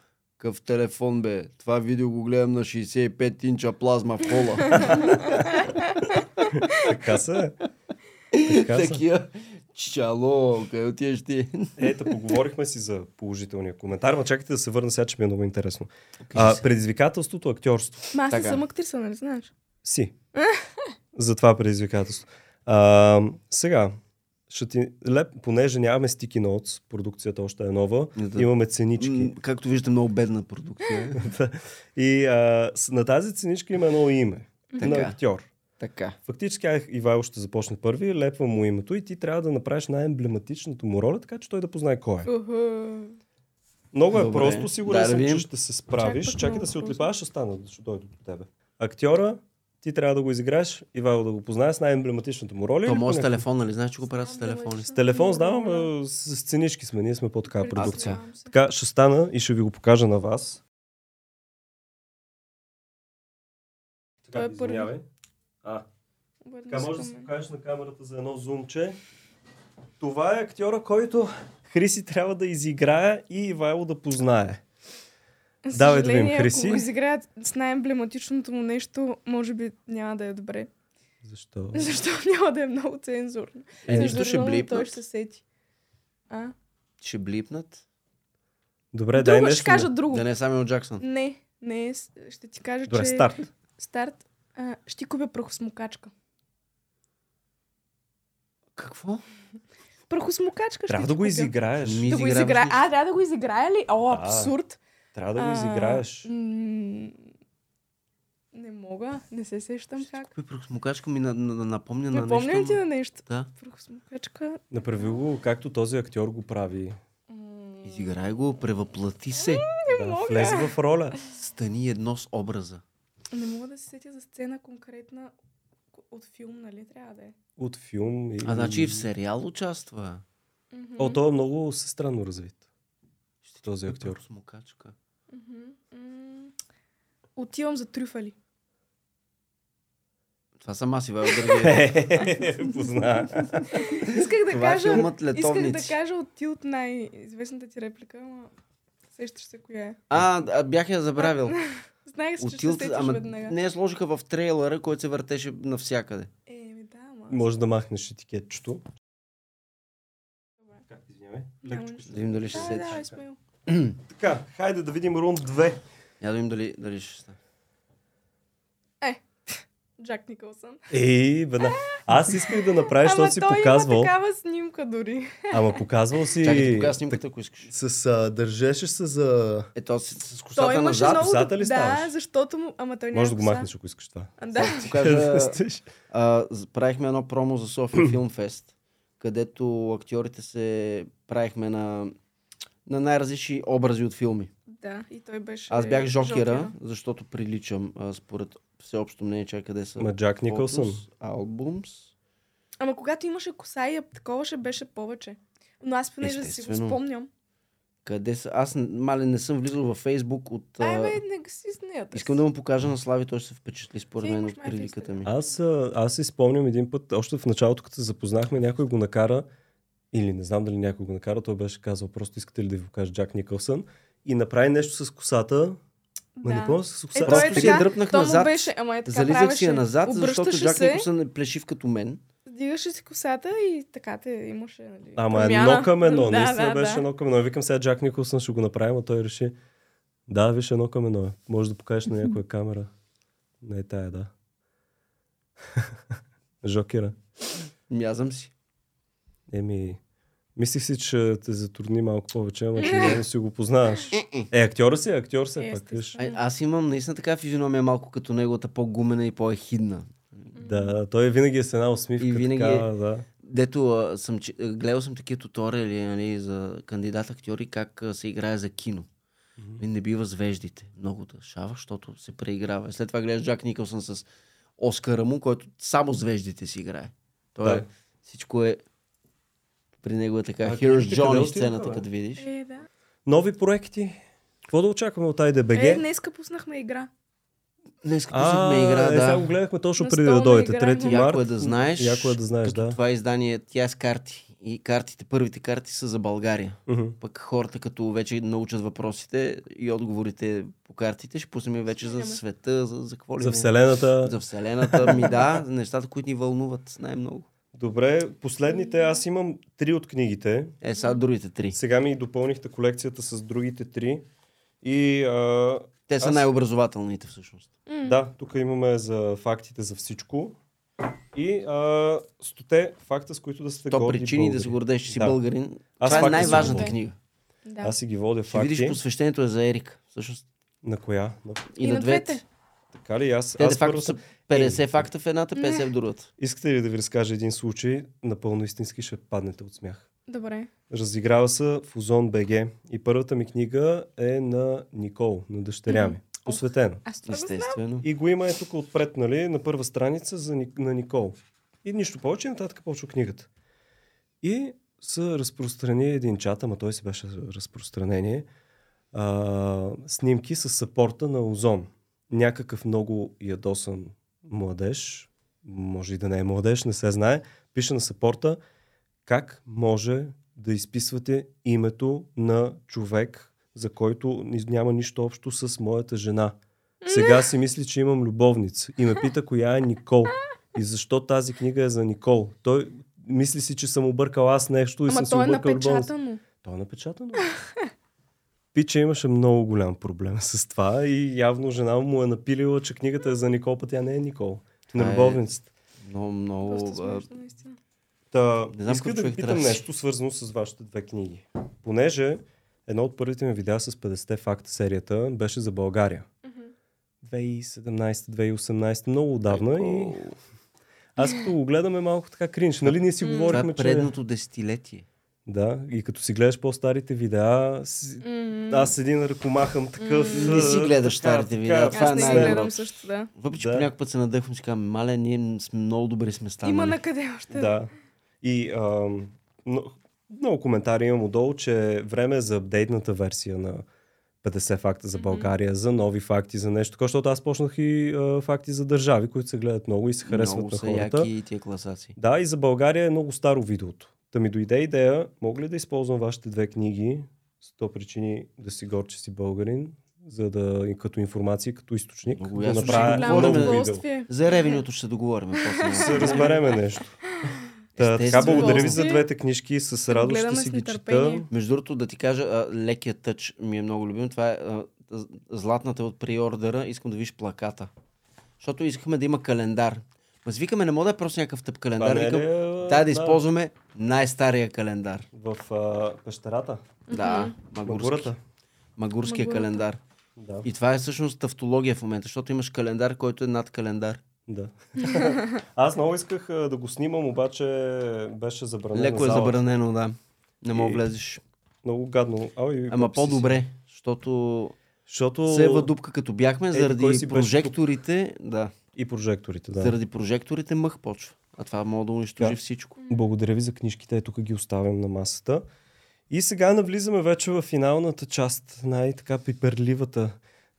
B: Какъв телефон бе? Това видео го гледам на 65 инча плазма в хола.
A: Така са. Така е. са.
B: Такива. Чало, къде отиваш ти?
A: Ето, Е, поговорихме си за положителния коментар, но чакайте да се върна сега, че ми е много интересно.
B: Кажи
A: А,
B: се.
A: предизвикателството, актьорство.
C: Ма аз не
B: Така.
C: съм актриса, нали знаеш?
A: Си. За това предизвикателство. А, сега, ще ти, леп, понеже нямаме sticky notes, продукцията още е нова,
B: Не, да.
A: имаме
B: М,
A: ценички.
B: Както виждате, много бедна продукция.
A: И а, с- на тази ценичка има едно име. На
B: Така.
A: актьор.
B: така.
A: Фактически аз Ивайло ще започне първи, лепва му името и ти трябва да направиш най-емблематичната му роля, така че той да познае кой е.
C: Уху.
A: Много е
B: Добре.
A: просто, сигурен
B: Да, да
A: съм, че
B: видим.
A: ще се справиш.
C: Чак пък
A: Чакай,
C: много
A: да се
C: въпроси.
A: отлипаш, ще стана, ще дойде до тебе. Актьора, ти трябва да го изиграеш, Ивайло да го познае с най-емблематичната му роля.
B: То
A: или
B: може
A: по
B: с
A: някакъв-
B: телефон, нали? Знаеш, че го правят с телефони.
A: С телефон знам, а, с с ценички сме, ние сме по-такава
C: Представям
A: продукция.
C: се.
A: Така, ще стана и ще ви го покажа на вас.
C: Той е първи. извинявай.
A: А,
C: Обърна
A: така
C: се
A: може да
C: към
A: се
C: мен.
A: покажеш на камерата за едно зумче. Това е актьора, който Хриси трябва да изиграе и Ивайло да познае.
C: За
A: Давай да видим,
C: съжаление,
A: Хриси.
C: Ако го изиграят с най-емблематичното му нещо, може би няма да е добре.
A: Защо?
C: Защото няма да е много цензурно.
B: Е, нищо ще
C: Цензурно, но Той ще
B: блипнат.
C: се сети. А?
B: Ще блипнат.
A: Добре, дай
C: Друго
A: нещо.
C: ще кажа друго.
B: Да не е Самил Джаксън.
C: Не, не, с- ще ти кажа,
A: Добре,
C: Е, че...
A: старт.
C: Старт. А, ще ти купя прахосмокачка.
B: Какво?
C: Прахосмокачка ще
A: Трябва
C: ти
A: да го
C: купя.
A: изиграеш.
B: Ми
C: Да го
B: изиграваш
C: изиграя.
B: ли?
C: А, трябва да го изиграя ли? О,
A: Да.
C: абсурд.
A: Трябва да го
C: А,
A: изиграеш.
C: м, Не мога, не се сещам как.
B: Кой прахосмокачка ми на- на- на- напомня на
C: Не помня ли ти
B: нещо.
C: на нещо?
B: Да.
C: Прахосмокачка.
A: Направи го, както този актьор го прави.
C: м,
B: Изиграй го, превъплати се.
A: Да,
C: мога.
A: влез в роля.
B: Стани едно с образа.
C: Не мога да се сетя за сцена конкретна к- от филм, нали? Трябва да е.
A: От филм. И...
B: А значи и в сериал участва.
C: Мгм,
A: О, той е много странно развит.
B: Ще ти
A: Този
B: купя
A: актьор.
B: прахосмокачка.
C: мгм, м. Отивам за трюфали.
B: Това съм аз, Ивайло Дъргиев.
A: Е, Позна.
C: Исках да
B: Това е
C: кажа...
B: филмът
C: Исках да
B: Летовници.
C: кажа от ти от най-известната ти реплика, ама сещаш се коя е.
B: А, а, бях я забравил.
C: Знаех, че ще се
B: Отил,
C: сетиш
B: ама
C: веднага.
B: не я сложиха в трейлера, който се въртеше навсякъде.
C: Е, ми
A: Може да махнеш етикетчето. Така, извинявай.
C: Няма
A: Лекичко
C: нищо.
A: ще-
B: Да видим дали ще
C: Да,
B: се...
C: Е, да, Исмаил.
A: Така, хайде да видим рунд 2.
B: Я да видим дали, дали ще стане.
C: Джак Никълсън.
A: Ей, бена. Аз исках да направиш,
C: Ама
A: защото си
C: той
A: показвал.
C: има такава снимка дори.
A: Ама показвал си...
B: Чакай, тогава снимката, ако искаш.
D: С, а, държеше се за...
B: Ето, с, с
C: Той
B: косата
C: имаше
B: назад.
C: много...
A: косата ли
C: да,
A: ставаш?
C: защото му... Ама той няма
A: Може да го
C: коса.
A: махнеш, ако искаш това.
C: А, Да.
B: Ще Кажа,
A: Стоиш.
B: а, з- правихме едно промо за София Филмфест, където актьорите се правихме на, на най-различни образи от филми.
C: Да, и той беше...
B: Аз бях жокера, защото приличам а, според всеобщо мнение, чакай къде са.
A: Ма Джак Никълсън.
B: Албумс.
C: Ама когато имаше коса и такова ще беше повече. Но аз понеже си го
B: Естествено.
C: спомням.
B: Къде са? Аз н- мале не съм влизал във Фейсбук от...
C: Ай,
B: а,
C: бе, не г- си с нея.
B: Искам да му покажа на Слави, той ще се впечатли според
C: Ти
B: мен
C: имаш
B: от
C: май
B: приликата ми.
A: Аз, а, аз си спомням един път, още в началото, като се запознахме, някой го накара, или не знам дали някой го накара, той беше казал, просто искате ли да ви покажа Джак Никълсън, и направи нещо с косата. Ма не помня с
C: Е,
A: косата.
C: той е
B: Просто си я
C: така,
B: дръпнах
C: то му
B: назад.
C: беше, ама е така
B: Зализах си я
C: правеше.
B: назад, защото
C: Обръщаше
B: Джак
C: се,
B: Николсън е плешив като мен.
C: Дигаше си косата и така те имаше. Нали,
A: Ама е едно
C: промяна.
A: към едно,
C: Да,
A: наистина
C: да,
A: беше
C: да.
A: едно към едно. И Викам сега Джак Николсън ще го направим, а той реши, да, виж едно към едно. е. Може да покажеш на някоя камера. Не е тая, да. Жокера.
B: Мязам си.
A: Еми, мислих си, че те затрудни малко повече, ама че не си го познаваш. Е, актьора си, е, актьор се,
C: Е,
A: пак виж.
C: естествено.
B: А, аз имам наистина така физиономия малко като неговата по-гумена и по-ехидна.
A: Да, той винаги е с една усмивка.
B: И винаги е-
A: Така, да.
B: Дето а, съм, че- а, гледал съм такива туториали нали, за кандидат актьори как а, се играе за кино. Mm-hmm. Не бива звездите. Много дъшава, защото се преиграва. След това гледаш Джак Никълсън с Оскара му, който само звездите си играе. Той
A: Да.
B: да. всичко е при него е така.
A: А,
B: Here's
A: ти къде
B: Johnny
A: отидоха,
B: сцената,
A: бе?
B: като видиш.
C: Е, да.
A: Нови проекти. Какво да очакваме от IDBG?
C: Е, днеска пуснахме игра.
B: Днес
A: а,
B: пуснахме игра,
A: е, сега
B: да.
A: го гледахме точно
C: На
A: преди да
C: столна
A: дойдете.
C: игра,
A: 3
C: да.
A: март.
B: Яко е да знаеш.
A: Яко е да знаеш,
B: като
A: да.
B: Това издание, тя е с карти. И картите, първите карти са за България.
A: Мгм.
B: Пък хората, като вече научат въпросите и отговорите по картите, ще пуснем вече за
C: Сменяме.
B: света, за, за какво ли.
A: За
B: не.
A: вселената.
B: За вселената ми, да, за нещата, които ни вълнуват най-много.
A: Добре, последните. Аз имам три от книгите.
B: Е, сега другите три.
A: Сега ми допълнихте колекцията с другите три. И а,
B: Те са
A: Аз-
B: най-образователните всъщност.
C: М.
A: да, тук имаме за фактите за всичко. И а, стоте факта, с които да сте
B: То
A: горди
B: причини да
A: българи.
B: се гордееш, че си
A: Да.
B: българин.
A: Аз
B: Това е
A: факта си
B: най-важната
A: говоря.
B: книга.
C: да.
A: Аз си ги водя
B: Ще видиш,
A: факти.
B: посвещението е за Ерик. Всъщност
A: На коя? На...
B: и, на двете.
A: Така ли? Аз,
B: Те
A: аз
B: де факто
A: първо
B: са
A: съм...
B: 50 факта в едната, 50 в другата.
A: Искате ли да ви разкажа един случай? Напълно истински ще паднете от смях.
C: Добре.
A: Разиграва се в Озон БГ и първата ми книга е на Никол, на дъщеря ми. Посветена.
C: Аз това го знам.
B: Естествено.
A: И го има е тук отпред, нали, на първа страница за, Ник- на Никол. И нищо повече, нататък почва книгата. И се разпространи един чат, ама той си беше разпространение, а, снимки с сапорта на Озон. Някакъв много ядосан младеж, може и да не е младеж, не се знае, пише на сапорта как може да изписвате името на човек, за който ни- няма нищо общо с моята жена. Сега си мисли, че имам любовница и ме пита коя е Никол и защо тази книга е за Никол. Той мисли си, че съм объркал аз нещо и съм
C: Ама
A: се
C: то е
A: объркал любовница.
C: напечатано.
A: То е напечатано. Пича имаше много голям проблем с това и явно жена му е напилила, че книгата е за Никол, па тя не е Никол.
B: Това
A: На
B: е-
A: любовницата.
B: Много, много.
C: Просто
B: а,
C: смешно, наистина.
A: Та,
B: Не знам
A: искам
B: кой
A: да ви
B: човек
A: питам
B: трябва да си.
A: нещо свързано с вашите две книги. Понеже едно от първите ми видеа с 50 факта серията беше за България. 2017-2018, много отдавна и
B: о,
A: аз като го гледаме малко така кринч. Нали ние си
C: М.
B: Това
A: говорихме,
B: е предното десетилетие.
A: че... Да, и като си гледаш по-старите видеа, си...
C: М.
A: аз един ръкомахам такъв...
B: Не си
A: а,
B: гледаш
A: така,
B: старите
A: така,
B: видеа, това
C: Аз
B: е
C: не ги
B: най-добро.
C: гледам също, да.
B: Въпреки, че
A: Да.
B: по някакъв път се надъхвам и си казвам, мале, ние сме много добре нали? сме станали.
C: Има на къде още.
A: Да. И ам, но, много коментари имам отдолу, че време е за апдейтната версия на 50 факта за България, за нови факти, за нещо такова, защото аз почнах и а, факти за държави, които се гледат много и се харесват
B: много
A: на
B: са
A: хората.
B: яки и тия класации.
A: Да, и за България е много старо видеото. Та ми дойде идея, мога ли да използвам вашите две книги 100 причини да си горд, че си българин за да, като информация, като източник,
B: Много
A: да
B: ясно.
A: направя
B: Ще говорим
C: Голямо
A: ново
B: да-
A: видео.
C: удоволствие.
B: За ревенюто ще се договорим. после.
A: Се разбереме нещо. Та, така,
B: Естествено.
A: благодаря ви за двете книжки. С радост ще
C: Гледаме
A: си
C: с
A: ги чета.
C: нетърпение.
B: Между другото, да ти кажа, а, лекия тъч ми е много любим. Това е а, з- златната е от приордера. Искам да видиш плаката. Защото искахме да има календар. Ма си викаме, не мога да е просто някакъв тъп календар.
A: не е
B: Викам,
A: ли, а,
B: трябва да
A: да.
B: използваме най-стария календар.
A: В а, пещерата.
B: Да, магурски.
A: Магурата.
B: Магурския
C: Магурата.
B: календар.
A: Да.
B: И това е всъщност тавтология в момента, защото имаш календар, който е над календар.
A: да. Аз много исках а, да го снимам, обаче беше забранено.
B: Леко е
A: залата.
B: забранено, да. Не мога
A: И-
B: влезеш.
A: Много гадно. Ай,
B: Ама
A: глупи си.
B: по-добре, е защото
A: Защото...
B: Сева дупка като бяхме,
A: Еди,
B: заради
A: кой си беше
B: прожекторите, да,
A: И прожекторите, да.
B: заради прожекторите мъх почва. А това мога да унищожи
A: Да.
B: всичко.
A: Благодаря ви за книжките. Ето тук ги оставям на масата. И сега навлизаме вече в финалната част, най-така пиперливата,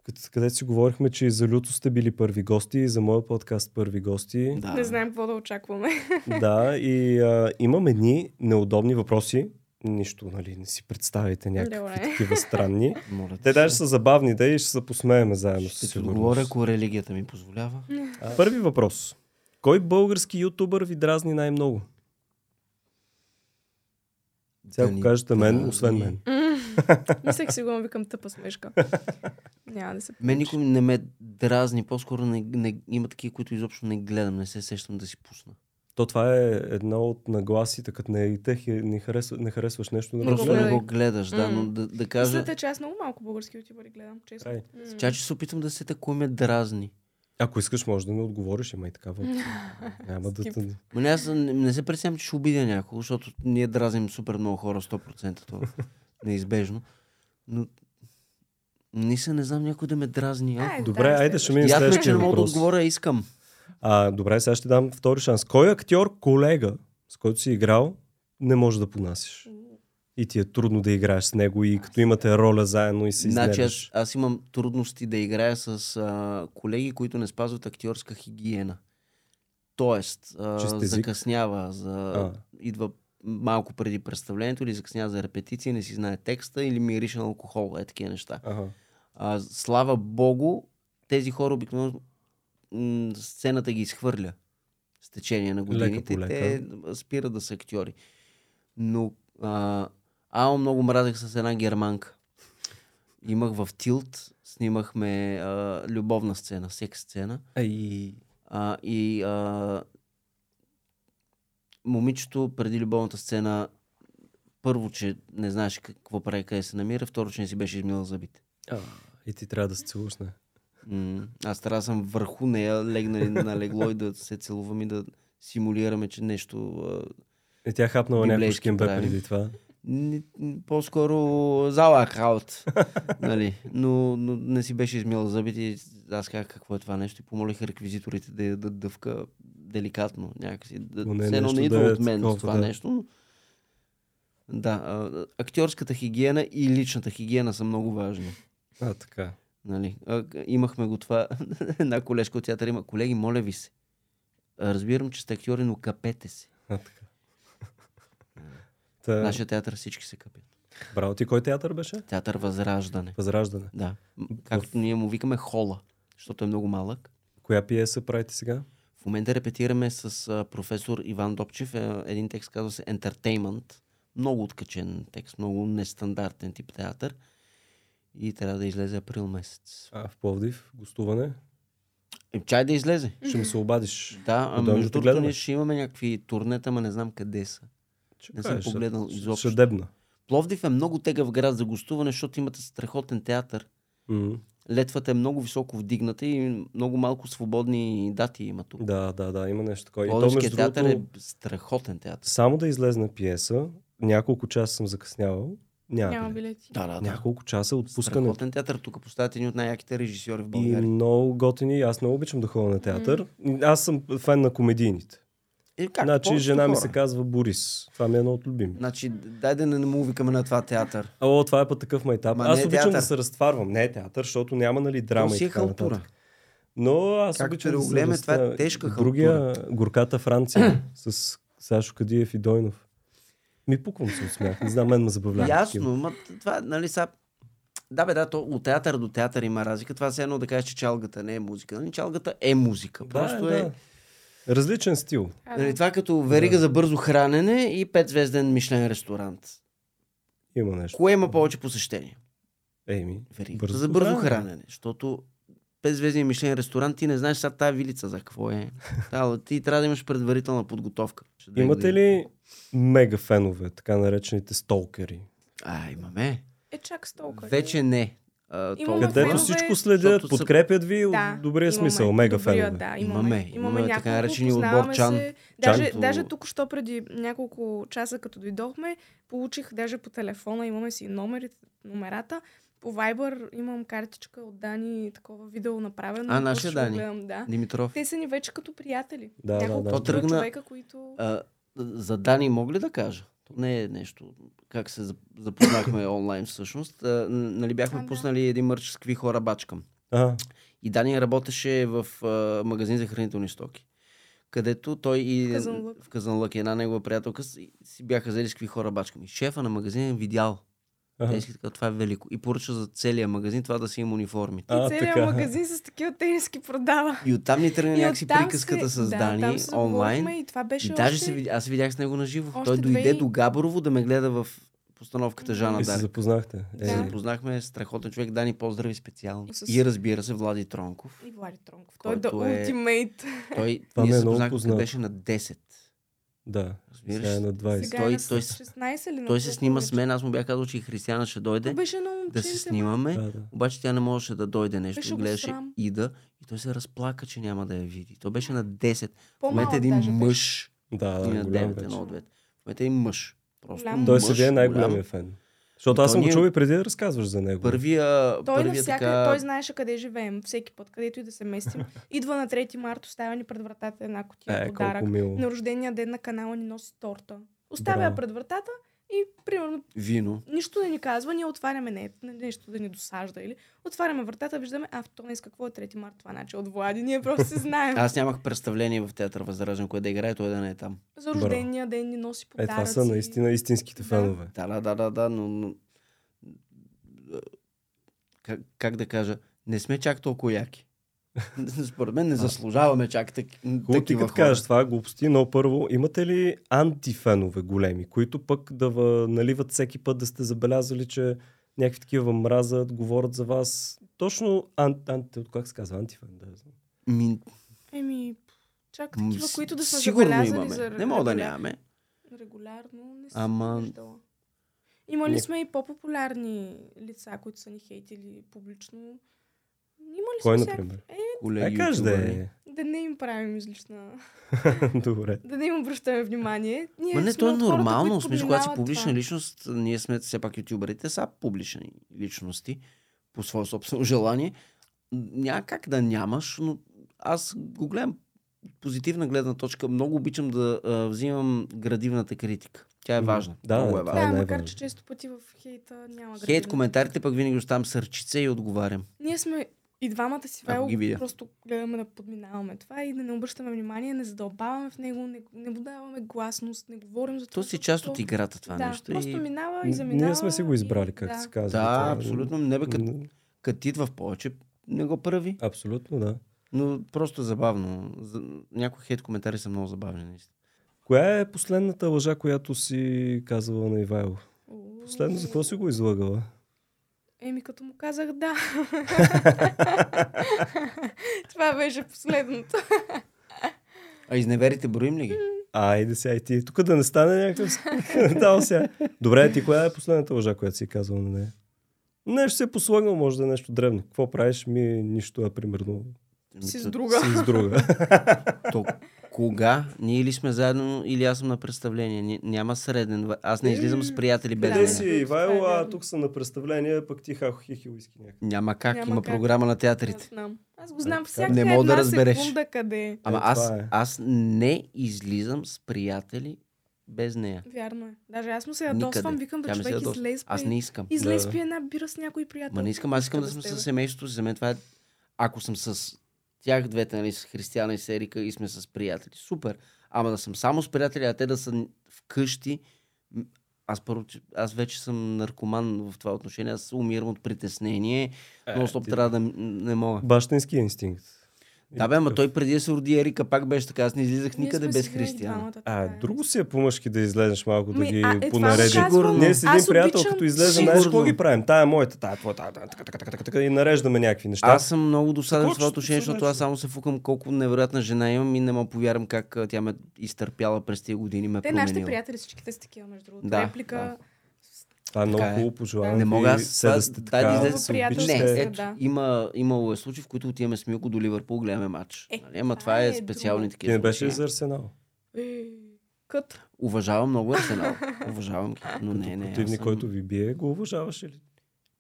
A: кът- където си говорихме, че и за Люто сте били първи гости, и за моя подкаст първи гости.
B: Да.
C: Не знаем какво да очакваме.
A: Да, и а, имам едни неудобни въпроси. Нищо, нали, не си представите някакви
C: Добре.
A: такива странни.
B: Моля
A: Те
B: те
A: даже
B: се.
A: са забавни, да, и ще се посмееме заедно. със
B: Ще ти
A: сигурност.
B: отговоря, ако религията ми позволява.
A: А, Първи въпрос. Кой български ютубър ви дразни най-много? Сега
B: Да
A: ако
B: ни
A: кажете мен,
B: дразни.
A: освен мен.
C: Мислех сигурно викам тъпа смешка. Няма да се
B: Мен никой не ме дразни, по-скоро не, не, има такива, които изобщо не гледам, не се сещам да си пусна.
A: То това е една от нагласите, като не, е те хи- не, харесва, не харесваш нещо, не го
B: Просто не
A: гледаш.
C: гледай.
B: го гледаш, да,
C: М.
B: но да, да кажа,
C: Мислите, е, че аз много малко български ютубъри гледам, честно.
A: Край.
C: М.
B: че ще се опитам да се такой ме дразни.
A: Ако искаш, може да не отговориш, има и такава. опция. Няма да
C: Скип.
A: те...
B: Ма не, аз не, не се пресявам, че ще обидя някого, защото ние дразним супер много хора, 100% това. Неизбежно. Но наистина не знам някой да ме дразни. А?
C: Ай,
A: Добре,
C: да,
A: айде ще
C: следващия.
A: минем
B: Ясно е, че
A: следващия
B: не мога да
A: въпрос.
B: отговоря, искам.
A: А, добре, сега ще дам втори шанс. Кой актьор, колега, с който си играл, не може да понасиш? И ти е трудно да играеш с него и като имате роля заедно и се
B: Значи аз,
A: изнервиш.
B: аз имам трудности да играя с а, колеги, които не спазват актьорска хигиена. Тоест,
A: Чист
B: а,
A: език?
B: закъснява, за,
A: А.
B: идва малко преди представлението или закъснява за репетиция, не си знае текста или мирише на алкохол, е такива неща.
A: Ага.
B: А, слава богу, тези хора обикновено м- сцената ги изхвърля с течение на годините.
A: по лека.
B: Те спират да са актьори. Но а, ао много мразех с една германка. Имах в Тилт, снимахме а, любовна сцена, секс сцена.
A: А и...
B: А, и а, момичето преди любовната сцена първо, че не знаеше какво прави, къде се намира, второ, че не си беше измила зъбите.
A: А, и ти трябва да се целуш, не?
B: М, Аз трябва да съм върху нея, легнали на легло и да се целувам и да симулираме, че нещо... а,
A: И Е, тя хапнала някой
B: Библейски
A: шкембе
B: правим.
A: преди това.
B: ни- н- По-скоро зала краут. нали? но, но, не си беше измила зъбите. и Аз казах какво е това нещо и помолих реквизиторите да я дадат дъвка деликатно. Някакси.
A: Но
B: Да,
A: не е
B: не, едно
A: нещо
B: не идва
A: да е
B: от мен
A: такова,
B: това
A: да.
B: нещо. Но... Да, а, актьорската хигиена и личната хигиена са много важни.
A: А, така.
B: Нали, а, к- имахме го това. Една колежка от театъра има. Колеги, моля ви се. а, Разбирам, че сте актьори, но капете се.
A: А, така. Та,
B: В нашия театър всички се капят.
A: Браво, ти кой театър беше?
B: Театър Възраждане.
A: Възраждане.
B: Да. М, Както ние му викаме хола, защото е много малък.
A: Коя пиеса правите сега?
B: В момента репетираме с а, професор Иван Допчев. е, Един текст казва се Entertainment. Много откачен текст, много нестандартен тип театър. И трябва да излезе април месец.
A: А, в Пловдив, гостуване.
B: Е, Чай да излезе.
A: Ще ми се обадиш.
B: Да, а
A: да
B: между другото
A: гледаме.
B: ние ще имаме някакви турнета, ма не знам къде са.
A: Че
B: Не съм
A: кажеш,
B: погледнал
A: ще-
B: изобщо.
A: Ще дебна.
B: Пловдив е много тегав град за гостуване, защото имате страхотен театър.
A: М,
B: Летвата е много високо вдигната и много малко свободни дати има тук.
A: Да, да, да, има нещо такова. И то,
B: Пловдивският
A: между
B: театър
A: другото,
B: е страхотен театър.
A: само да излезна пиеса, няколко часа съм закъснявал, няма,
C: Няма
A: билет.
C: билети.
B: Да, да, да.
A: Няколко часа отпускане.
B: Страхотен театър. Тук поставят едни от най-яките режисьори в
A: И
B: България.
A: много готини, аз много обичам да ходя на театър. Аз съм фен на комедийните.
B: И, Е, как,
A: значи
B: повечето
A: жена ми
B: хора.
A: се казва Борис. Това ми е едно от любими.
B: Значи, дай да не му викаме на това театър.
A: О, това е път такъв майтап.
B: Ма не
A: аз
B: е
A: обичам
B: театър.
A: да се разтварвам. Не е театър, защото няма нали драма
B: То си е
A: и така
B: халтура.
A: нататък. Но аз
B: Както
A: обичам
B: и
A: да
B: да го
A: се
B: гледаме, това е
A: разтваря.
B: тежка
A: Другия, горката Франция с Сашо Кадиев и Дойнов. Ми пуквам се от смях. Не знам, мен ме забавлява.
B: Ясно, ма това, нали, са... Да, бе, да, то от театър до театър има разлика. Това все едно да кажеш, че чалгата не е музика. Нали? Чалгата е музика. Просто
A: да,
B: е.
A: да. Различен стил.
C: А, да.
B: Нали, това е като верига за бързо хранене и петзвезден Мишлен ресторант.
A: Има нещо.
B: Кое има повече посещения?
A: Еми,
B: Веригата за бързо
A: храна.
B: хранене. Защото петзвезден Мишлен ресторант ти не знаеш сега тази вилица за какво е. Та, ала ти трябва да имаш предварителна подготовка. Ще дай
A: Имате
B: години.
A: ли мега фенове, така наречените столкери?
B: А, имаме.
C: Е чак с толкова.
B: Вече не. А,
C: Имаме
B: толкова.
A: Където
C: фенове,
A: всичко следят,
B: защото са-
A: подкрепят ви от добрия
C: имаме.
A: смисъл. Мега
C: Добрия,
A: фенове.
C: Да,
B: Имаме.
C: имаме.
B: Имаме
C: Имаме
B: така
C: няколко,
B: наречения отбор
C: познаваме
B: Чан.
C: се. Даже,
B: Чанто.
C: даже тук, що преди няколко часа, като дойдохме, получих даже по телефона, имаме си номери, номерата. По Viber имам картичка от Дани, такова видео направено.
B: А, нашия
C: Ще го
B: Дани?
C: Гледам, да.
B: Димитров.
C: Те са ни вече като приятели.
A: Да, да,
C: няколко
A: да.
B: То тръгна-
C: човека, които...
B: А, за Дани мога ли да кажа? То не е нещо. Как се за- запознахме онлайн всъщност. А, н- нали бяхме
C: А, да.
B: пуснали един мърч с какви хора бачкам.
A: А,
B: И Дани работеше в а, магазин за хранителни стоки. Където той и
C: В Казанлък.
B: в Казанлък и една негова приятелка си, си бяха взели с какви хора бачкам. И шефа на магазина е видял.
A: а,
B: Те си така, това е велико. И поръча за целия магазин това да си им униформите.
A: а,
C: и целият
A: така.
C: магазин с такива тениски продава.
B: И оттам ни тръгна
C: И
B: някакси
C: оттам
B: приказката
C: се-
B: с
C: да,
B: Дани
C: там се
B: онлайн.
C: заговорихме И това беше
B: И даже
C: още...
B: се видя, аз се видях с него на живо.
C: още
B: Той дойде
C: две и-
B: до Габрово да ме гледа в постановката Жана
A: И Ами се
B: Дарик.
A: запознахте.
B: Да.
A: Е,
B: Се
C: Да.
B: запознахме страхотен човек, Дани поздрави специално.
C: И с-
B: И разбира се, Влади Тронков.
C: И Влади Тронков. Той е да
B: който е-
C: ултимейт.
B: Той
A: Това
B: ние
A: ми е
B: се
A: много
B: запознахме, като
A: познато.
B: беше на 10.
A: да.
B: Разбираш?
A: Сега е на 20.
C: Сега
B: той-
C: е на
B: той с-
C: 16 ли? на
B: Той се
C: колко
B: снима
C: вече?
B: с мен, аз му бях казал, че и Християна ще
C: То
B: дойде
C: беше едно момче.
B: да се
C: дете,
B: снимаме.
A: Да, да.
B: Обаче тя не можеше да дойде нещо.
C: Беше го
B: гледаше
C: срам.
B: Ида и той се разплака, че няма да я види. Той беше на 10. В
C: по-малък
B: момента е един
C: даже беше.
B: мъж.
A: Да,
B: и
A: да,
B: на
A: голям
B: 9,
A: вече.
B: едно от двете. В момента е един мъж. Просто
C: Голям.
A: Той
B: мъж,
A: се вие най-големия
B: голям.
A: фен. е Защото
B: И
A: аз
B: то
A: съм го
B: ние-
A: чул и преди да разказваш за него.
B: Първия,
C: Той е
B: първия
C: навсякъде,
B: така...
C: той знаеше къде живеем, всеки път, където и да се местим. Идва на 3 марта, оставя ни пред вратата една котия
A: Е,
C: подарък.
A: колко мило.
C: На рождения ден на канала ни носи торта. Оставя
A: Браво.
C: я пред вратата и примерно
B: Вино.
C: нищо не ни казва, ние отваряме не, не- нещо да ни досажда или отваряме вратата, виждаме, а в то днес какво е 3 марта, това значи от Влади, ние просто се знаем.
B: Аз нямах представление в театър Възражен, кое да играе, той да не е там.
C: За рождения ден ни носи
A: Е,
C: подаръци.
A: това са наистина истинските
C: Да.
A: фенове.
B: Да, да, да, да, да, но... но... Как, как да кажа? Не сме чак толкова яки. Според мен не заслужаваме чак так,
A: Хубаво ти
B: такива
A: като
B: хора.
A: кажеш това, е глупости, но първо, имате ли антифенове големи, които пък да ва, наливат всеки път да сте забелязали, че някакви такива мразят, говорят за вас? Точно, ан, ан, как се казва, антифен, да я знам.
B: Ми,
C: Еми, чак
B: м,
C: такива, които да сме
B: сигурно
C: забелязали
B: имаме.
C: за
B: Не мога да
C: регуля-
B: нямаме.
A: Е,
C: Регулярно не съм
B: Ама-
C: Ама... виждала. Имали
A: Не.
C: сме и по-популярни лица, които са ни хейтили публично. Имали
A: Кой,
C: сме всяк...
A: например?
B: Колеги,
A: Е, каж да
B: ютубъри.
A: е.
C: Да не им правим излишна...
A: Добре.
C: да не им обръщаме внимание. Ние
B: Ма не,
C: сме
B: то е
C: от хората,
B: нормално.
C: които
B: В смисъл, когато си
C: подминават
B: публична
C: това.
B: личност, ние сме все пак ютуберите, са публични личности по свое собствено желание. Няма как да нямаш, но аз го гледам от позитивна гледна точка. Много обичам да а, взимам градивната критика. Тя е
A: М,
B: важна.
A: да,
B: много
A: да,
B: е
A: това
B: важна.
A: е
C: Да, макар че
A: най-важното.
C: често пъти в хейта няма
B: Хейт
C: градивна.
B: коментарите пък винаги оставам сърчице и отговарям.
C: Ние сме и двамата си
B: Ако ги видя.
C: Вайло просто гледаме да подминаваме това и да не обръщаме внимание, не задълбаваме в него, не, не му даваме гласност, не говорим за това.
B: То си част от
C: защото-
B: играта това
C: да,
B: нещо.
C: Просто
B: и...
C: минава и
A: Н-
C: заминава.
A: Ние сме си го избрали,
C: е и-
A: както
C: да.
A: се казва.
B: Да,
A: Това е-
B: абсолютно. Не бе, като,
A: М,
B: като идва в повече, не го прави.
A: Абсолютно, да.
B: Но просто забавно. За- Някои хейт коментари са много забавни. наистина.
A: Коя е последната лъжа, която си казвала на Ивайло?
C: Уу.
A: Последно, за какво си го излагала?
C: Еми, като му казах да. това беше последното.
B: А изневерите броим ли ги?
A: Айде сега и ти. Тук да не стане някакъв... с- Дал сега. Добре, ти коя е последната лъжа, която си казал на нея? Нещо се е послагал, може да е нещо древно. Какво правиш? Ми нищо, а примерно
C: Си с
B: Т-
C: друга.
A: си с друга.
B: То, кога? Ние или сме заедно, или аз съм на представление. Ня- Няма среден. ва- Аз не излизам с приятели без
C: Да,
A: Къде
C: да.
A: си
B: мен.
A: Ивайло,
C: Това е
A: а
C: вярно.
A: тук са на представление, пък ти хахо хихи уиски някакъв.
B: Няма как.
C: Няма
B: Има
C: как.
B: програма на
C: Аз,
B: театрите.
C: знам. аз го знам
A: Е,
C: всяка
B: Ами не
C: не
B: мога
C: една
B: да
C: да
B: разбереш.
C: разбереш. секунда къде. е.
B: Ама
A: Е,
B: аз,
A: това е.
B: аз не излизам с приятели без нея.
C: Вярно е. Даже аз му се ядосвам,
B: Никъде.
C: викам, бе,
B: Тя ми се
C: човек
B: ядосва.
C: излез.
B: Аз
C: бе.
B: не искам.
C: Излез
A: Да.
C: пи една бира с някой приятел.
B: Ма не искам. Аз искам да
C: с
B: съм
C: тебе.
B: с семейството. си. За мен това е... Ако съм с тях двете, нали, с Християна и с Ерика и сме с приятели. Супер. Ама да съм само с приятели, а те да са вкъщи. м, Аз, първо, че- аз вече съм наркоман в това отношение. Аз умирам от притеснение.
A: Е,
B: Е, Нон-стоп
A: ти-
B: трябва да м- не мога.
A: Бащинския инстинкт.
B: Да, бе, ама той преди да се роди Ерика пак беше така. Аз не излизах
C: Ние
B: никъде
C: сме
B: без
C: си били
B: Християна.
C: двамата, така
A: А,
C: е.
A: друго си е по-мъжки да излезеш малко, да
C: Ми,
A: ги
C: а, е, това
A: понаредиш.
C: го казвам.
A: Ние с един
C: Аз
A: приятел,
C: обичам
A: като излезем, знаеш какво
B: сигурно.
A: ги правим? Тая е моята, тая е твоя, тая, тая, така, така, така, така, така, и нареждаме някакви неща.
B: Аз съм много досаден
A: Какво
B: в това
A: ще
B: отношение,
A: се
B: защото
A: случва?
B: аз само се фукам колко невероятна жена имам и не мога повярвам как а, тя ме изтърпяла през тези години, ме е
C: Те, нашите
B: променила.
C: приятели, всичките са такива, между другото.
B: Да,
C: Реплика.
B: да.
A: Това е много
B: Така е.
A: хубаво пожелание.
B: Не
A: ви
B: мога аз
A: се
B: това-
A: да сте
B: да,
A: така,
B: да
A: да,
B: излезем
A: се
C: с
A: обичате.
B: Не, е
C: Приятелска,
B: ето,
C: да.
B: има, имало е случаи, в които отиваме с Милко до Ливърпул, гледаме матч.
C: Е,
B: нали? Ама
C: това
B: това е
C: е
B: специални
C: друго.
A: Ти
B: такива.
A: не беше ли
B: случаи.
A: за Арсенал?
C: Е, Кът.
B: Уважавам много Арсенал. Уважавам ги. Но не, не. аз
A: Противник,
B: съм-
A: който ви бие, го уважаваше ли?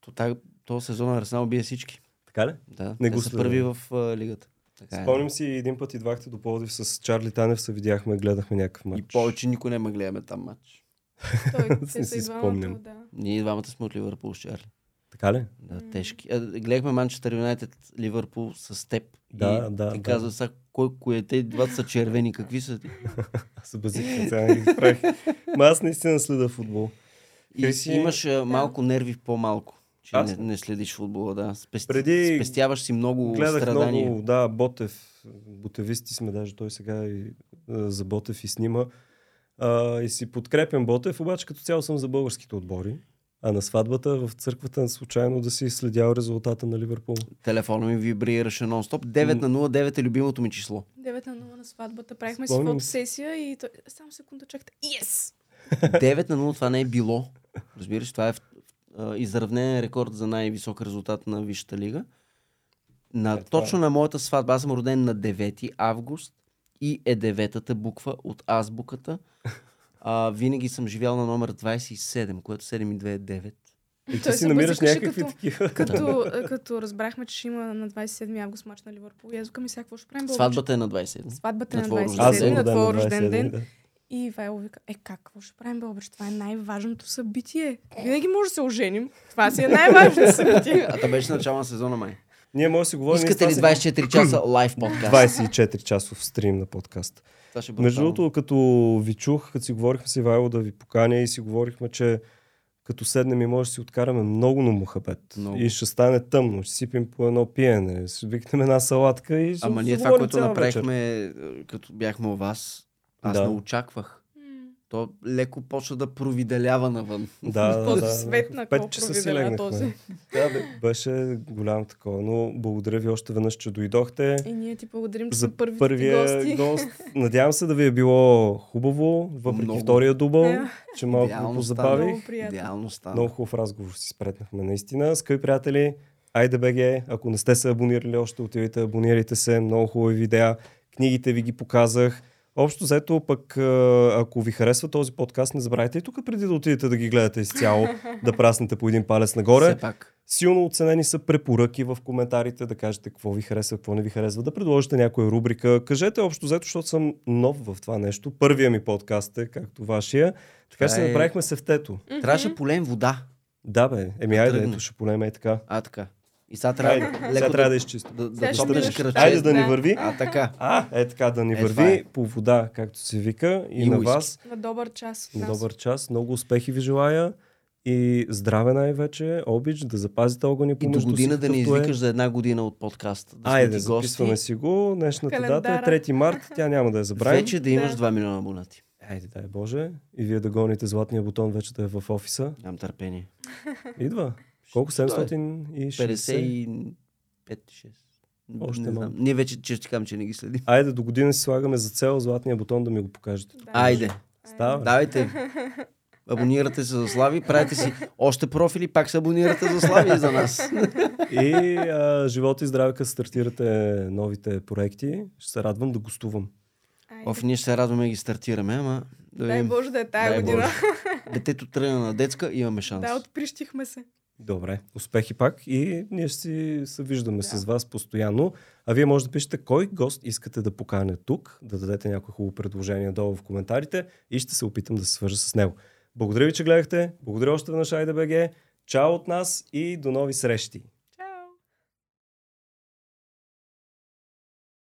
B: То, та, то сезон Арсенал бие всички.
A: Така ли?
B: Да,
A: Не
B: те
A: го
B: са
A: следя.
B: първи в а, лигата. Така е.
A: Спомням си един път идвахте до Пловдив с Чарли Танев, се видяхме, гледахме някакъв матч.
B: И повече никой не ме гледаме там матч.
C: Той
A: Не
C: те са
A: си
C: и двамата,
A: спомням.
C: да.
B: Ние двамата сме от Ливърпул с Чарли.
A: Така ли?
B: Да, тежки. А, гледахме Манчестър Юнайтед Ливърпул с теб.
A: Да,
B: и
A: да,
B: Ти
A: да.
B: казва сега кой кое те двата са червени. Какви са ти?
A: Аз се базих, сега не ги правих. Ма аз наистина следа футбол.
B: И
A: Хриси-
B: си... имаш а, малко нерви в по-малко. Че
A: Е. Аз?
B: не, не, следиш футбола, да. Спести...
A: Преди
B: Спестяваш си много
A: Гледах
B: страдания.
A: много, да, Ботев, ботевисти сме, даже той сега и, а, за Ботев и снима. А, и си подкрепям Ботев, обаче като цяло съм за българските отбори. А на сватбата в църквата случайно да си следял резултата на Ливърпул.
B: Телефона ми вибрираше нон-стоп. 9 на 09 е любимото ми число.
C: 9 на 0 на сватбата. Правихме си
A: Спомням си.
C: фотосесия и той... Само секунда чакайте. Yes!
B: 9 на 0 това не е било. Разбираш, това е в- а, изравнен рекорд за най-висок резултат на Висшата лига. На,
A: Е, това
B: точно на моята сватба, аз съм роден на 9 август и е деветата буква от азбуката. А, винаги съм живял на номер 27, което 7 и 2 е 9.
A: И ти
C: Той
A: си
C: се
A: намираш
C: бъзикаше
A: някакви
C: като-
A: такива.
C: Като, е, като разбрахме, че ще има на 27 август мач на Ливърпул, язука ми сега какво ще правим? Бълбо,
B: Сватбата е на 27.
C: Сватбата е
B: На
C: на
B: твой рожден
C: 27
B: ден.
C: на
A: роден
C: твой рожден
A: 27,
C: ден.
A: да.
C: И Ивайло вика, е как, какво ще правим, бе, обаче? Това е най-важното събитие. Винаги може да се оженим. Това си е най-важното събитие.
B: А това беше начало на сезона май.
A: Ние може да си говорим.
B: Искате ли
A: и това си-
B: 24 часа лайв подкаст?
A: 24 часов стрим на подкаст.
B: Това ще бъде
A: Между
B: само.
A: другото, като ви чух, като си говорихме с Ивайло да ви поканя и си говорихме, че като седнем и може да си откараме много на мухабет.
B: Много.
A: И ще стане тъмно, ще сипем по едно пиене, ще викнем една салатка и ще
B: Ама
A: си
B: ние това,
A: говорим
B: което
A: цяла
B: направихме, е, като бяхме у вас, аз
A: Да.
B: не очаквах. То леко почва да провиделява навън.
A: вечер. Да, да,
C: Този
A: да.
C: свет на
A: В пет
C: кол
A: часа си
C: провиделя
A: легнахме.
C: този.
A: Да, бе, беше голямо такова, но благодаря ви още веднъж, че дойдохте.
C: И ние ти благодарим, че
A: За
C: сме първите
A: първия
C: гости.
A: гост. Надявам се да ви е било хубаво, въпреки
B: Много.
A: втория дубъл,
C: Да.
A: че малко ви
B: Идеално
A: позабавих.
C: Много приятно.
B: Идеално стана.
A: Много хубав разговор си спретнахме, наистина. Скъпи приятели, айде БГ, ако не сте се абонирали още, отивайте, абонирайте се, много хубави видеа, книгите ви ги показах. Общо взето, пък, а, ако ви харесва този подкаст, не забравяйте и тук преди да отидете да ги гледате изцяло, да праснете по един палец нагоре.
B: Все пак.
A: Силно оценени са препоръки в коментарите, да кажете какво ви харесва, какво не ви харесва, да предложите някоя рубрика. Кажете общо взето, защото съм нов в това нещо. Първия ми подкаст е, както вашия. Така че
B: Това
A: се
B: е-
A: направихме сефтето.
B: Трябваше да полеем вода.
A: Да, бе. Еми, айде,
B: тръгна.
A: ето ще полеме и така.
B: А, така. И сега
A: Айде,
B: трябва
A: сега
B: леко
A: трябва да
B: да,
A: изчистим.
B: да, да,
C: Сега ще
B: топнеш
C: минеш.
B: кръче.
A: Айде да ни
C: да.
A: върви.
B: А, така.
A: А, е така, да ни
B: Е, това
A: върви
B: е.
A: по вода, както се вика. И,
B: И
A: на
B: уиски.
A: вас.
C: На добър час. от
A: На
C: нас.
A: добър час. Много успехи ви желая. И здраве най-вече, обич, да запазите огъня
B: И до
A: помежду
B: година
A: си,
B: да
A: какъвто
B: ни
A: е.
B: извикаш за една година от подкаст. Да сме
A: Айде,
B: ти
A: записваме си го. Днешната дата е
C: Календара.
A: 3 март, тя няма да я забравим.
B: Вече да имаш
C: Да.
B: 2 милиона абонати.
A: Айде, дай Боже. И вие да гоните златния бутон вече да е в офиса.
B: Нямам търпение.
A: Идва. Колко? 760.
B: 55-6.
A: Още
B: не знам.
A: малко.
B: Ние вече че ще кажем, че не ги следим.
A: Айде, до година си слагаме за цел златния бутон да ми го покажете.
C: Да.
B: Айде.
A: Става.
B: Давайте. Абонирате се за Слави, правите си още профили, пак се абонирате за Слави и за нас.
A: И а, живот и здраве, като стартирате новите проекти, ще се радвам да гостувам.
C: Айде.
B: Оф, ние ще се радваме да ги стартираме, ама да
C: Дай
B: видим.
C: Боже да е
B: Дай
C: тая година.
B: Боже. Детето тръгна на детска, имаме шанс.
C: Да, отприщихме се.
A: Добре, успехи пак и ние ще си се виждаме
C: Да.
A: с вас постоянно. А вие може да пишете кой гост искате да поканя тук, да дадете някое хубаво предложение долу в коментарите и ще се опитам да се свържа с него. Благодаря ви, че гледахте. Благодаря още веднъж, Айде БГ. Чао от нас и до нови срещи.